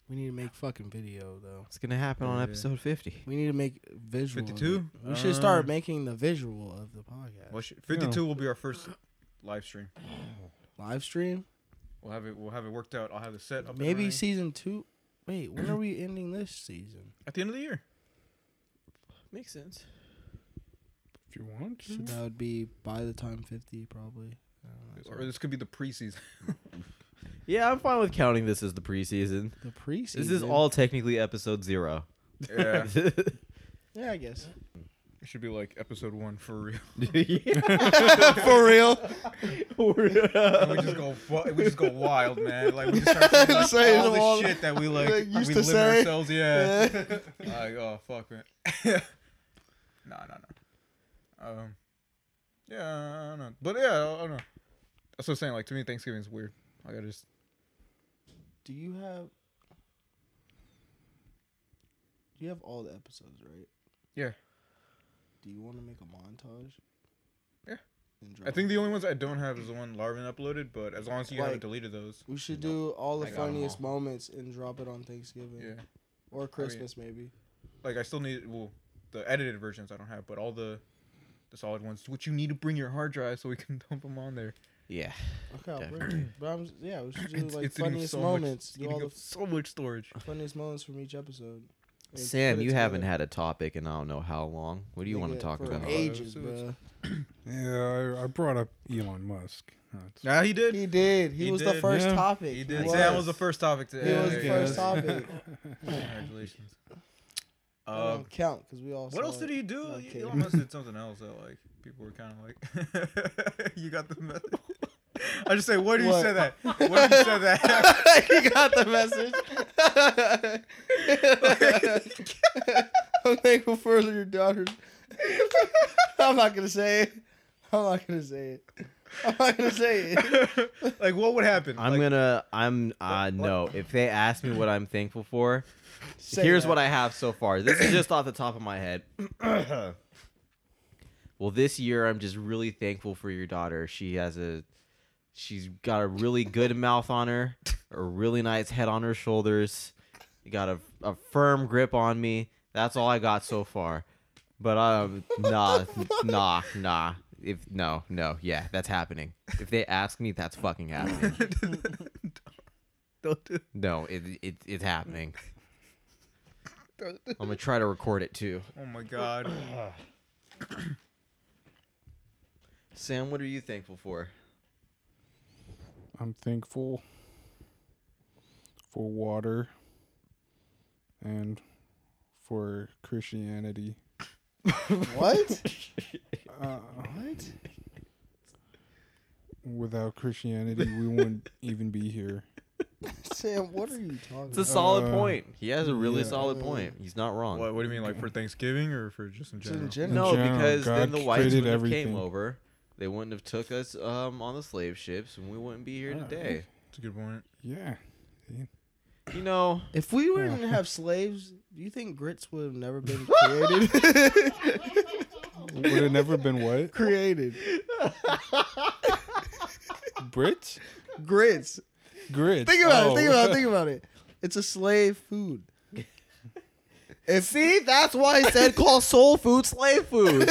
[SPEAKER 2] We need to make fucking video though.
[SPEAKER 4] it's gonna happen on
[SPEAKER 1] Yeah.
[SPEAKER 4] episode fifty.
[SPEAKER 2] We need to make visual. of it.
[SPEAKER 1] 52?
[SPEAKER 2] We should start
[SPEAKER 1] Um,
[SPEAKER 2] making the visual of the podcast.
[SPEAKER 1] Well, sh- Fifty-two will be our first live stream.
[SPEAKER 2] Live stream.
[SPEAKER 1] We'll have it. We'll have it worked out. I'll have it set up. and
[SPEAKER 2] Maybe
[SPEAKER 1] running.
[SPEAKER 2] season two. Wait, when are we ending this season?
[SPEAKER 1] at the end of the year.
[SPEAKER 4] Makes sense.
[SPEAKER 3] If you want,
[SPEAKER 2] So
[SPEAKER 3] to.
[SPEAKER 2] that would be by the time fifty probably. Uh, I don't know.
[SPEAKER 1] Or this could be the preseason.
[SPEAKER 4] Yeah, I'm fine with counting this as the preseason.
[SPEAKER 2] The preseason.
[SPEAKER 4] This is all technically episode zero. <laughs>
[SPEAKER 1] Yeah.
[SPEAKER 2] Yeah,
[SPEAKER 1] <laughs>
[SPEAKER 2] I guess.
[SPEAKER 1] It should be like episode one for real.
[SPEAKER 2] For real.
[SPEAKER 1] <laughs> we just go, fu- we just go wild, man. Like we just start
[SPEAKER 2] <laughs>
[SPEAKER 1] thinking, like,
[SPEAKER 2] Say
[SPEAKER 1] all
[SPEAKER 2] the wall-
[SPEAKER 1] this shit that we like,
[SPEAKER 2] like, used
[SPEAKER 1] we
[SPEAKER 2] to
[SPEAKER 1] limit
[SPEAKER 2] say.
[SPEAKER 1] ourselves. Yeah. <laughs> like oh fuck, man. <laughs> no, no, no. Um, yeah, I don't know. But yeah, I don't know. That's what I'm saying. Like to me, Thanksgiving is weird. Like I just
[SPEAKER 2] Do you have? Do you have all the episodes right?
[SPEAKER 1] Yeah.
[SPEAKER 2] Do you want to make a montage?
[SPEAKER 1] Yeah.
[SPEAKER 2] And
[SPEAKER 1] I
[SPEAKER 2] drop
[SPEAKER 1] think
[SPEAKER 2] it?
[SPEAKER 1] the only ones I don't have is the one Larvin uploaded, but as long as you haven't
[SPEAKER 2] Like-
[SPEAKER 1] deleted those.
[SPEAKER 2] we should do all the
[SPEAKER 1] I got 'em
[SPEAKER 2] funniest moments and drop it on Thanksgiving
[SPEAKER 1] Yeah.
[SPEAKER 2] or Christmas maybe.
[SPEAKER 1] Like I still need well, the edited versions I don't have, but all the the solid ones, which you need to bring your hard drive so we can <laughs> dump them on there.
[SPEAKER 4] yeah.
[SPEAKER 2] Okay, I'll bring it. But I'm yeah, we
[SPEAKER 1] <laughs>
[SPEAKER 2] should do
[SPEAKER 1] It's,
[SPEAKER 2] like
[SPEAKER 1] it's eating
[SPEAKER 2] funniest
[SPEAKER 1] so
[SPEAKER 2] moments.
[SPEAKER 1] Much, it's
[SPEAKER 2] do all
[SPEAKER 1] eating
[SPEAKER 2] the
[SPEAKER 1] up so much storage.
[SPEAKER 2] funniest moments from each episode. and
[SPEAKER 4] Sam,
[SPEAKER 2] put it
[SPEAKER 4] you haven't
[SPEAKER 2] together.
[SPEAKER 4] had a topic in I don't know how long. What do you want to
[SPEAKER 2] Nigga,
[SPEAKER 4] talk
[SPEAKER 2] for <laughs>
[SPEAKER 4] about? <laughs>
[SPEAKER 2] Ages,
[SPEAKER 1] Episodes.
[SPEAKER 2] bruh.
[SPEAKER 3] yeah, I, I brought up Elon Musk. That's-
[SPEAKER 1] Nah, he did.
[SPEAKER 2] He did. He,
[SPEAKER 1] He
[SPEAKER 2] was the
[SPEAKER 1] did.
[SPEAKER 2] first
[SPEAKER 3] Yeah.
[SPEAKER 2] topic.
[SPEAKER 1] He did.
[SPEAKER 4] was.
[SPEAKER 1] Sam was the first topic to
[SPEAKER 2] He was
[SPEAKER 1] there
[SPEAKER 2] the
[SPEAKER 1] you
[SPEAKER 2] first
[SPEAKER 1] go. <laughs>
[SPEAKER 2] topic.
[SPEAKER 3] <laughs>
[SPEAKER 1] Congratulations.
[SPEAKER 2] I
[SPEAKER 1] Um,
[SPEAKER 2] don't count because we all.
[SPEAKER 1] what else did he do?
[SPEAKER 2] No, I'm
[SPEAKER 1] he
[SPEAKER 2] kidding.
[SPEAKER 1] almost
[SPEAKER 2] <laughs>
[SPEAKER 1] did something else that like people were kind of like, <laughs> you got the message. I just say, what do you
[SPEAKER 2] What?
[SPEAKER 1] say that? What do you say that?
[SPEAKER 2] he got the <laughs> message. <laughs> I'm thankful for your daughter. <laughs> I'm not gonna say it. I'm not gonna say it. I'm not gonna say it.
[SPEAKER 1] <laughs>
[SPEAKER 2] <laughs>
[SPEAKER 1] like, what would happen?
[SPEAKER 4] I'm
[SPEAKER 1] Like,
[SPEAKER 4] gonna. I'm. Uh, no. If they ask me what I'm thankful for,
[SPEAKER 2] Say
[SPEAKER 4] <laughs> here's
[SPEAKER 2] that.
[SPEAKER 4] what I have so far. This is just off the top of my head. well, this year I'm just really thankful for your daughter. She has a. She's got a really good mouth on her, a really nice head on her shoulders. You got a, a firm grip on me. That's all I got so far. But um, nah, nah, nah. If no, no, yeah, that's happening. If they ask me, that's fucking happening.
[SPEAKER 1] don't do
[SPEAKER 4] No, it, it it's happening. I'm gonna try to record it too.
[SPEAKER 1] <laughs> Oh my god.
[SPEAKER 4] Sam, what are you thankful for?
[SPEAKER 3] I'm thankful for water and for Christianity.
[SPEAKER 4] <laughs>
[SPEAKER 2] What?
[SPEAKER 3] Uh, Without Christianity,
[SPEAKER 2] <laughs>
[SPEAKER 3] we wouldn't even be here.
[SPEAKER 2] Sam, what are you talking
[SPEAKER 4] It's a
[SPEAKER 2] about?
[SPEAKER 4] solid
[SPEAKER 3] Uh,
[SPEAKER 4] point. He has a really
[SPEAKER 3] yeah.
[SPEAKER 4] solid point. He's not wrong.
[SPEAKER 1] What, what do you mean, like for Thanksgiving or for just in
[SPEAKER 2] It's
[SPEAKER 1] general?
[SPEAKER 2] in general.
[SPEAKER 4] No,
[SPEAKER 3] In general,
[SPEAKER 4] because then
[SPEAKER 3] God
[SPEAKER 4] the whites
[SPEAKER 3] created
[SPEAKER 4] would have came
[SPEAKER 3] everything.
[SPEAKER 4] over. They wouldn't have took us um, on the slave ships, and we wouldn't be here
[SPEAKER 3] Yeah.
[SPEAKER 4] today.
[SPEAKER 1] That's a good
[SPEAKER 2] <laughs>
[SPEAKER 1] point.
[SPEAKER 3] Yeah.
[SPEAKER 4] You know,
[SPEAKER 2] If we were to have slaves, do you think grits would have never <laughs> been created?
[SPEAKER 3] Would have never been what?
[SPEAKER 2] created.
[SPEAKER 3] Brits?
[SPEAKER 2] Grits.
[SPEAKER 3] Grits.
[SPEAKER 2] Think about
[SPEAKER 3] Oh.
[SPEAKER 2] it. Think about it. Think about it. It's a slave food. If see,
[SPEAKER 4] <laughs>
[SPEAKER 2] that's why I said
[SPEAKER 3] <laughs>
[SPEAKER 9] call soul food slave food.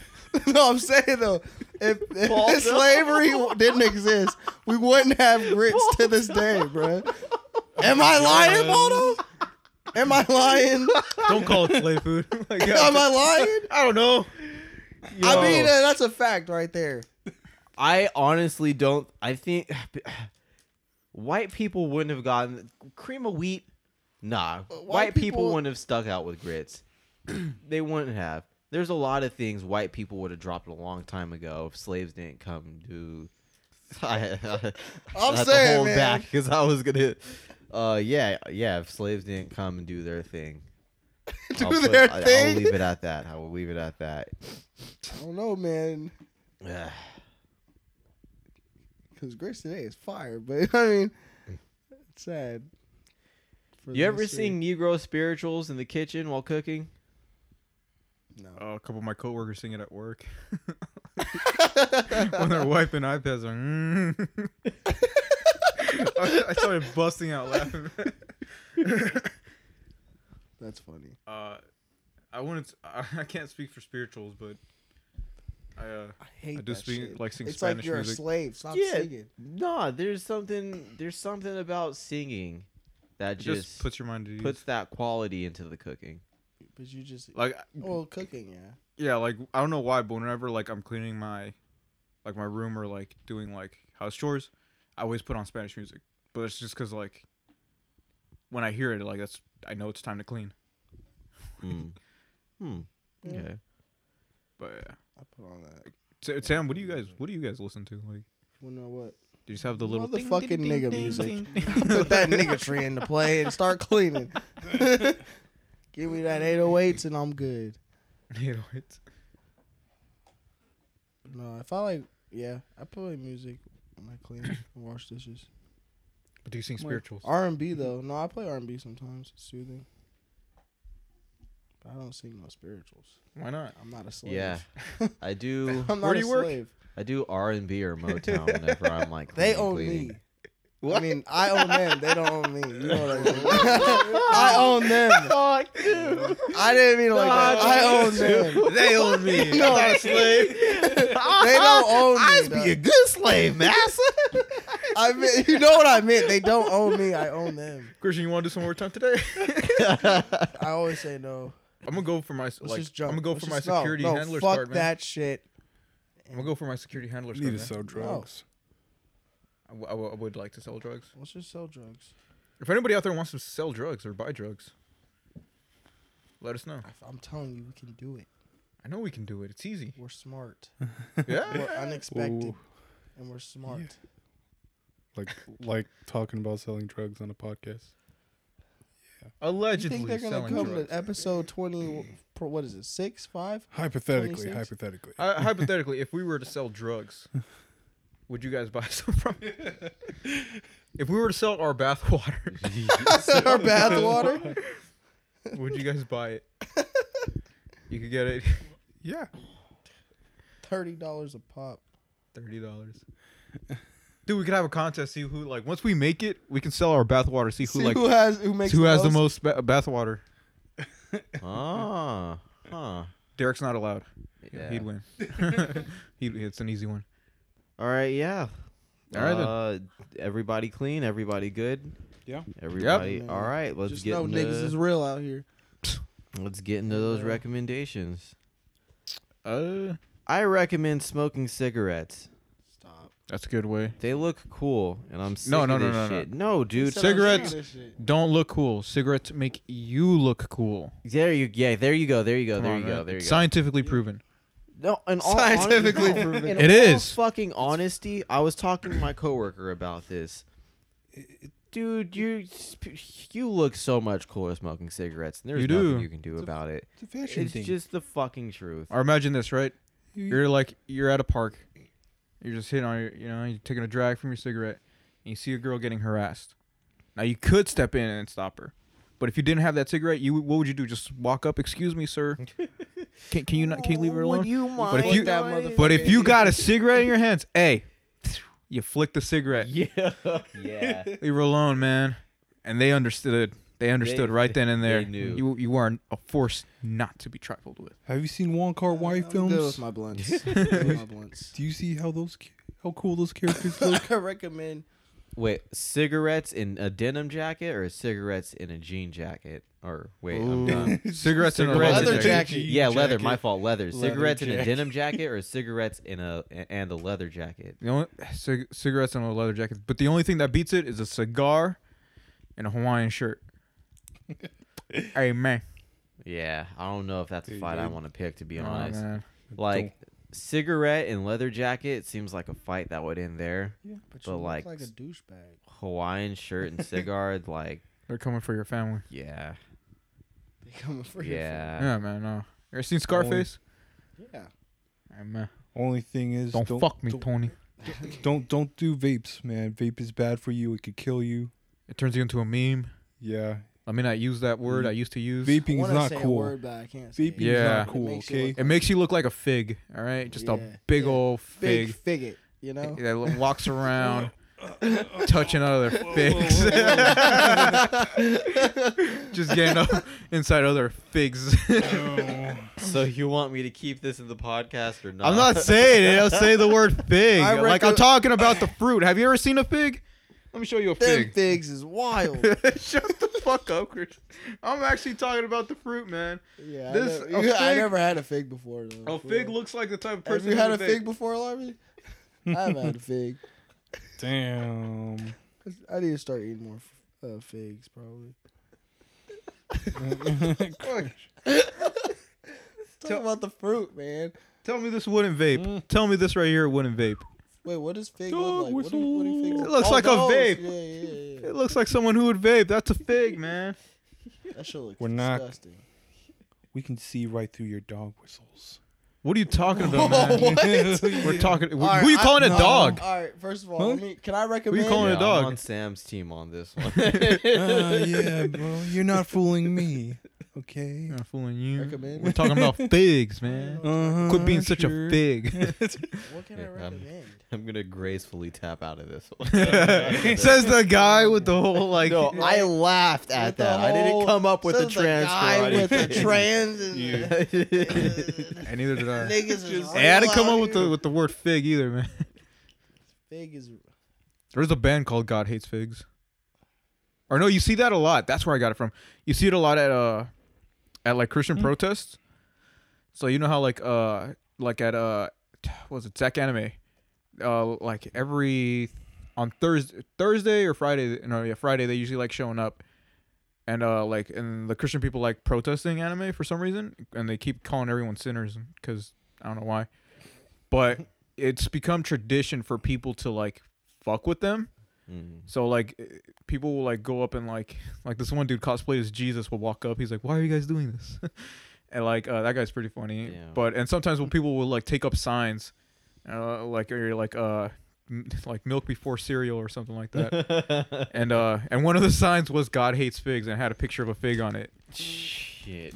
[SPEAKER 2] <laughs> no, I'm saying though, If, if slavery w- didn't exist, we wouldn't have grits to this day, bro. Am I lying, Baldo? Am I
[SPEAKER 1] <laughs>
[SPEAKER 2] lying?
[SPEAKER 1] Don't call it slave food. <laughs> Like,
[SPEAKER 2] Am I lying?
[SPEAKER 1] I don't know.
[SPEAKER 2] I mean, uh, that's a fact right there.
[SPEAKER 4] I honestly don't. I think <sighs> white people wouldn't have gotten cream of wheat. Nah, white,
[SPEAKER 2] Uh,
[SPEAKER 4] people,
[SPEAKER 2] people-
[SPEAKER 4] wouldn't have stuck out with grits. <clears throat> they wouldn't have. There's a lot of things white people would have dropped a long time ago if slaves didn't come do. <laughs> I, <laughs> I,
[SPEAKER 2] I'm
[SPEAKER 4] had to
[SPEAKER 2] saying,
[SPEAKER 4] hold
[SPEAKER 2] man.
[SPEAKER 4] back because I was gonna. Uh, yeah, yeah. If slaves didn't come and do their thing,
[SPEAKER 2] <laughs> Do
[SPEAKER 4] I'll put-
[SPEAKER 2] their
[SPEAKER 4] I-
[SPEAKER 2] thing.
[SPEAKER 4] I'll leave it at that. I will leave it
[SPEAKER 2] <sighs>
[SPEAKER 4] at that. <sighs>
[SPEAKER 2] I don't know, man.
[SPEAKER 4] Ugh.
[SPEAKER 2] Because grits today is fire, but <laughs> I mean, it's sad. For
[SPEAKER 4] You
[SPEAKER 2] the
[SPEAKER 4] ever
[SPEAKER 2] history.
[SPEAKER 4] seen Negro spirituals in the kitchen while cooking?
[SPEAKER 1] Uh, a couple of my coworkers sing it at work. <laughs> when they're wiping iPads, like, mm. <laughs> I, I started busting out laughing. <laughs>
[SPEAKER 2] That's funny.
[SPEAKER 1] uh, I wanted. To, I, I can't speak for spirituals, but I. Uh,
[SPEAKER 2] I hate
[SPEAKER 1] I
[SPEAKER 2] that
[SPEAKER 1] do speak-
[SPEAKER 2] shit.
[SPEAKER 1] like, sing
[SPEAKER 2] It's like
[SPEAKER 1] Spanish
[SPEAKER 2] you're a
[SPEAKER 1] music.
[SPEAKER 2] slave. Stop
[SPEAKER 4] Yeah.
[SPEAKER 2] singing.
[SPEAKER 4] Nah, there's something there's something about singing that
[SPEAKER 1] it
[SPEAKER 4] just,
[SPEAKER 1] just
[SPEAKER 4] puts
[SPEAKER 1] puts your mind at ease.
[SPEAKER 4] that quality into the cooking.
[SPEAKER 2] But you just
[SPEAKER 1] like
[SPEAKER 2] well cooking, yeah.
[SPEAKER 1] yeah, like I don't know why, but whenever like I'm cleaning my, like my room or like doing like house chores, I always put on Spanish music. But it's just because like, when I hear it, like that's I know it's time to clean.
[SPEAKER 4] Hmm. hmm.
[SPEAKER 2] Yeah.
[SPEAKER 4] Okay.
[SPEAKER 1] But yeah.
[SPEAKER 2] I put on that.
[SPEAKER 1] Sa- Sam, what do you guys what do you guys listen to? Like,
[SPEAKER 2] You know what?
[SPEAKER 1] do you just have the little
[SPEAKER 2] Motherfucking nigga music. <laughs>
[SPEAKER 3] <laughs>
[SPEAKER 2] Put that nigga tree into play and start cleaning. <laughs> Give me that 808s and I'm good.
[SPEAKER 1] You know, it's-
[SPEAKER 2] No, if I like, yeah, I play music when I clean and wash dishes.
[SPEAKER 1] But do you sing spirituals?
[SPEAKER 2] R and B though, no, I play R and B sometimes. It's soothing. But I don't sing no spirituals.
[SPEAKER 1] Why
[SPEAKER 2] <laughs>
[SPEAKER 1] not?
[SPEAKER 2] I'm not a slave.
[SPEAKER 4] Yeah.
[SPEAKER 2] <laughs>
[SPEAKER 4] I do
[SPEAKER 2] I'm not
[SPEAKER 1] Where
[SPEAKER 2] a
[SPEAKER 1] do you work?
[SPEAKER 2] slave.
[SPEAKER 4] I do R and B or Motown whenever I'm
[SPEAKER 2] <laughs>
[SPEAKER 4] like
[SPEAKER 2] They
[SPEAKER 4] cleaning,
[SPEAKER 2] own
[SPEAKER 4] cleaning.
[SPEAKER 2] me. I mean, I own them. They don't own me. You know what I
[SPEAKER 4] <laughs>
[SPEAKER 2] mean? <laughs> I own them.
[SPEAKER 4] Fuck dude.
[SPEAKER 2] I didn't mean it like that. I own them.
[SPEAKER 4] <laughs>
[SPEAKER 1] They own me.
[SPEAKER 2] <laughs> No.
[SPEAKER 1] not a slave.
[SPEAKER 2] They don't own me.
[SPEAKER 4] <laughs> I just be
[SPEAKER 2] though.
[SPEAKER 4] a good
[SPEAKER 2] <laughs>
[SPEAKER 4] slave, massa.
[SPEAKER 1] <laughs>
[SPEAKER 2] I mean, you know what I meant. They don't own me. I own them.
[SPEAKER 1] Christian, you want to do some more time today? <laughs>
[SPEAKER 2] I always say no.
[SPEAKER 1] I'm gonna go for my
[SPEAKER 2] Let's
[SPEAKER 1] like.
[SPEAKER 2] just jump.
[SPEAKER 1] I'm gonna go
[SPEAKER 2] Let's
[SPEAKER 1] for my
[SPEAKER 2] just- no,
[SPEAKER 1] security
[SPEAKER 2] no,
[SPEAKER 1] handler's
[SPEAKER 2] fuck
[SPEAKER 1] card, man.
[SPEAKER 2] that shit.
[SPEAKER 1] I'm gonna go for my security handler's
[SPEAKER 3] Need
[SPEAKER 1] card.
[SPEAKER 3] to
[SPEAKER 1] Man.
[SPEAKER 3] sell drugs.
[SPEAKER 1] I, w- I w- I would like to sell drugs.
[SPEAKER 2] Let's just sell drugs.
[SPEAKER 1] If anybody out there wants to sell drugs or buy drugs, let us know.
[SPEAKER 2] I- I'm telling you, we can do it.
[SPEAKER 1] I know we can do it. It's
[SPEAKER 2] <laughs>
[SPEAKER 1] easy.
[SPEAKER 2] We're smart. <laughs> We're
[SPEAKER 1] Yeah.
[SPEAKER 2] unexpected,
[SPEAKER 3] Ooh.
[SPEAKER 2] and we're smart.
[SPEAKER 3] Like like talking about selling drugs on a podcast.
[SPEAKER 2] You
[SPEAKER 1] Allegedly
[SPEAKER 2] think they're gonna
[SPEAKER 1] selling
[SPEAKER 2] come
[SPEAKER 1] drugs.
[SPEAKER 2] to episode twenty? pro- What is it? Six, <laughs> five?
[SPEAKER 3] Hypothetically,
[SPEAKER 2] 26?
[SPEAKER 3] hypothetically.
[SPEAKER 2] Uh,
[SPEAKER 1] Hy- hypothetically, if we were to sell drugs, would you guys buy <laughs> some from? if we were to sell our bath water,
[SPEAKER 2] Our bath water.
[SPEAKER 1] <laughs> would you guys buy it? You could get it <laughs>
[SPEAKER 3] yeah.
[SPEAKER 2] Thirty dollars a pop.
[SPEAKER 1] thirty dollars. Dude, we could have a contest. See who like once we make it, we can sell our bath water. See who
[SPEAKER 2] See
[SPEAKER 1] like
[SPEAKER 2] who has who makes
[SPEAKER 1] who
[SPEAKER 2] the
[SPEAKER 1] has the
[SPEAKER 2] most.
[SPEAKER 1] most ba- bath water.
[SPEAKER 4] ah. Huh.
[SPEAKER 1] Derek's not allowed.
[SPEAKER 4] Yeah.
[SPEAKER 1] He'd <laughs> win. He'd, it's an easy one.
[SPEAKER 4] All right, yeah.
[SPEAKER 1] All right, then.
[SPEAKER 4] uh, everybody clean, everybody good.
[SPEAKER 3] Yeah.
[SPEAKER 4] Everybody.
[SPEAKER 2] Man.
[SPEAKER 4] All right, let's
[SPEAKER 2] Just
[SPEAKER 4] get
[SPEAKER 2] know
[SPEAKER 4] into,
[SPEAKER 2] niggas is real out here.
[SPEAKER 4] let's get into those
[SPEAKER 2] Yeah.
[SPEAKER 4] recommendations.
[SPEAKER 1] Uh,
[SPEAKER 4] I recommend smoking cigarettes.
[SPEAKER 2] Stop.
[SPEAKER 1] that's a good way.
[SPEAKER 4] They look cool, and I'm sick
[SPEAKER 1] No,
[SPEAKER 4] of
[SPEAKER 1] no, no,
[SPEAKER 4] this
[SPEAKER 1] no, no.
[SPEAKER 4] shit. No, dude.
[SPEAKER 1] Said- cigarettes- Don't look cool. Cigarettes make you look cool.
[SPEAKER 4] There you, yeah, there you go, there you go,
[SPEAKER 1] Come
[SPEAKER 4] there
[SPEAKER 1] on,
[SPEAKER 4] you
[SPEAKER 1] man.
[SPEAKER 4] go, there you go.
[SPEAKER 1] Scientifically proven.
[SPEAKER 4] No, in all
[SPEAKER 2] Scientifically
[SPEAKER 4] honesty,
[SPEAKER 2] proven.
[SPEAKER 4] in
[SPEAKER 1] It
[SPEAKER 4] all
[SPEAKER 1] is.
[SPEAKER 4] fucking honesty. I was talking to my coworker about this. Dude, you you look so much cooler smoking cigarettes. And there's
[SPEAKER 1] You
[SPEAKER 4] nothing
[SPEAKER 1] do.
[SPEAKER 4] you can do about it.
[SPEAKER 3] It's a fashion
[SPEAKER 4] It's
[SPEAKER 3] thing.
[SPEAKER 4] just the fucking truth.
[SPEAKER 1] Or imagine this, right? You're like you're at a park. You're just hitting on your, you know, you're taking a drag from your cigarette, and you see a girl getting harassed. Now you could step in and stop her, but if you didn't have that cigarette, you what would you do? Just walk up, excuse me, <laughs> sir. Can, can you not? Can you leave her alone?
[SPEAKER 4] you
[SPEAKER 1] But if
[SPEAKER 2] mind
[SPEAKER 1] you,
[SPEAKER 2] that motherfucker?
[SPEAKER 1] but if you got a cigarette in your hands, hey, you flick the cigarette,
[SPEAKER 4] yeah, yeah,
[SPEAKER 1] leave her alone, man. And they understood. They understood right then and there.
[SPEAKER 4] they knew.
[SPEAKER 1] You you are a force not to be trifled with.
[SPEAKER 3] Have you seen Wong Kar Wai
[SPEAKER 2] I'm good
[SPEAKER 3] films?
[SPEAKER 2] with my <laughs> blunts. I'm good with my blunts.
[SPEAKER 3] Do you see how those ca- how cool
[SPEAKER 1] <laughs>
[SPEAKER 3] those characters look?
[SPEAKER 2] I recommend.
[SPEAKER 4] Wait, cigarettes in a denim jacket or cigarettes in a jean jacket? Or wait, I'm
[SPEAKER 1] <laughs>
[SPEAKER 4] done.
[SPEAKER 1] Cigarettes in a
[SPEAKER 4] Cigarettes
[SPEAKER 1] leather
[SPEAKER 4] in a-
[SPEAKER 2] jacket.
[SPEAKER 4] Yeah, leather. My fault. Leather.
[SPEAKER 2] Leather
[SPEAKER 4] Cigarettes in a
[SPEAKER 2] jacket.
[SPEAKER 4] denim jacket or cigarettes in a and a leather jacket.
[SPEAKER 1] The only cig- cigarettes and a leather jacket, but the only thing that beats it is a cigar and a Hawaiian
[SPEAKER 4] <laughs>
[SPEAKER 1] shirt. hey man,
[SPEAKER 4] Yeah, I don't know if that's a
[SPEAKER 3] Dude,
[SPEAKER 4] fight I
[SPEAKER 3] dude.
[SPEAKER 4] want to pick. To be
[SPEAKER 1] Aw,
[SPEAKER 4] honest,
[SPEAKER 1] man.
[SPEAKER 4] like cigarette and leather jacket seems like a fight that would end there.
[SPEAKER 2] Yeah, but
[SPEAKER 4] But
[SPEAKER 2] you look
[SPEAKER 4] like-
[SPEAKER 2] like, a douchebag. <laughs>
[SPEAKER 4] Hawaiian shirt and cigar, <laughs> like
[SPEAKER 1] they're coming for your family.
[SPEAKER 4] yeah,
[SPEAKER 2] They coming for your
[SPEAKER 4] yeah.
[SPEAKER 1] yeah, man. No, you ever seen Scarface?
[SPEAKER 2] phone. Yeah.
[SPEAKER 1] Hey, man.
[SPEAKER 3] Only thing is,
[SPEAKER 1] Don't, fuck me, Tony.
[SPEAKER 3] Don't don't do vapes, man. Vape is bad for you. It could kill you.
[SPEAKER 1] It turns you into a meme.
[SPEAKER 3] Yeah,
[SPEAKER 1] I mean, I use that
[SPEAKER 4] Mm-hmm.
[SPEAKER 1] word I used to use.
[SPEAKER 2] I
[SPEAKER 3] vaping is
[SPEAKER 2] wanna
[SPEAKER 3] not
[SPEAKER 2] say a
[SPEAKER 3] cool.
[SPEAKER 2] word, but I can't say
[SPEAKER 3] Vaping
[SPEAKER 2] it.
[SPEAKER 1] Yeah.
[SPEAKER 3] is not
[SPEAKER 2] It
[SPEAKER 3] cool.
[SPEAKER 2] makes you
[SPEAKER 3] okay,
[SPEAKER 2] look
[SPEAKER 1] It makes you look like a fig, all right? Just
[SPEAKER 2] Yeah.
[SPEAKER 1] a big
[SPEAKER 2] Yeah.
[SPEAKER 1] old
[SPEAKER 2] Big
[SPEAKER 1] fig
[SPEAKER 2] figgot, you know?
[SPEAKER 1] that l- walks <laughs> around touching other figs. <laughs> Just getting up inside other
[SPEAKER 2] <laughs>
[SPEAKER 1] figs.
[SPEAKER 4] So you want me to keep this in the podcast or not?
[SPEAKER 1] I'm not
[SPEAKER 4] <laughs>
[SPEAKER 1] saying it. I'll say the word fig.
[SPEAKER 2] I
[SPEAKER 1] like I'm
[SPEAKER 2] reco-
[SPEAKER 1] talking about the fruit. Have you ever seen a fig? Let me show you a
[SPEAKER 2] Them
[SPEAKER 1] fig.
[SPEAKER 2] figs is
[SPEAKER 1] <laughs>
[SPEAKER 2] wild.
[SPEAKER 1] Shut the fuck up, Chris. I'm actually talking about the fruit, man.
[SPEAKER 2] Yeah, I
[SPEAKER 1] This-
[SPEAKER 2] never-
[SPEAKER 1] a
[SPEAKER 2] you- I,
[SPEAKER 1] fig-
[SPEAKER 2] never had a fig before. Though,
[SPEAKER 1] A
[SPEAKER 2] for
[SPEAKER 1] fig
[SPEAKER 2] real.
[SPEAKER 1] looks like the type of
[SPEAKER 2] Have
[SPEAKER 1] person.
[SPEAKER 2] you had a
[SPEAKER 1] who
[SPEAKER 2] fig
[SPEAKER 1] <laughs>
[SPEAKER 2] before, Larry? I haven't had a fig. <laughs>
[SPEAKER 3] damn.
[SPEAKER 2] I need to start eating more f- uh, figs, probably. Talk about the fruit, man.
[SPEAKER 1] Tell me this wouldn't vape.
[SPEAKER 2] Mm.
[SPEAKER 1] Tell me this right here wouldn't vape.
[SPEAKER 2] Wait, what does fig
[SPEAKER 3] Dog
[SPEAKER 2] look like? What do, what do figs
[SPEAKER 3] whistle.
[SPEAKER 1] It looks like a
[SPEAKER 2] those.
[SPEAKER 1] vape.
[SPEAKER 2] Yeah, yeah, yeah,
[SPEAKER 1] It looks like someone who would vape. That's a fig, man.
[SPEAKER 2] yeah. That shit looks
[SPEAKER 3] We're not-
[SPEAKER 2] disgusting. <laughs>
[SPEAKER 3] we can see right through your dog whistles.
[SPEAKER 1] What are you talking about,
[SPEAKER 2] Whoa,
[SPEAKER 1] man?
[SPEAKER 2] <laughs> what?
[SPEAKER 1] <laughs> We're talking. Who,
[SPEAKER 2] All right,
[SPEAKER 1] who you
[SPEAKER 2] I-
[SPEAKER 1] calling a
[SPEAKER 2] no,
[SPEAKER 1] dog?
[SPEAKER 2] All right, first of all,
[SPEAKER 3] Huh?
[SPEAKER 2] let me, can I recommend?
[SPEAKER 1] calling
[SPEAKER 4] yeah,
[SPEAKER 1] a dog.
[SPEAKER 4] I'm on Sam's team
[SPEAKER 2] <laughs>
[SPEAKER 4] on this one. <laughs>
[SPEAKER 3] Uh, yeah, bro. You're not fooling me.
[SPEAKER 2] <laughs>
[SPEAKER 3] Okay.
[SPEAKER 1] I'm not fooling you.
[SPEAKER 2] Recommend?
[SPEAKER 1] We're talking
[SPEAKER 2] <laughs>
[SPEAKER 1] about figs, man.
[SPEAKER 3] Uh-huh.
[SPEAKER 1] Quit being such a fig. <laughs>
[SPEAKER 2] What can I
[SPEAKER 4] Yeah, um,
[SPEAKER 2] recommend?
[SPEAKER 4] I'm gonna gracefully tap out of this
[SPEAKER 2] <laughs>
[SPEAKER 4] one.
[SPEAKER 1] Says the guy with the whole like.
[SPEAKER 4] I
[SPEAKER 2] With
[SPEAKER 4] laughed
[SPEAKER 2] the whole- says the guy with the
[SPEAKER 1] <laughs>
[SPEAKER 2] trans
[SPEAKER 4] <laughs>
[SPEAKER 2] and
[SPEAKER 1] and neither did I.
[SPEAKER 2] <laughs> niggas is
[SPEAKER 1] Hey, I
[SPEAKER 2] real
[SPEAKER 1] didn't come
[SPEAKER 2] out
[SPEAKER 1] up with
[SPEAKER 2] here.
[SPEAKER 1] the with the word fig either, man.
[SPEAKER 2] Fig is
[SPEAKER 1] There's a band called God Hates Figs. Or no, you see that a lot. That's where I got it from. You see it a lot at uh at like Christian protests. So you know how like uh like at uh t- what was it Tech Anime, uh like every on Thursday Thursday or Friday no yeah Friday they usually like showing up, and uh like and the Christian people like protesting anime for some reason and they keep calling everyone sinners because I don't know why, but it's become tradition for people to like fuck with them so like eh, people will like go up and like <laughs> like this one dude cosplayed as Jesus will walk up. He's like, "Why are you guys doing this?" <laughs> and like uh, that guy's pretty funny.
[SPEAKER 4] Yeah.
[SPEAKER 1] But and sometimes when people will like take up signs, uh, like or like uh m- <laughs> like milk before cereal or something like
[SPEAKER 2] <laughs>
[SPEAKER 1] that.
[SPEAKER 4] Mm.
[SPEAKER 1] and uh and one of the signs was God hates figs and had a picture of a fig on it.
[SPEAKER 4] Shit.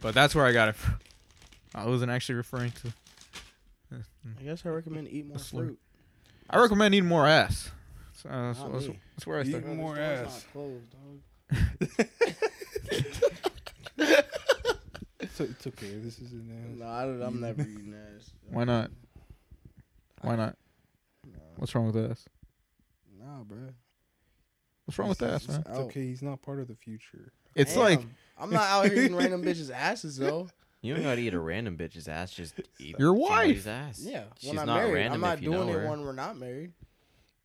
[SPEAKER 4] <laughs>
[SPEAKER 1] But that's where I got it. from. <laughs> I wasn't actually referring to.
[SPEAKER 2] I guess I recommend eat more
[SPEAKER 1] That's what-
[SPEAKER 2] fruit.
[SPEAKER 1] I recommend eating more ass. So that's,
[SPEAKER 2] Not
[SPEAKER 1] that's,
[SPEAKER 2] me.
[SPEAKER 1] that's where I
[SPEAKER 3] Eat
[SPEAKER 1] started.
[SPEAKER 3] more
[SPEAKER 2] Bro, this
[SPEAKER 3] ass.
[SPEAKER 2] store's not closed, dog.
[SPEAKER 3] It's, it's okay. This is an
[SPEAKER 2] No, I don't,
[SPEAKER 1] <laughs>
[SPEAKER 2] I'm never eating ass.
[SPEAKER 1] Why not? Why not?
[SPEAKER 2] Nah,
[SPEAKER 1] What's wrong with ass?
[SPEAKER 2] nah bro.
[SPEAKER 1] What's wrong with ass,
[SPEAKER 3] It's,
[SPEAKER 1] man?
[SPEAKER 3] it's okay. He's not part of the future.
[SPEAKER 1] It's like
[SPEAKER 2] Damn. I'm not out here
[SPEAKER 1] <laughs>
[SPEAKER 2] eating random bitches' asses though.
[SPEAKER 4] you don't know how to eat a random bitch's ass. Just eat
[SPEAKER 1] Your
[SPEAKER 4] somebody's
[SPEAKER 1] wife.
[SPEAKER 4] ass.
[SPEAKER 2] Yeah,
[SPEAKER 4] She's
[SPEAKER 2] when I'm
[SPEAKER 4] not
[SPEAKER 2] married,
[SPEAKER 4] random
[SPEAKER 2] I'm not
[SPEAKER 4] if you
[SPEAKER 2] doing
[SPEAKER 4] know
[SPEAKER 2] it
[SPEAKER 4] her.
[SPEAKER 2] when we're not married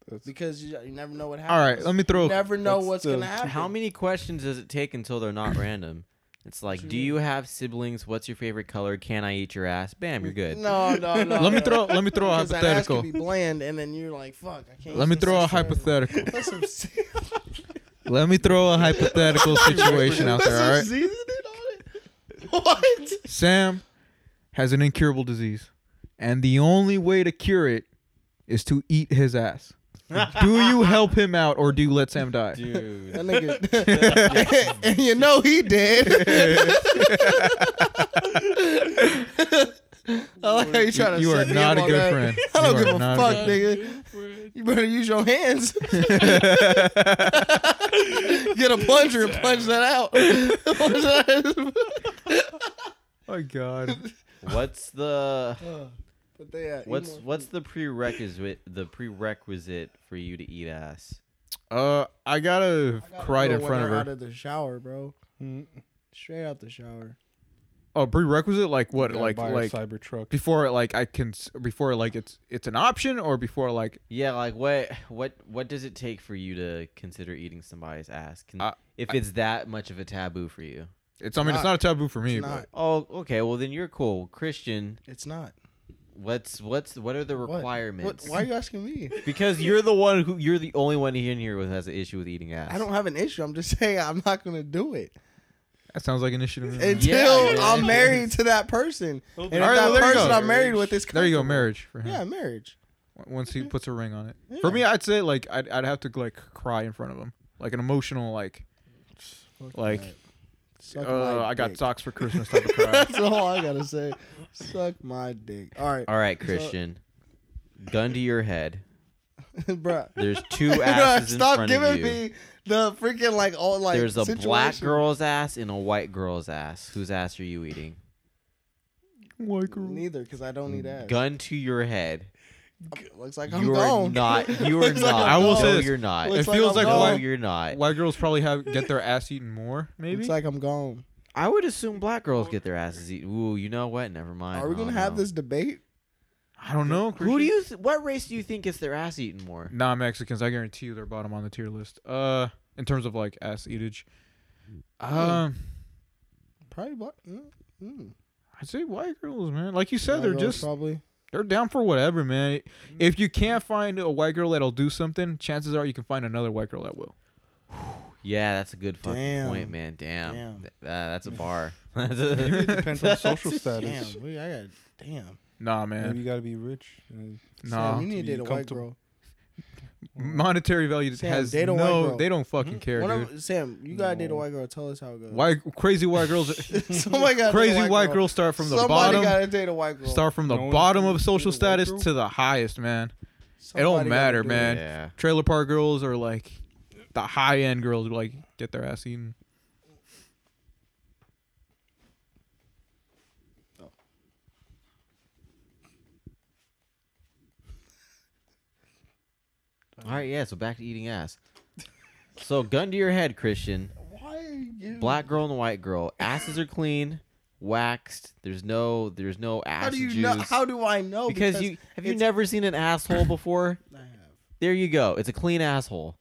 [SPEAKER 3] That's,
[SPEAKER 2] because you, you never know what happens.
[SPEAKER 1] All right, let me
[SPEAKER 2] You
[SPEAKER 1] throw.
[SPEAKER 2] never know
[SPEAKER 3] That's
[SPEAKER 2] what's
[SPEAKER 3] the-
[SPEAKER 2] gonna happen.
[SPEAKER 4] How many questions does it take until they're not random? It's like, do you have siblings? What's your favorite color? Can I eat your ass? Bam, you're good.
[SPEAKER 2] No, no,
[SPEAKER 1] <laughs>
[SPEAKER 2] no.
[SPEAKER 1] Let me
[SPEAKER 2] no.
[SPEAKER 1] throw. Let me throw a
[SPEAKER 2] Because that ass could
[SPEAKER 1] hypothetical.
[SPEAKER 2] be bland, and then you're like, "Fuck, I can't."
[SPEAKER 1] Let me
[SPEAKER 2] eat this
[SPEAKER 1] throw a
[SPEAKER 2] shit forever.
[SPEAKER 1] hypothetical.
[SPEAKER 2] That's some se-
[SPEAKER 1] Let me throw a
[SPEAKER 2] <laughs>
[SPEAKER 1] hypothetical situation out
[SPEAKER 2] that's
[SPEAKER 1] there. All
[SPEAKER 2] some
[SPEAKER 1] right,
[SPEAKER 2] seasoning on it. <laughs>
[SPEAKER 1] Sam has an incurable disease, and the only way to cure it is to eat his
[SPEAKER 2] <laughs>
[SPEAKER 1] ass. do you help him out, or do you let Sam die?
[SPEAKER 4] Dude.
[SPEAKER 2] What? That nigga. <laughs> and you know he dead. <laughs> I like how you trying to
[SPEAKER 1] You are
[SPEAKER 2] set me
[SPEAKER 1] not
[SPEAKER 2] up
[SPEAKER 1] a
[SPEAKER 2] on
[SPEAKER 1] good
[SPEAKER 2] that.
[SPEAKER 1] friend.
[SPEAKER 2] I
[SPEAKER 1] You
[SPEAKER 2] don't
[SPEAKER 1] are
[SPEAKER 2] give a
[SPEAKER 1] not a
[SPEAKER 2] fuck,
[SPEAKER 1] good-
[SPEAKER 2] nigga. You better use your hands. <laughs> Get a plunger and plunge that out. <laughs> Plunge that
[SPEAKER 1] <laughs> My God.
[SPEAKER 4] What's the
[SPEAKER 2] out. but they, uh,
[SPEAKER 4] what's
[SPEAKER 2] emo-
[SPEAKER 4] what's the prerequisite the prerequisite for you to eat ass?
[SPEAKER 1] Uh, I gotta
[SPEAKER 2] I got
[SPEAKER 1] cry
[SPEAKER 2] real
[SPEAKER 1] in front of
[SPEAKER 2] weather Out
[SPEAKER 1] her.
[SPEAKER 2] of the shower, bro. Straight out the shower.
[SPEAKER 1] A prerequisite, like what,
[SPEAKER 3] Gotta
[SPEAKER 1] like
[SPEAKER 3] buy a
[SPEAKER 1] like
[SPEAKER 3] Cybertruck.
[SPEAKER 1] before, like I can s- before, like it's it's an option, or before, like
[SPEAKER 4] Yeah, like what what what does it take for you to consider eating somebody's ass? Can,
[SPEAKER 1] I-
[SPEAKER 4] if it's that much of a taboo for you.
[SPEAKER 1] it's. I mean, it's
[SPEAKER 2] not.
[SPEAKER 1] not a taboo for me.
[SPEAKER 2] It's
[SPEAKER 1] But
[SPEAKER 2] not.
[SPEAKER 4] Oh, okay. Well, then you're cool, Christian.
[SPEAKER 2] It's not.
[SPEAKER 4] What's what's what are the
[SPEAKER 2] What?
[SPEAKER 4] requirements?
[SPEAKER 2] What, why are you
[SPEAKER 1] <laughs>
[SPEAKER 2] asking me?
[SPEAKER 4] <laughs> Because you're the one who you're the only one in here who has an issue with eating ass.
[SPEAKER 2] I don't have an issue. I'm just saying I'm not gonna do it
[SPEAKER 1] that sounds like an issue to me.
[SPEAKER 2] until
[SPEAKER 4] yeah.
[SPEAKER 2] I'm married to that person. And if
[SPEAKER 1] All right,
[SPEAKER 2] that
[SPEAKER 1] well, there you
[SPEAKER 2] person
[SPEAKER 1] go.
[SPEAKER 2] I'm married with is
[SPEAKER 1] there you go,
[SPEAKER 2] comfortable.
[SPEAKER 1] marriage Uh-huh. for him.
[SPEAKER 2] Yeah, marriage.
[SPEAKER 1] W- Once he puts a ring on it.
[SPEAKER 2] Yeah.
[SPEAKER 1] For me, I'd say like I'd I'd have to like cry in front of him, like an emotional like
[SPEAKER 2] Fuck
[SPEAKER 1] like
[SPEAKER 2] that.
[SPEAKER 1] uh,
[SPEAKER 2] Suck my
[SPEAKER 1] I got
[SPEAKER 2] dick.
[SPEAKER 1] socks for Christmas type of cry.
[SPEAKER 2] <laughs> That's all I gotta say. Suck my dick. All right,
[SPEAKER 4] All right, Christian. Gun to your head.
[SPEAKER 2] <laughs> bruh.
[SPEAKER 4] There's
[SPEAKER 2] <laughs>
[SPEAKER 4] two
[SPEAKER 2] Bruh,
[SPEAKER 4] asses in
[SPEAKER 2] Stop
[SPEAKER 4] front of
[SPEAKER 2] giving
[SPEAKER 4] you.
[SPEAKER 2] me the freaking like all like.
[SPEAKER 4] There's a black
[SPEAKER 2] situation.
[SPEAKER 4] girl's ass and a white girl's ass. Whose ass are you eating?
[SPEAKER 1] White girl.
[SPEAKER 2] Neither, because I don't need ass.
[SPEAKER 4] Gun to your head.
[SPEAKER 2] Looks like I'm
[SPEAKER 4] You're
[SPEAKER 2] gone. <laughs>
[SPEAKER 4] not. You are
[SPEAKER 2] Looks like
[SPEAKER 4] not.
[SPEAKER 2] I'm
[SPEAKER 1] I will
[SPEAKER 2] gone.
[SPEAKER 1] say
[SPEAKER 4] no,
[SPEAKER 1] this.
[SPEAKER 4] you're not.
[SPEAKER 2] Looks
[SPEAKER 1] It feels
[SPEAKER 2] I'm
[SPEAKER 1] like
[SPEAKER 2] gone.
[SPEAKER 4] no,
[SPEAKER 1] why-
[SPEAKER 4] you're not.
[SPEAKER 1] White girls probably have get their ass eaten more, maybe.
[SPEAKER 2] Looks like I'm gone.
[SPEAKER 4] I would assume black girls get their asses eaten. Ooh, you know what? Never mind.
[SPEAKER 2] Are we
[SPEAKER 4] I
[SPEAKER 2] gonna
[SPEAKER 4] don't
[SPEAKER 2] have
[SPEAKER 4] know.
[SPEAKER 2] this debate?
[SPEAKER 1] I don't know.
[SPEAKER 4] Who
[SPEAKER 1] Christian.
[SPEAKER 4] do you? Th- what race do you think gets their ass eaten more?
[SPEAKER 1] Nah, Mexicans. I guarantee you they're bottom on the tier list. Uh, in terms of like ass eatage, um,
[SPEAKER 2] Probably black. Mm, mm.
[SPEAKER 1] I'd say white girls, man. Like you said,
[SPEAKER 2] Black
[SPEAKER 1] they're
[SPEAKER 2] girls
[SPEAKER 1] just
[SPEAKER 2] probably.
[SPEAKER 1] they're down for whatever, man. If you can't
[SPEAKER 2] Mm-hmm.
[SPEAKER 1] find a white girl that'll do something, chances are you can find another white girl that will.
[SPEAKER 4] Yeah, that's a good fucking
[SPEAKER 2] Damn.
[SPEAKER 4] point, man. Damn,
[SPEAKER 2] Damn.
[SPEAKER 4] Th- uh, that's
[SPEAKER 2] <laughs>
[SPEAKER 4] a bar. <laughs>
[SPEAKER 3] Maybe <laughs> it depends on social
[SPEAKER 2] Damn,
[SPEAKER 3] status.
[SPEAKER 2] we, I got damn.
[SPEAKER 1] Nah,
[SPEAKER 3] Maybe
[SPEAKER 1] man.
[SPEAKER 3] you gotta be rich. and-
[SPEAKER 1] Nah.
[SPEAKER 2] Sam, you need to
[SPEAKER 3] Be
[SPEAKER 2] date a white
[SPEAKER 3] comfortable.
[SPEAKER 2] girl.
[SPEAKER 1] Monetary value
[SPEAKER 2] Sam,
[SPEAKER 1] has
[SPEAKER 2] date a white
[SPEAKER 1] no.
[SPEAKER 2] girl.
[SPEAKER 1] They don't fucking care,
[SPEAKER 2] Mm-hmm. One
[SPEAKER 1] dude.
[SPEAKER 2] of, Sam, you gotta date a
[SPEAKER 3] No.
[SPEAKER 2] white girl. Tell us how it goes.
[SPEAKER 1] White crazy white girls. <laughs> are-
[SPEAKER 2] <laughs> Somebody got
[SPEAKER 1] crazy white, girls start from the
[SPEAKER 2] Somebody
[SPEAKER 1] bottom.
[SPEAKER 2] gotta date a white girl.
[SPEAKER 1] Start from the
[SPEAKER 3] No one
[SPEAKER 1] bottom
[SPEAKER 3] can
[SPEAKER 1] of
[SPEAKER 3] date a
[SPEAKER 1] social
[SPEAKER 3] white
[SPEAKER 1] status
[SPEAKER 3] girl?
[SPEAKER 1] to the highest, man.
[SPEAKER 2] Somebody
[SPEAKER 1] don't
[SPEAKER 2] gotta
[SPEAKER 1] matter,
[SPEAKER 2] do
[SPEAKER 1] man.
[SPEAKER 2] it.
[SPEAKER 4] yeah.
[SPEAKER 1] Trailer park girls are like the high end girls who like get their ass eaten.
[SPEAKER 4] All right, yeah. So back to eating ass. So gun to your head, Christian.
[SPEAKER 2] Why are you?
[SPEAKER 4] Black girl and white girl. Asses are clean, waxed. There's no. There's no ass
[SPEAKER 2] How do you
[SPEAKER 4] juice.
[SPEAKER 2] know? How do I know?
[SPEAKER 4] because, you have you
[SPEAKER 2] it's-
[SPEAKER 4] never seen an asshole before?
[SPEAKER 2] I have.
[SPEAKER 4] There you go. It's a clean asshole.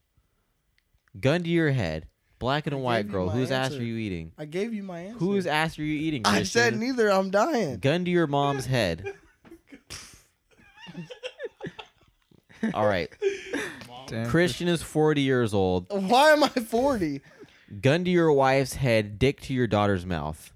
[SPEAKER 4] Gun to your head. Black and a
[SPEAKER 2] I
[SPEAKER 4] white
[SPEAKER 2] gave you
[SPEAKER 4] girl.
[SPEAKER 2] my
[SPEAKER 4] Whose ass
[SPEAKER 2] answer.
[SPEAKER 4] are you eating?
[SPEAKER 2] I gave you my answer.
[SPEAKER 4] Whose ass are you eating?
[SPEAKER 2] I said
[SPEAKER 4] Christian?
[SPEAKER 2] neither. I'm dying.
[SPEAKER 4] Gun to your mom's
[SPEAKER 2] <laughs>
[SPEAKER 4] head. All right.
[SPEAKER 1] Damn.
[SPEAKER 4] Christian is 40 years old.
[SPEAKER 2] Why am I <laughs> 40?
[SPEAKER 4] Gun to your wife's head. Dick to your daughter's mouth.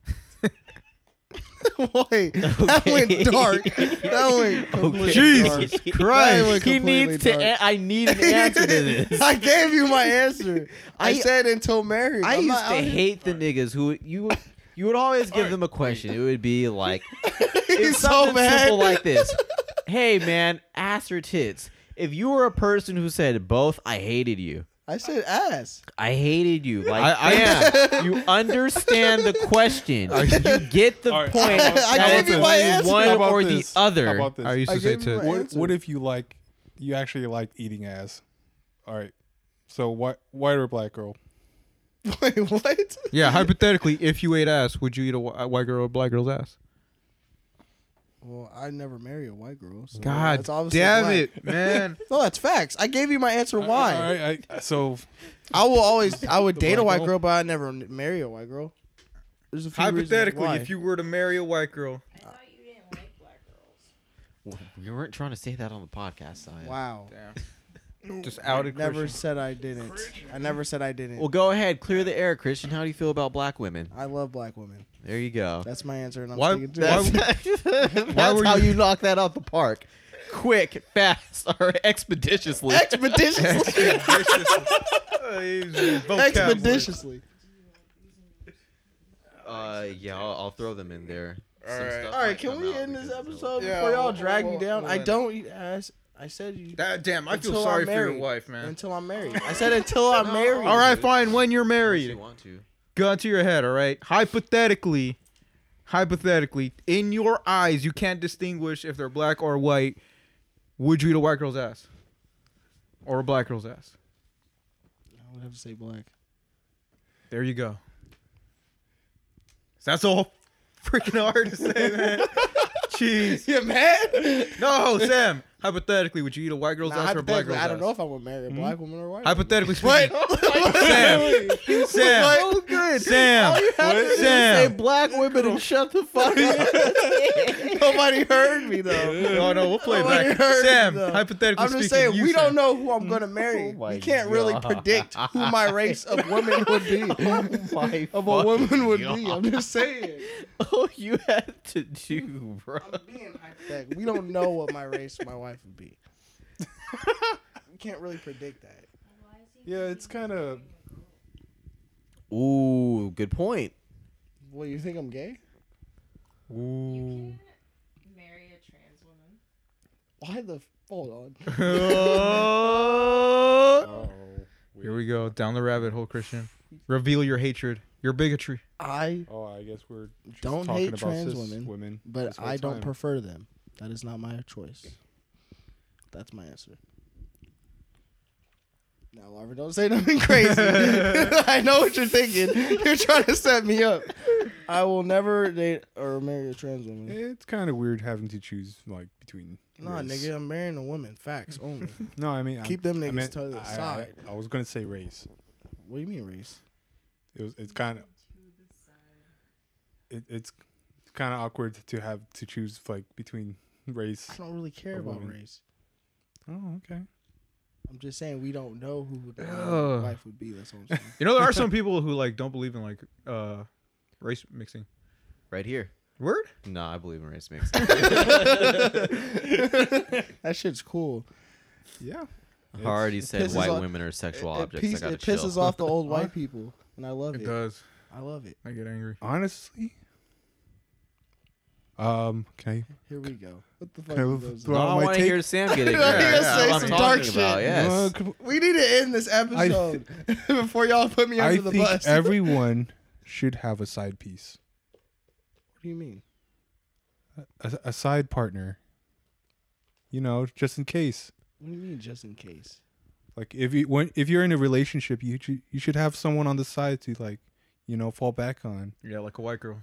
[SPEAKER 2] Wait, that
[SPEAKER 4] Okay.
[SPEAKER 2] went dark. That went completely dark.
[SPEAKER 1] Jesus
[SPEAKER 2] That
[SPEAKER 1] Christ.
[SPEAKER 2] went
[SPEAKER 4] He
[SPEAKER 2] completely
[SPEAKER 4] needs to.
[SPEAKER 2] dark.
[SPEAKER 4] an- I need an
[SPEAKER 2] <laughs>
[SPEAKER 4] answer to <laughs> this.
[SPEAKER 2] I gave you my answer. I,
[SPEAKER 4] I-
[SPEAKER 2] said until married.
[SPEAKER 4] I
[SPEAKER 2] I'm
[SPEAKER 4] used
[SPEAKER 2] not
[SPEAKER 4] to
[SPEAKER 2] out here-
[SPEAKER 4] hate the niggas who would- you would- you would always give
[SPEAKER 3] Alright.
[SPEAKER 4] them a question. It would be like
[SPEAKER 2] <laughs> He's
[SPEAKER 4] it's
[SPEAKER 2] so
[SPEAKER 4] something
[SPEAKER 2] bad.
[SPEAKER 4] simple
[SPEAKER 2] <laughs>
[SPEAKER 4] like this. Hey man, ass or tits? If you were a person who said both, I hated you.
[SPEAKER 2] I said ass.
[SPEAKER 4] I hated you. Like
[SPEAKER 1] I- I-
[SPEAKER 2] <laughs>
[SPEAKER 4] fam, you understand the question. You get the
[SPEAKER 3] Alright,
[SPEAKER 4] point.
[SPEAKER 3] how
[SPEAKER 2] <laughs>
[SPEAKER 3] about-
[SPEAKER 2] I
[SPEAKER 4] that
[SPEAKER 2] gave
[SPEAKER 4] it's
[SPEAKER 2] you my
[SPEAKER 4] only
[SPEAKER 2] answer.
[SPEAKER 3] How
[SPEAKER 4] One
[SPEAKER 3] about
[SPEAKER 4] or
[SPEAKER 3] this?
[SPEAKER 4] the
[SPEAKER 3] How
[SPEAKER 4] other.
[SPEAKER 3] about this?
[SPEAKER 1] I used
[SPEAKER 2] I
[SPEAKER 1] to say
[SPEAKER 2] gave you
[SPEAKER 1] tits.
[SPEAKER 2] my-
[SPEAKER 3] what,
[SPEAKER 2] answer.
[SPEAKER 3] what if you like you actually like eating ass? All right. So white white or black girl?
[SPEAKER 2] <laughs> Wait, what?
[SPEAKER 1] Yeah, hypothetically, if you ate ass, would you eat a wh- a white girl or a black girl's ass?
[SPEAKER 2] Well, I never marry a white girl. so
[SPEAKER 1] God
[SPEAKER 2] that's obviously
[SPEAKER 1] damn
[SPEAKER 2] black.
[SPEAKER 1] it,
[SPEAKER 2] <laughs>
[SPEAKER 1] man.
[SPEAKER 2] No, that's facts. I gave you my answer. Why?
[SPEAKER 3] All right. I, so
[SPEAKER 2] I will always. I <laughs> would
[SPEAKER 3] The
[SPEAKER 2] date a
[SPEAKER 3] white
[SPEAKER 2] white girl,
[SPEAKER 3] girl?
[SPEAKER 2] but I never n- marry a white girl. There's a few reasons why.
[SPEAKER 1] hypothetically, if you were to marry a white girl,
[SPEAKER 5] I thought you didn't like black girls.
[SPEAKER 4] <laughs> We weren't trying to say that on the podcast, Saya.
[SPEAKER 2] Wow.
[SPEAKER 1] just
[SPEAKER 2] I
[SPEAKER 1] outed
[SPEAKER 2] never
[SPEAKER 1] Christian.
[SPEAKER 2] said I didn't. I never said I didn't.
[SPEAKER 4] Well, go ahead, clear the air, Christian. How do you feel about black women?
[SPEAKER 2] I love black women.
[SPEAKER 4] There you go.
[SPEAKER 2] That's my answer, and I'm
[SPEAKER 1] Why-
[SPEAKER 2] sticking to
[SPEAKER 1] why
[SPEAKER 2] it.
[SPEAKER 4] <laughs> that's
[SPEAKER 1] were
[SPEAKER 4] how
[SPEAKER 1] you-
[SPEAKER 4] you knock that out the park. Quick, fast, <laughs> or expeditiously.
[SPEAKER 2] <laughs> Expeditiously.
[SPEAKER 1] <laughs>
[SPEAKER 2] <laughs> Expeditiously.
[SPEAKER 4] Uh, yeah, I'll, I'll throw them in there. All right,
[SPEAKER 2] All right, can we end this episode before y'all drag me down? I don't eat ass, I said you
[SPEAKER 1] God damn, I feel
[SPEAKER 2] Until I'm
[SPEAKER 1] sorry for your
[SPEAKER 2] married.
[SPEAKER 1] wife, man.
[SPEAKER 2] until I'm married. I said until <laughs> I'm married.
[SPEAKER 1] All right, fine. When you're
[SPEAKER 4] Unless
[SPEAKER 1] married,
[SPEAKER 4] you want to.
[SPEAKER 1] gun to your head. All right. Hypothetically, hypothetically, in your eyes, you can't distinguish if they're black or white. Would you eat a white girl's ass or a black girl's ass?
[SPEAKER 2] I would have to say black.
[SPEAKER 1] There you go. That's all <laughs> freaking hard to say,
[SPEAKER 2] <laughs>
[SPEAKER 1] man. Jeez.
[SPEAKER 2] Yeah, man.
[SPEAKER 1] No, Sam. Hypothetically, would you eat a white girl's
[SPEAKER 2] Nah,
[SPEAKER 1] ass or a black
[SPEAKER 2] hypothetically,
[SPEAKER 1] girl's
[SPEAKER 2] I don't
[SPEAKER 1] ass? Hmm?
[SPEAKER 2] know if I would marry a black woman or a white. woman. <laughs>
[SPEAKER 1] Hypothetically speaking,
[SPEAKER 2] Wait,
[SPEAKER 1] Sam,
[SPEAKER 2] <laughs>
[SPEAKER 1] Sam,
[SPEAKER 2] so
[SPEAKER 4] <laughs>
[SPEAKER 2] good.
[SPEAKER 1] Sam,
[SPEAKER 9] Say
[SPEAKER 1] Sam.
[SPEAKER 9] black women and shut
[SPEAKER 4] <laughs>
[SPEAKER 9] the fuck up.
[SPEAKER 2] Nobody heard me though.
[SPEAKER 1] No, no, we'll <laughs> play it
[SPEAKER 2] Nobody
[SPEAKER 1] back.
[SPEAKER 2] heard
[SPEAKER 1] Sam,
[SPEAKER 2] me, though.
[SPEAKER 1] hypothetically
[SPEAKER 2] I'm just
[SPEAKER 1] speaking,
[SPEAKER 2] saying
[SPEAKER 1] you,
[SPEAKER 2] we
[SPEAKER 1] Sam. Oh
[SPEAKER 2] don't know who
[SPEAKER 1] <laughs>
[SPEAKER 2] I'm gonna marry.
[SPEAKER 9] my
[SPEAKER 2] we can't really
[SPEAKER 9] God.
[SPEAKER 2] predict who my race of women
[SPEAKER 1] <laughs>
[SPEAKER 2] would be.
[SPEAKER 1] Oh
[SPEAKER 9] My
[SPEAKER 2] <laughs> of a woman would
[SPEAKER 9] fucking
[SPEAKER 2] be. I'm just saying.
[SPEAKER 9] Oh, you had to do, bro.
[SPEAKER 2] I'm being hypothetical. We don't know what my race my wife
[SPEAKER 1] <laughs>
[SPEAKER 2] would be. we can't really predict that.
[SPEAKER 5] Why is he
[SPEAKER 3] Yeah, it's kind of.
[SPEAKER 9] Ooh, good point.
[SPEAKER 2] Well, you think I'm gay?
[SPEAKER 5] You can marry a trans woman.
[SPEAKER 2] Why the f- hold on?
[SPEAKER 1] Oh. Here we go down the rabbit hole, Christian. Reveal your hatred, your bigotry.
[SPEAKER 2] I
[SPEAKER 3] Oh, I guess we're just
[SPEAKER 2] Don't
[SPEAKER 3] talking
[SPEAKER 2] hate
[SPEAKER 3] about
[SPEAKER 2] trans
[SPEAKER 3] cis
[SPEAKER 2] women,
[SPEAKER 3] women
[SPEAKER 2] but
[SPEAKER 3] this whole
[SPEAKER 2] I don't
[SPEAKER 3] time.
[SPEAKER 2] prefer them. That is not my choice. That's my answer. Now, Larva, don't say <laughs> nothing crazy. I know what you're thinking. You're trying to set me up. I will never date or marry a trans woman.
[SPEAKER 3] It's kind of weird having to choose like between.
[SPEAKER 2] Nah,
[SPEAKER 3] race.
[SPEAKER 2] nigga, I'm marrying a woman. Facts <laughs> only.
[SPEAKER 3] No, I mean
[SPEAKER 2] Keep
[SPEAKER 3] I,
[SPEAKER 2] them
[SPEAKER 3] I
[SPEAKER 2] niggas
[SPEAKER 3] meant-
[SPEAKER 2] to the
[SPEAKER 3] I- I-
[SPEAKER 2] side.
[SPEAKER 3] I, was gonna say race.
[SPEAKER 2] what do you mean race?
[SPEAKER 3] It was. It's kind of. It, it's kind of awkward to have to choose like between race.
[SPEAKER 2] I don't really care
[SPEAKER 3] A
[SPEAKER 2] about
[SPEAKER 3] woman.
[SPEAKER 2] race.
[SPEAKER 3] Oh, okay.
[SPEAKER 2] I'm just saying we don't know who the
[SPEAKER 1] Ugh.
[SPEAKER 2] wife would be. That's all I'm saying.
[SPEAKER 1] You know, there are some people who like don't believe in like uh race mixing.
[SPEAKER 4] Right here.
[SPEAKER 1] Word?
[SPEAKER 4] No, I believe in race <laughs> mix.
[SPEAKER 2] <laughs> that shit's cool.
[SPEAKER 3] Yeah.
[SPEAKER 4] I already said
[SPEAKER 2] pisses
[SPEAKER 4] white
[SPEAKER 2] off-
[SPEAKER 4] women are sexual
[SPEAKER 2] it,
[SPEAKER 4] objects.
[SPEAKER 2] piece-
[SPEAKER 4] I gotta
[SPEAKER 2] it pisses
[SPEAKER 4] chill.
[SPEAKER 2] off the
[SPEAKER 4] <laughs>
[SPEAKER 2] old white people, and I love it.
[SPEAKER 1] It does.
[SPEAKER 2] I love it.
[SPEAKER 1] I get angry.
[SPEAKER 3] Honestly. Um. Can
[SPEAKER 2] Here we go. What the
[SPEAKER 3] I?
[SPEAKER 2] fuck
[SPEAKER 3] Can I
[SPEAKER 2] is
[SPEAKER 3] l-
[SPEAKER 2] those-
[SPEAKER 3] throw
[SPEAKER 4] I
[SPEAKER 3] out my
[SPEAKER 4] want to
[SPEAKER 3] take?
[SPEAKER 4] hear Sam
[SPEAKER 3] <laughs>
[SPEAKER 4] get it.
[SPEAKER 2] I
[SPEAKER 1] gotta say
[SPEAKER 4] I'm
[SPEAKER 1] some
[SPEAKER 4] talking
[SPEAKER 2] dark
[SPEAKER 4] about,
[SPEAKER 2] shit.
[SPEAKER 3] Uh,
[SPEAKER 4] Yes.
[SPEAKER 3] come-
[SPEAKER 2] We need to end this episode <laughs> before y'all put me under
[SPEAKER 3] I
[SPEAKER 2] the
[SPEAKER 3] think
[SPEAKER 2] bus. <laughs>
[SPEAKER 3] everyone should have a side piece,
[SPEAKER 2] what do you mean?
[SPEAKER 3] a, a side partner. You know, just in case.
[SPEAKER 2] What do you mean, just in case?
[SPEAKER 3] Like if you when if you're in a relationship, you should, you should have someone on the side to like, you know, fall back on.
[SPEAKER 1] Yeah, like a white girl.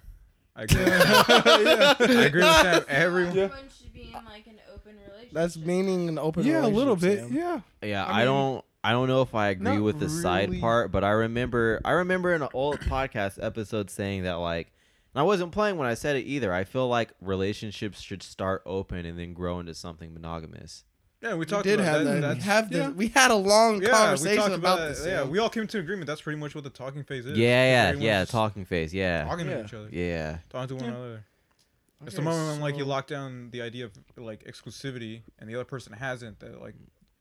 [SPEAKER 1] I
[SPEAKER 2] <laughs>
[SPEAKER 1] agree. with Sam. I agree with Sam. Everyone.
[SPEAKER 5] Everyone should be in like an open relationship.
[SPEAKER 2] That's meaning an open.
[SPEAKER 3] yeah, a little bit.
[SPEAKER 2] relationship, Sam.
[SPEAKER 3] Yeah.
[SPEAKER 4] Yeah,
[SPEAKER 3] I
[SPEAKER 4] I,
[SPEAKER 3] mean,
[SPEAKER 4] don't I don't know if I agree
[SPEAKER 3] not
[SPEAKER 4] with the
[SPEAKER 3] really.
[SPEAKER 4] side part, but I remember I remember in an old podcast episode saying that like and I wasn't playing when I said it either. I feel like relationships should start open and then grow into something monogamous.
[SPEAKER 1] Yeah, we
[SPEAKER 2] We
[SPEAKER 1] talked
[SPEAKER 2] did
[SPEAKER 1] about
[SPEAKER 2] have
[SPEAKER 1] that.
[SPEAKER 2] that. We
[SPEAKER 1] That's-
[SPEAKER 2] have this.
[SPEAKER 1] yeah.
[SPEAKER 2] We had a long
[SPEAKER 1] Yeah, we
[SPEAKER 2] conversation
[SPEAKER 1] talked
[SPEAKER 2] about,
[SPEAKER 1] that.
[SPEAKER 2] this.
[SPEAKER 1] Yeah,
[SPEAKER 2] Sam.
[SPEAKER 1] we all came to agreement. That's pretty much what the talking phase is.
[SPEAKER 4] Yeah, yeah,
[SPEAKER 1] Everyone's
[SPEAKER 4] yeah.
[SPEAKER 1] just
[SPEAKER 4] Talking phase, yeah.
[SPEAKER 1] Talking
[SPEAKER 2] Yeah.
[SPEAKER 1] to each other.
[SPEAKER 4] Yeah.
[SPEAKER 1] Talking to one another. It's the
[SPEAKER 2] Okay,
[SPEAKER 1] moment when like you
[SPEAKER 2] so-
[SPEAKER 1] lock down the idea of like exclusivity and the other person hasn't that like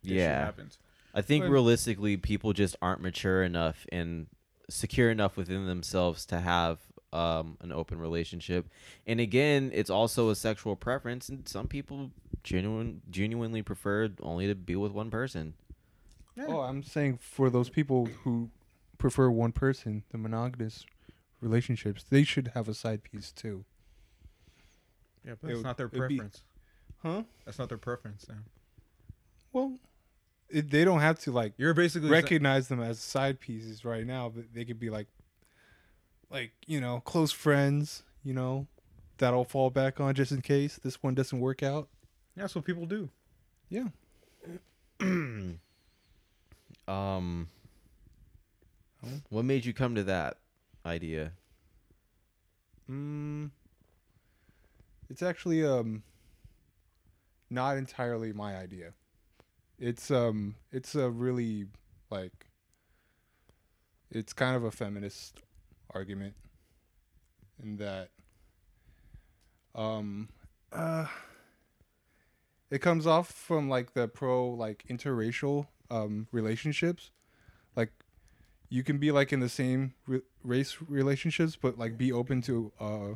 [SPEAKER 1] this shit
[SPEAKER 4] Yeah.
[SPEAKER 1] happens.
[SPEAKER 4] I think
[SPEAKER 3] Or-
[SPEAKER 4] realistically people just aren't mature enough and secure enough within themselves to have um, an open relationship. And again, it's also a sexual preference and some people genuine genuinely prefer only to be with
[SPEAKER 3] <clears throat>
[SPEAKER 4] one person.
[SPEAKER 3] Oh, I'm saying for those people who prefer one person, the monogamous relationships, they should have a side piece too.
[SPEAKER 1] Yeah, but
[SPEAKER 3] It
[SPEAKER 1] that's
[SPEAKER 3] would-
[SPEAKER 1] not their
[SPEAKER 3] it would be-
[SPEAKER 1] preference.
[SPEAKER 3] Huh?
[SPEAKER 1] That's not their preference. Sam.
[SPEAKER 3] Well, it, they don't have to like
[SPEAKER 1] You're basically sa-
[SPEAKER 3] recognize them as side pieces right now, but they could be like, like you know, close friends. You know, that I'll fall back on just in case this one doesn't work out.
[SPEAKER 1] yeah, that's what people do.
[SPEAKER 3] Yeah.
[SPEAKER 4] Um, what made you come to that idea?
[SPEAKER 3] Mm, it's actually um not entirely my idea. It's um it's a really like it's kind of a feminist argument in that um uh it comes off from like the pro like interracial um relationships like you can be like in the same re- race relationships but like be open to uh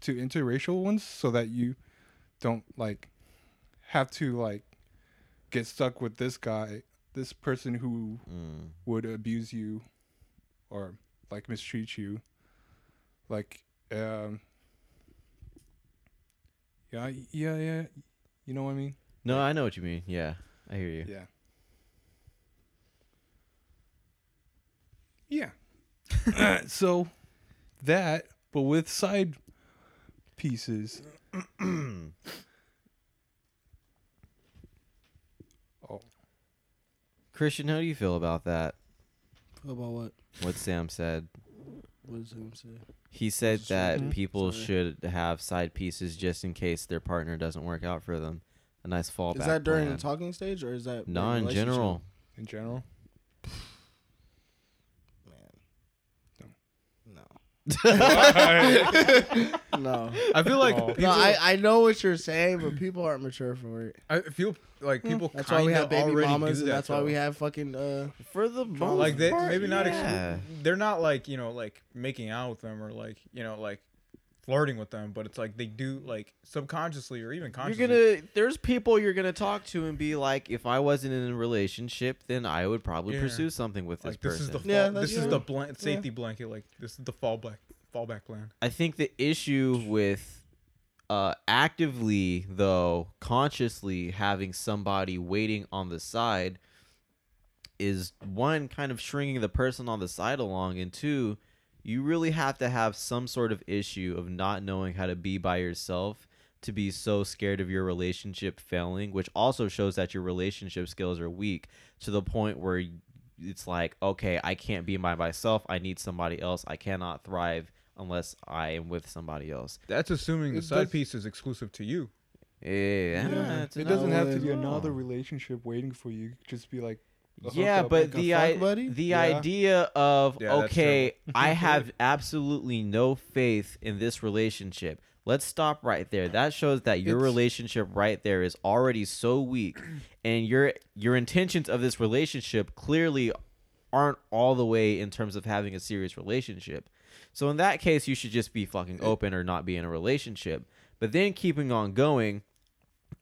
[SPEAKER 3] to interracial ones so that you don't like have to like get stuck with this guy, this person who
[SPEAKER 4] Mm.
[SPEAKER 3] would abuse you or like mistreat you like um yeah yeah yeah you know what i mean
[SPEAKER 4] No, I know what you mean. Yeah, I hear you.
[SPEAKER 3] yeah yeah <coughs> so that but with side pieces oh
[SPEAKER 4] Christian, how do you feel about that?
[SPEAKER 2] About what?
[SPEAKER 4] What Sam said.
[SPEAKER 2] What does Sam say?
[SPEAKER 4] He said that
[SPEAKER 2] Mhm.
[SPEAKER 4] people
[SPEAKER 2] Sorry.
[SPEAKER 4] should have side pieces just in case their partner doesn't work out for them. A nice fallback.
[SPEAKER 2] Is that during
[SPEAKER 4] plan.
[SPEAKER 2] the talking stage or is that during
[SPEAKER 4] No,
[SPEAKER 2] the
[SPEAKER 4] in
[SPEAKER 2] relationship?
[SPEAKER 4] general.
[SPEAKER 3] in general
[SPEAKER 2] Man, no, <laughs> no.
[SPEAKER 1] I feel like
[SPEAKER 3] Oh.
[SPEAKER 1] people,
[SPEAKER 2] No, I, I know what you're saying, but people aren't mature for it.
[SPEAKER 1] I feel like people
[SPEAKER 2] That's
[SPEAKER 1] kinda
[SPEAKER 2] why we have baby
[SPEAKER 1] already
[SPEAKER 2] mamas,
[SPEAKER 1] do
[SPEAKER 2] and
[SPEAKER 1] that,
[SPEAKER 2] that's why we
[SPEAKER 1] though.
[SPEAKER 2] have fucking uh.
[SPEAKER 4] For the most
[SPEAKER 1] like they maybe not
[SPEAKER 4] yeah.
[SPEAKER 1] ex- they're not like you know like making out with them or like you know like flirting with them but it's like they do like subconsciously or even
[SPEAKER 4] You're
[SPEAKER 1] consciously
[SPEAKER 4] gonna. There's people you're gonna talk to and be like, if I wasn't in a relationship, then I would probably
[SPEAKER 1] Yeah.
[SPEAKER 4] pursue something with this
[SPEAKER 1] like this
[SPEAKER 4] person.
[SPEAKER 1] is the
[SPEAKER 2] Yeah,
[SPEAKER 1] fall,
[SPEAKER 2] that's
[SPEAKER 1] this is
[SPEAKER 2] true.
[SPEAKER 1] the blan- safety blanket like this is the fallback fallback plan
[SPEAKER 4] I think the issue with uh, actively, though, consciously having somebody waiting on the side is one, kind of shrinking the person on the side along, and two, you really have to have some sort of issue of not knowing how to be by yourself to be so scared of your relationship failing, which also shows that your relationship skills are weak to the point where it's like, okay, I can't be by myself. I need somebody else. I cannot thrive unless I am with somebody else.
[SPEAKER 1] that's assuming the
[SPEAKER 3] It
[SPEAKER 1] side
[SPEAKER 3] does-
[SPEAKER 1] piece is exclusive to you
[SPEAKER 4] Yeah, it's
[SPEAKER 3] it
[SPEAKER 4] Ah, another
[SPEAKER 3] doesn't have
[SPEAKER 4] way
[SPEAKER 3] to
[SPEAKER 4] as
[SPEAKER 3] be
[SPEAKER 4] well.
[SPEAKER 3] another relationship waiting for you. Just be like, a
[SPEAKER 4] Yeah,
[SPEAKER 3] hookup,
[SPEAKER 4] but
[SPEAKER 3] like a
[SPEAKER 4] the
[SPEAKER 3] fuck
[SPEAKER 4] I,
[SPEAKER 2] buddy?
[SPEAKER 4] the
[SPEAKER 3] Yeah.
[SPEAKER 4] idea of
[SPEAKER 1] Yeah, that's
[SPEAKER 4] okay, <laughs>
[SPEAKER 1] <laughs>
[SPEAKER 4] I have absolutely no faith in this relationship. Let's stop right there. That shows that your
[SPEAKER 3] It's-
[SPEAKER 4] relationship right there is already so
[SPEAKER 1] <clears throat>
[SPEAKER 4] weak, and your your intentions of this relationship clearly aren't all the way in terms of having a serious relationship. So in that case, you should just be fucking open or not be in a relationship. But then keeping on going,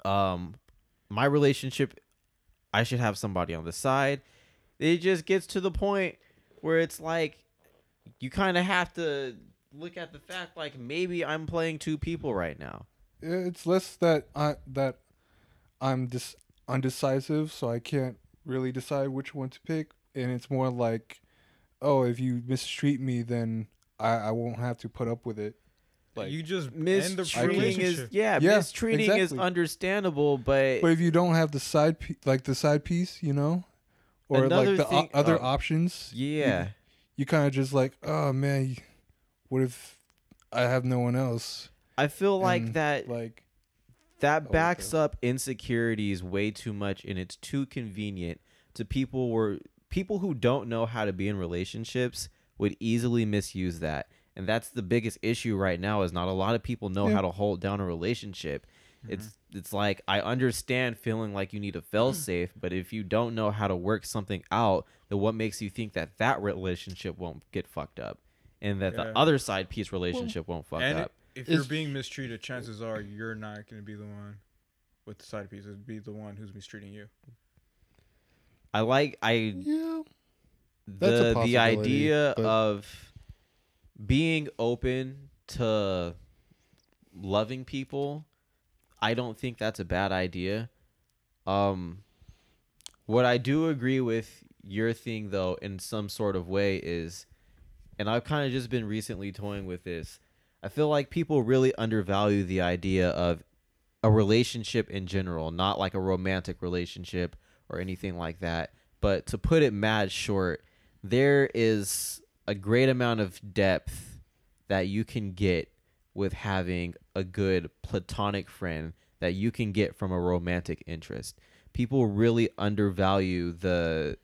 [SPEAKER 4] um, my relationship, I should have somebody on the side. It just gets to the point where it's like you kind of have to look at the fact like maybe I'm playing two people right now.
[SPEAKER 3] Yeah, It's less that I that I'm dis- undecisive, so I can't really decide which one to pick, and it's more like, oh, if you mistreat me, then I I won't have to put up with it. Like,
[SPEAKER 1] you just end the
[SPEAKER 4] Mistreating is
[SPEAKER 1] relationship
[SPEAKER 4] yeah,
[SPEAKER 3] Yeah,
[SPEAKER 4] mistreating is
[SPEAKER 3] exactly.
[SPEAKER 4] understandable, but,
[SPEAKER 3] But if you don't have the side pe- like the side piece, you know, or like
[SPEAKER 4] Another
[SPEAKER 3] the o-
[SPEAKER 4] thing-
[SPEAKER 3] other
[SPEAKER 4] oh.
[SPEAKER 3] options,
[SPEAKER 4] yeah,
[SPEAKER 3] you kind of just like, oh man, what if I have no one else?
[SPEAKER 4] I feel like
[SPEAKER 3] And,
[SPEAKER 4] that
[SPEAKER 3] Like,
[SPEAKER 4] that
[SPEAKER 3] Oh,
[SPEAKER 4] backs up insecurities way too much and it's too convenient to people where people who don't know how to be in relationships would easily misuse that and that's the biggest issue right now is not a lot of people know
[SPEAKER 3] Yeah.
[SPEAKER 4] how to hold down a relationship it's it's like i understand feeling like you need a fail safe but if you don't know how to work something out then what makes you think that that relationship won't get fucked up and that
[SPEAKER 1] Yeah.
[SPEAKER 4] the other side piece relationship won't fuck
[SPEAKER 1] and
[SPEAKER 4] up
[SPEAKER 1] if
[SPEAKER 2] It's-
[SPEAKER 1] you're being mistreated chances are you're not going to be the one with the side pieces be the one who's mistreating you
[SPEAKER 4] i like i
[SPEAKER 3] yeah, That's a
[SPEAKER 4] the the
[SPEAKER 3] possibility,
[SPEAKER 4] idea
[SPEAKER 3] but-
[SPEAKER 4] of being open to loving people i don't think that's a bad idea um what i do agree with your thing though in some sort of way is and i've kind of just been recently toying with this i feel like people really undervalue the idea of a relationship in general not like a romantic relationship or anything like that but to put it mad short there is a great amount of depth that you can get with having a good platonic friend that you can get from a romantic interest. People really undervalue the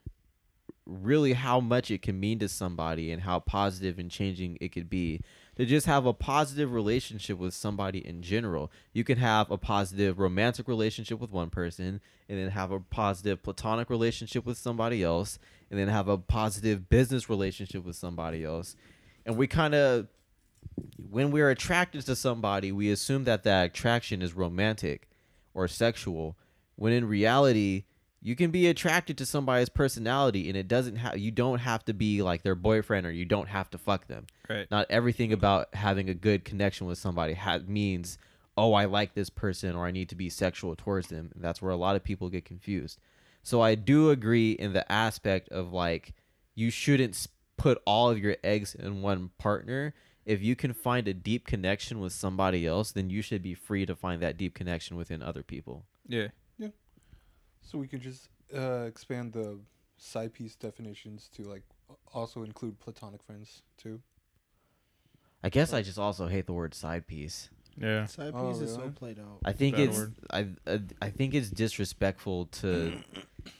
[SPEAKER 4] really how much it can mean to somebody and how positive and changing it could be to just have a positive relationship with somebody in general. You can have a positive romantic relationship with one person and then have a positive platonic relationship with somebody else and then have a positive business relationship with somebody else. And we kind of when we're attracted to somebody, we assume that that attraction is romantic or sexual, when in reality, You can be attracted to somebody's personality, and it doesn't have you don't have to be like their boyfriend or you don't have to fuck them.
[SPEAKER 1] Right.
[SPEAKER 4] Not everything about having a good connection with somebody ha- means oh I like this person or I need to be sexual towards them. That's where a lot of people get confused. So I do agree in the aspect of like you shouldn't s- put all of your eggs in one partner. If you can find a deep connection with somebody else, then you should be free to find that deep connection within other people.
[SPEAKER 1] Yeah.
[SPEAKER 3] So we could just uh, expand the side piece definitions to like also include platonic friends too.
[SPEAKER 4] I guess I just also hate the word side piece.
[SPEAKER 1] Yeah.
[SPEAKER 2] Side piece
[SPEAKER 3] Oh,
[SPEAKER 2] is so
[SPEAKER 3] really?
[SPEAKER 2] played out.
[SPEAKER 4] I think
[SPEAKER 1] Bad
[SPEAKER 4] it's
[SPEAKER 1] word.
[SPEAKER 4] I, I I think it's disrespectful to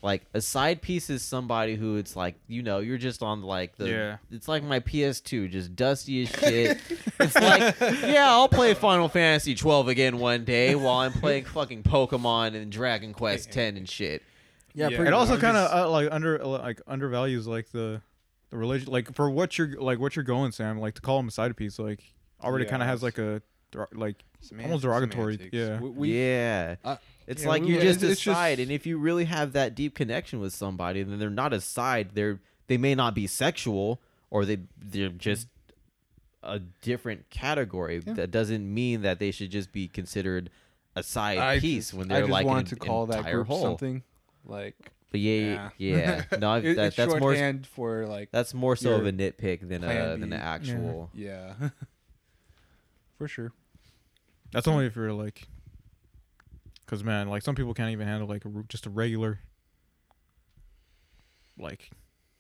[SPEAKER 4] like a side piece is somebody who it's like you know you're just on like the
[SPEAKER 1] Yeah.
[SPEAKER 4] it's like my PS2 just dusty as shit. it's like yeah I'll play Final Fantasy 12 again one day while I'm playing fucking Pokemon and Dragon Quest 10 and shit.
[SPEAKER 2] Yeah,
[SPEAKER 1] It
[SPEAKER 2] pretty
[SPEAKER 1] also
[SPEAKER 2] much.
[SPEAKER 1] kind of uh, like under like undervalues like the the religion like for what you're like what you're going Sam like to call him a side piece like already
[SPEAKER 3] Yeah,
[SPEAKER 1] kind of has like
[SPEAKER 3] it's-
[SPEAKER 1] a der- like
[SPEAKER 3] Semantics-
[SPEAKER 1] derogatory, yeah.
[SPEAKER 3] We, we,
[SPEAKER 4] yeah.
[SPEAKER 3] I-
[SPEAKER 4] it's
[SPEAKER 3] yeah,
[SPEAKER 4] like
[SPEAKER 3] we-
[SPEAKER 4] you're
[SPEAKER 3] yeah,
[SPEAKER 4] just
[SPEAKER 3] it's-
[SPEAKER 4] a
[SPEAKER 3] it's just-
[SPEAKER 4] side, and if you really have that deep connection with somebody, then they're not a side. They're they may not be sexual, or they they're just a different category.
[SPEAKER 3] Mm-hmm. Yeah.
[SPEAKER 4] That doesn't mean that they should just be considered a side
[SPEAKER 3] I
[SPEAKER 4] piece
[SPEAKER 3] just-
[SPEAKER 4] when
[SPEAKER 3] I
[SPEAKER 4] they're
[SPEAKER 3] just
[SPEAKER 4] like
[SPEAKER 3] wanted
[SPEAKER 4] an
[SPEAKER 3] to call
[SPEAKER 4] entire
[SPEAKER 3] that group
[SPEAKER 4] whole.
[SPEAKER 3] something like
[SPEAKER 4] But yeah, yeah,
[SPEAKER 3] <laughs>
[SPEAKER 4] no, I've-
[SPEAKER 3] It-
[SPEAKER 4] that,
[SPEAKER 3] it's
[SPEAKER 4] that's more s-
[SPEAKER 3] shorthand for like
[SPEAKER 4] that's more so of
[SPEAKER 3] your
[SPEAKER 4] a nitpick than a
[SPEAKER 3] plan
[SPEAKER 4] than
[SPEAKER 3] B.
[SPEAKER 4] an
[SPEAKER 3] Yeah.
[SPEAKER 4] actual.
[SPEAKER 3] yeah,
[SPEAKER 4] <laughs>
[SPEAKER 3] for sure.
[SPEAKER 1] That's only if you're like, because man, like some people can't even handle like a, r- just a regular, like,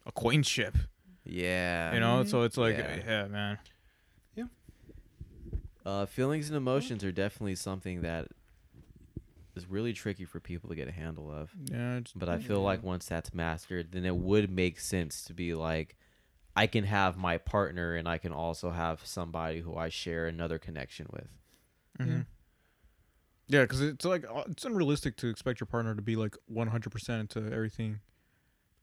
[SPEAKER 1] acquaintanceship,
[SPEAKER 4] Yeah,
[SPEAKER 1] you know. So it's like,
[SPEAKER 4] Mm-hmm. Yeah.
[SPEAKER 1] yeah, man.
[SPEAKER 4] Uh, feelings
[SPEAKER 1] Mm-hmm.
[SPEAKER 4] and emotions are definitely something that is really tricky for people to get a handle of.
[SPEAKER 1] Yeah, it's,
[SPEAKER 4] But I feel like
[SPEAKER 1] Mm-hmm.
[SPEAKER 4] once that's mastered, then it would make sense to be like, I can have my partner and I can also have somebody who I share another connection with.
[SPEAKER 1] mhm. yeah, because it's like uh, it's unrealistic to expect your partner to be like 100 percent into everything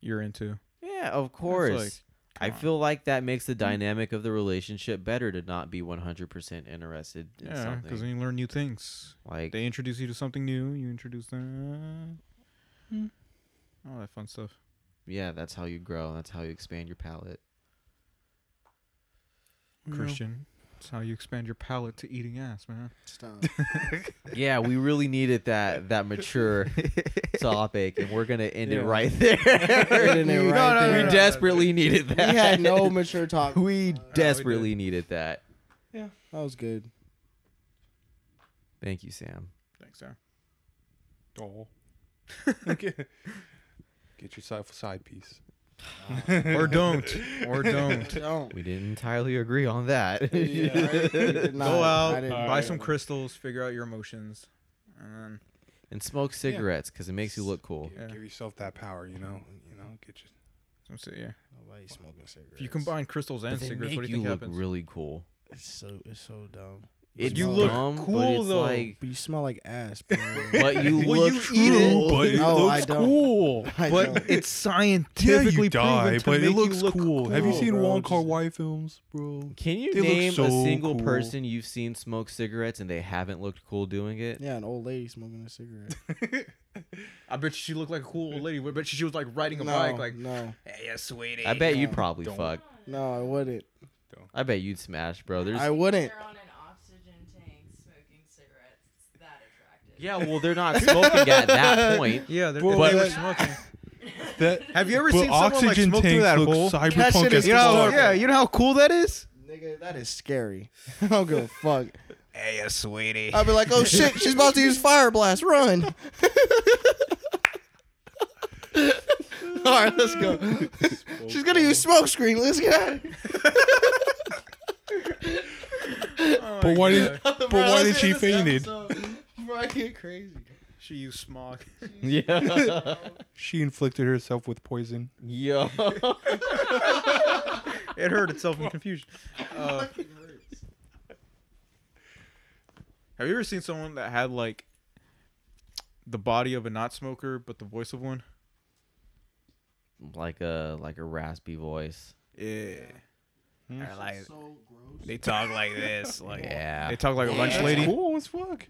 [SPEAKER 1] you're into.
[SPEAKER 4] Yeah, of
[SPEAKER 1] It's
[SPEAKER 4] course. I
[SPEAKER 1] come on. Mm-hmm.
[SPEAKER 4] feel like that makes the dynamic of the relationship better to not be 100% interested in
[SPEAKER 1] Like, yeah, because
[SPEAKER 4] something.
[SPEAKER 1] then you learn new things.
[SPEAKER 4] Like,
[SPEAKER 1] They introduce you to something new. You introduce them. Hmm. All that fun stuff.
[SPEAKER 4] yeah, that's how you grow. That's how you expand your palate.
[SPEAKER 1] Christian, it's how you expand your palate to eating ass, man.
[SPEAKER 2] <laughs> Stop.
[SPEAKER 4] yeah, we really needed that
[SPEAKER 1] <laughs>
[SPEAKER 4] that mature topic, and we're gonna end
[SPEAKER 3] Yeah.
[SPEAKER 4] it right there.
[SPEAKER 2] Ending it
[SPEAKER 4] We-
[SPEAKER 2] right
[SPEAKER 4] <laughs> we
[SPEAKER 2] there.
[SPEAKER 4] desperately
[SPEAKER 2] <laughs>
[SPEAKER 4] needed
[SPEAKER 2] we
[SPEAKER 4] that.
[SPEAKER 2] had
[SPEAKER 4] <laughs>
[SPEAKER 2] no mature talk. Uh, That
[SPEAKER 4] we desperately needed that.
[SPEAKER 2] was <laughs> good.
[SPEAKER 4] Thank you, Sam.
[SPEAKER 1] Thanks, Aaron. <laughs>
[SPEAKER 3] Oh, okay. Get yourself a side piece.
[SPEAKER 1] or
[SPEAKER 3] <laughs>
[SPEAKER 1] don't, or don't.
[SPEAKER 2] Don't.
[SPEAKER 4] We didn't entirely agree on that.
[SPEAKER 2] Yeah, right? You did not.
[SPEAKER 1] Go out,
[SPEAKER 2] I didn't.
[SPEAKER 1] buy some crystals, figure out your emotions, and
[SPEAKER 4] <laughs> and smoke cigarettes because it makes you look cool.
[SPEAKER 3] Give,
[SPEAKER 1] Yeah.
[SPEAKER 3] give yourself that power, you know. You know, get your
[SPEAKER 1] then so, yeah.
[SPEAKER 10] Nobody smoking cigarettes.
[SPEAKER 1] If you combine crystals and
[SPEAKER 4] But they
[SPEAKER 1] cigarettes,
[SPEAKER 4] make
[SPEAKER 1] what do you
[SPEAKER 4] you
[SPEAKER 1] think
[SPEAKER 4] look
[SPEAKER 1] happens?
[SPEAKER 4] really cool.
[SPEAKER 10] It's so it's so dumb.
[SPEAKER 4] It's
[SPEAKER 2] you
[SPEAKER 1] look
[SPEAKER 4] dumb, but
[SPEAKER 1] cool,
[SPEAKER 4] it's
[SPEAKER 1] though.
[SPEAKER 4] like,
[SPEAKER 1] <laughs>
[SPEAKER 10] But you smell like ass, bro.
[SPEAKER 2] <laughs>
[SPEAKER 4] but you
[SPEAKER 1] Well,
[SPEAKER 4] look
[SPEAKER 1] you
[SPEAKER 4] cool.
[SPEAKER 1] eat it,
[SPEAKER 3] but it
[SPEAKER 2] No, Oh, I
[SPEAKER 3] looks
[SPEAKER 2] don't.
[SPEAKER 3] cool.
[SPEAKER 2] <laughs> I
[SPEAKER 1] but
[SPEAKER 2] don't.
[SPEAKER 1] it's
[SPEAKER 3] Yeah,
[SPEAKER 1] scientifically
[SPEAKER 3] you
[SPEAKER 1] proven
[SPEAKER 3] die,
[SPEAKER 1] to
[SPEAKER 3] but
[SPEAKER 1] make
[SPEAKER 3] it looks
[SPEAKER 1] you look
[SPEAKER 3] cool. Have you
[SPEAKER 2] cool,
[SPEAKER 3] seen
[SPEAKER 2] bro.
[SPEAKER 3] Wong
[SPEAKER 2] Just-
[SPEAKER 3] Kar Wai films, <laughs> bro?
[SPEAKER 4] Can you
[SPEAKER 3] They look
[SPEAKER 4] name a
[SPEAKER 3] so
[SPEAKER 4] single
[SPEAKER 3] cool.
[SPEAKER 4] person you've seen smoke cigarettes and they haven't looked cool doing it?
[SPEAKER 2] yeah, an old lady smoking a cigarette.
[SPEAKER 1] I bet you she looked like a cool old lady. I bet you she was like riding a
[SPEAKER 2] no,
[SPEAKER 1] bike, like,
[SPEAKER 2] no,
[SPEAKER 1] hey, yeah, sweetie.
[SPEAKER 4] I bet you'd
[SPEAKER 2] No,
[SPEAKER 4] probably
[SPEAKER 3] don't.
[SPEAKER 4] fuck.
[SPEAKER 2] no, I wouldn't.
[SPEAKER 4] I bet you'd smash, bro. There's
[SPEAKER 2] I wouldn't.
[SPEAKER 5] They're on an oxygen tank smoking cigarettes. It's that attractive.
[SPEAKER 4] <laughs> yeah, well, they're
[SPEAKER 9] <laughs>
[SPEAKER 4] not smoking at that point.
[SPEAKER 1] Yeah, they're,
[SPEAKER 3] Well,
[SPEAKER 1] they were
[SPEAKER 3] but-
[SPEAKER 1] smoking.
[SPEAKER 5] <laughs>
[SPEAKER 3] <laughs> That
[SPEAKER 1] Have you ever
[SPEAKER 3] but
[SPEAKER 1] seen someone like
[SPEAKER 3] oxygen
[SPEAKER 1] smoke through
[SPEAKER 3] tanks
[SPEAKER 1] that
[SPEAKER 3] look
[SPEAKER 1] hole?
[SPEAKER 2] That shit
[SPEAKER 3] cyberpunk
[SPEAKER 2] is
[SPEAKER 3] as
[SPEAKER 1] You know,
[SPEAKER 3] fuck.
[SPEAKER 2] horrible.
[SPEAKER 1] yeah, you know how cool that is.
[SPEAKER 2] Nigga, that is scary. <laughs> I don't give a fuck.
[SPEAKER 1] Hey, yeah, sweetie.
[SPEAKER 2] I'd be like, oh shit, she's about to use fire blast. Run. <laughs> All right, let's
[SPEAKER 3] <laughs>
[SPEAKER 2] go. <laughs> she's gonna use smoke screen. Let's get out. of here.
[SPEAKER 1] Oh,
[SPEAKER 3] But why
[SPEAKER 2] <laughs>
[SPEAKER 3] did but
[SPEAKER 2] Bro,
[SPEAKER 3] why
[SPEAKER 2] let's
[SPEAKER 3] did
[SPEAKER 2] end
[SPEAKER 3] she
[SPEAKER 2] this
[SPEAKER 3] fainted?
[SPEAKER 2] episode. Bro, I get crazy.
[SPEAKER 1] she used smog?
[SPEAKER 4] <laughs> Yeah.
[SPEAKER 3] She inflicted herself with poison.
[SPEAKER 4] Yo.
[SPEAKER 1] it hurt itself in confusion. Uh, have you ever seen someone that had like the body of a not smoker but the voice of one?
[SPEAKER 4] like a like a raspy voice.
[SPEAKER 1] Yeah.
[SPEAKER 9] <laughs>
[SPEAKER 1] Or like
[SPEAKER 2] So gross.
[SPEAKER 1] they talk like this, like
[SPEAKER 4] Yeah.
[SPEAKER 1] they talk like a lunch
[SPEAKER 3] That's
[SPEAKER 1] lady.
[SPEAKER 3] cool as fuck.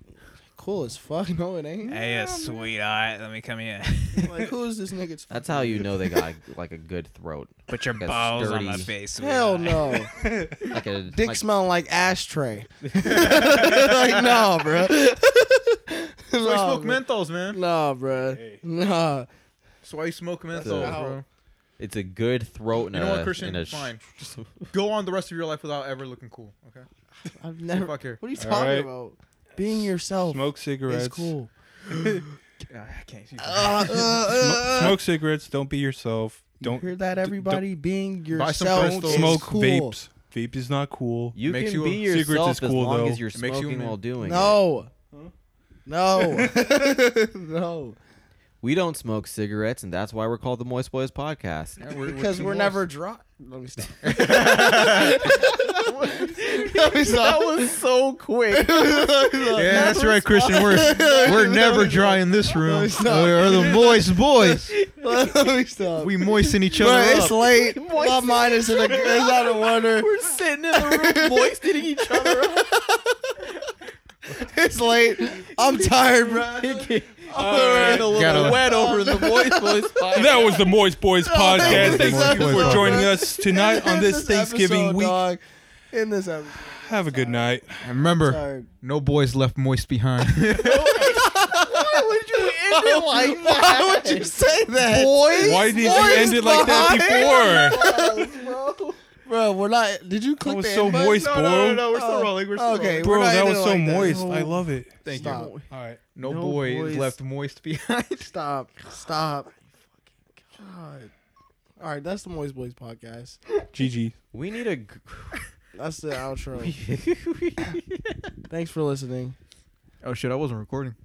[SPEAKER 2] Cool as fuck. <laughs> No, it ain't.
[SPEAKER 1] Hey, uh, sweetheart, let me come here. <laughs>
[SPEAKER 2] Like, who is this nigga's?
[SPEAKER 9] That's how you know they
[SPEAKER 4] <laughs>
[SPEAKER 9] got like a good throat,
[SPEAKER 1] Put your
[SPEAKER 9] Like a
[SPEAKER 1] balls on my
[SPEAKER 9] sturdy-
[SPEAKER 1] face.
[SPEAKER 2] Hell
[SPEAKER 1] sweetheart.
[SPEAKER 2] no.
[SPEAKER 9] like a
[SPEAKER 2] Dick
[SPEAKER 9] like,
[SPEAKER 2] smelling
[SPEAKER 1] <laughs>
[SPEAKER 2] like ashtray. <laughs> like, nah, bro.
[SPEAKER 1] That's why you
[SPEAKER 2] nah,
[SPEAKER 1] smoke
[SPEAKER 2] bro.
[SPEAKER 1] menthols, man.
[SPEAKER 2] Nah, bro.
[SPEAKER 3] Hey.
[SPEAKER 2] Nah.
[SPEAKER 1] That's why you smoke menthols,
[SPEAKER 9] That's
[SPEAKER 1] bro.
[SPEAKER 9] It's a good throat. And
[SPEAKER 1] You know
[SPEAKER 9] a,
[SPEAKER 1] what, Christian?
[SPEAKER 9] and a sh-
[SPEAKER 1] Fine. Just go on the rest of your life without ever looking cool. Okay.
[SPEAKER 2] I've never.
[SPEAKER 1] Fuck here.
[SPEAKER 2] What are you
[SPEAKER 3] All
[SPEAKER 2] talking
[SPEAKER 3] right.
[SPEAKER 2] about? Being yourself
[SPEAKER 3] Smoke
[SPEAKER 2] is
[SPEAKER 3] cigarettes.
[SPEAKER 2] cool.
[SPEAKER 1] Ah, I can't. <laughs> see.
[SPEAKER 2] Uh, uh, uh.
[SPEAKER 3] Smoke cigarettes. Don't be yourself.
[SPEAKER 2] Don't
[SPEAKER 3] Don't
[SPEAKER 2] hear that, everybody. being
[SPEAKER 1] buy some
[SPEAKER 2] yourself
[SPEAKER 1] crystals.
[SPEAKER 2] is
[SPEAKER 3] smoke
[SPEAKER 2] cool.
[SPEAKER 3] vapes. Vape is not cool.
[SPEAKER 9] you
[SPEAKER 1] Makes
[SPEAKER 9] can
[SPEAKER 1] you
[SPEAKER 9] be
[SPEAKER 1] a-
[SPEAKER 3] cigarettes
[SPEAKER 9] yourself
[SPEAKER 3] is cool,
[SPEAKER 9] as long
[SPEAKER 3] though.
[SPEAKER 9] as you're
[SPEAKER 1] It makes you a
[SPEAKER 9] smoking
[SPEAKER 1] man.
[SPEAKER 9] while doing it.
[SPEAKER 2] No.
[SPEAKER 1] <laughs>
[SPEAKER 2] No. no.
[SPEAKER 9] We don't smoke cigarettes, and that's why we're called the Moist Boys Podcast.
[SPEAKER 1] Yeah, we're-
[SPEAKER 2] Because
[SPEAKER 1] too
[SPEAKER 2] we're
[SPEAKER 1] moist.
[SPEAKER 2] never dry. Let
[SPEAKER 1] <laughs>
[SPEAKER 2] me stop. Let me stop.
[SPEAKER 9] was
[SPEAKER 2] <laughs>
[SPEAKER 9] so quick.
[SPEAKER 1] Yeah, that's right, Christian. <laughs> We're we're never dry in this room. We're the <laughs> moist boys.
[SPEAKER 2] Let me stop.
[SPEAKER 1] We moisten each
[SPEAKER 2] Bro,
[SPEAKER 1] other
[SPEAKER 2] it's
[SPEAKER 1] up.
[SPEAKER 9] <laughs>
[SPEAKER 2] late. My mind is in a, is out of order.
[SPEAKER 9] we're sitting in the room, moistening each other up.
[SPEAKER 2] <laughs> It's late. I'm tired,
[SPEAKER 9] <laughs>
[SPEAKER 2] bro.
[SPEAKER 9] We're in a
[SPEAKER 1] Gotta-
[SPEAKER 9] little uh, wet over the Moist Boys
[SPEAKER 2] <laughs>
[SPEAKER 3] <laughs>
[SPEAKER 9] Podcast.
[SPEAKER 3] That was the Moist
[SPEAKER 9] <laughs>
[SPEAKER 3] Boys podcast.
[SPEAKER 2] was
[SPEAKER 3] Thank
[SPEAKER 2] the
[SPEAKER 3] you
[SPEAKER 2] Moist
[SPEAKER 3] for
[SPEAKER 2] Boys
[SPEAKER 3] joining
[SPEAKER 2] podcast.
[SPEAKER 3] us tonight on
[SPEAKER 2] In
[SPEAKER 3] this Thanksgiving
[SPEAKER 2] episode,
[SPEAKER 3] week.
[SPEAKER 2] dog. In this episode,
[SPEAKER 3] Have a good night.
[SPEAKER 1] And remember,
[SPEAKER 9] <laughs>
[SPEAKER 2] tired.
[SPEAKER 1] no boys left moist <laughs> behind.
[SPEAKER 2] Why would you <laughs> say that, boys?
[SPEAKER 3] Why did you end it like that before?
[SPEAKER 2] Bro, we're not. Did you click
[SPEAKER 3] That was
[SPEAKER 2] the
[SPEAKER 3] so
[SPEAKER 2] end button?
[SPEAKER 3] moist,
[SPEAKER 1] no, no,
[SPEAKER 3] bro.
[SPEAKER 1] no, no, we're still rolling. We're still
[SPEAKER 2] Okay,
[SPEAKER 1] rolling.
[SPEAKER 2] we're
[SPEAKER 3] Bro,
[SPEAKER 2] not
[SPEAKER 3] that
[SPEAKER 2] ending
[SPEAKER 3] was
[SPEAKER 2] it
[SPEAKER 3] so
[SPEAKER 2] like that.
[SPEAKER 3] moist.
[SPEAKER 2] No.
[SPEAKER 3] I love it.
[SPEAKER 1] Thank
[SPEAKER 2] Stop.
[SPEAKER 1] you.
[SPEAKER 3] All right.
[SPEAKER 1] No,
[SPEAKER 9] No
[SPEAKER 1] boy
[SPEAKER 9] boys.
[SPEAKER 1] left moist <laughs> behind.
[SPEAKER 2] Stop. Stop. God. All right, that's the Moist Boys podcast.
[SPEAKER 3] GG.
[SPEAKER 9] We need a. g-
[SPEAKER 2] That's the outro. Thanks for listening.
[SPEAKER 1] Oh shit, I wasn't recording.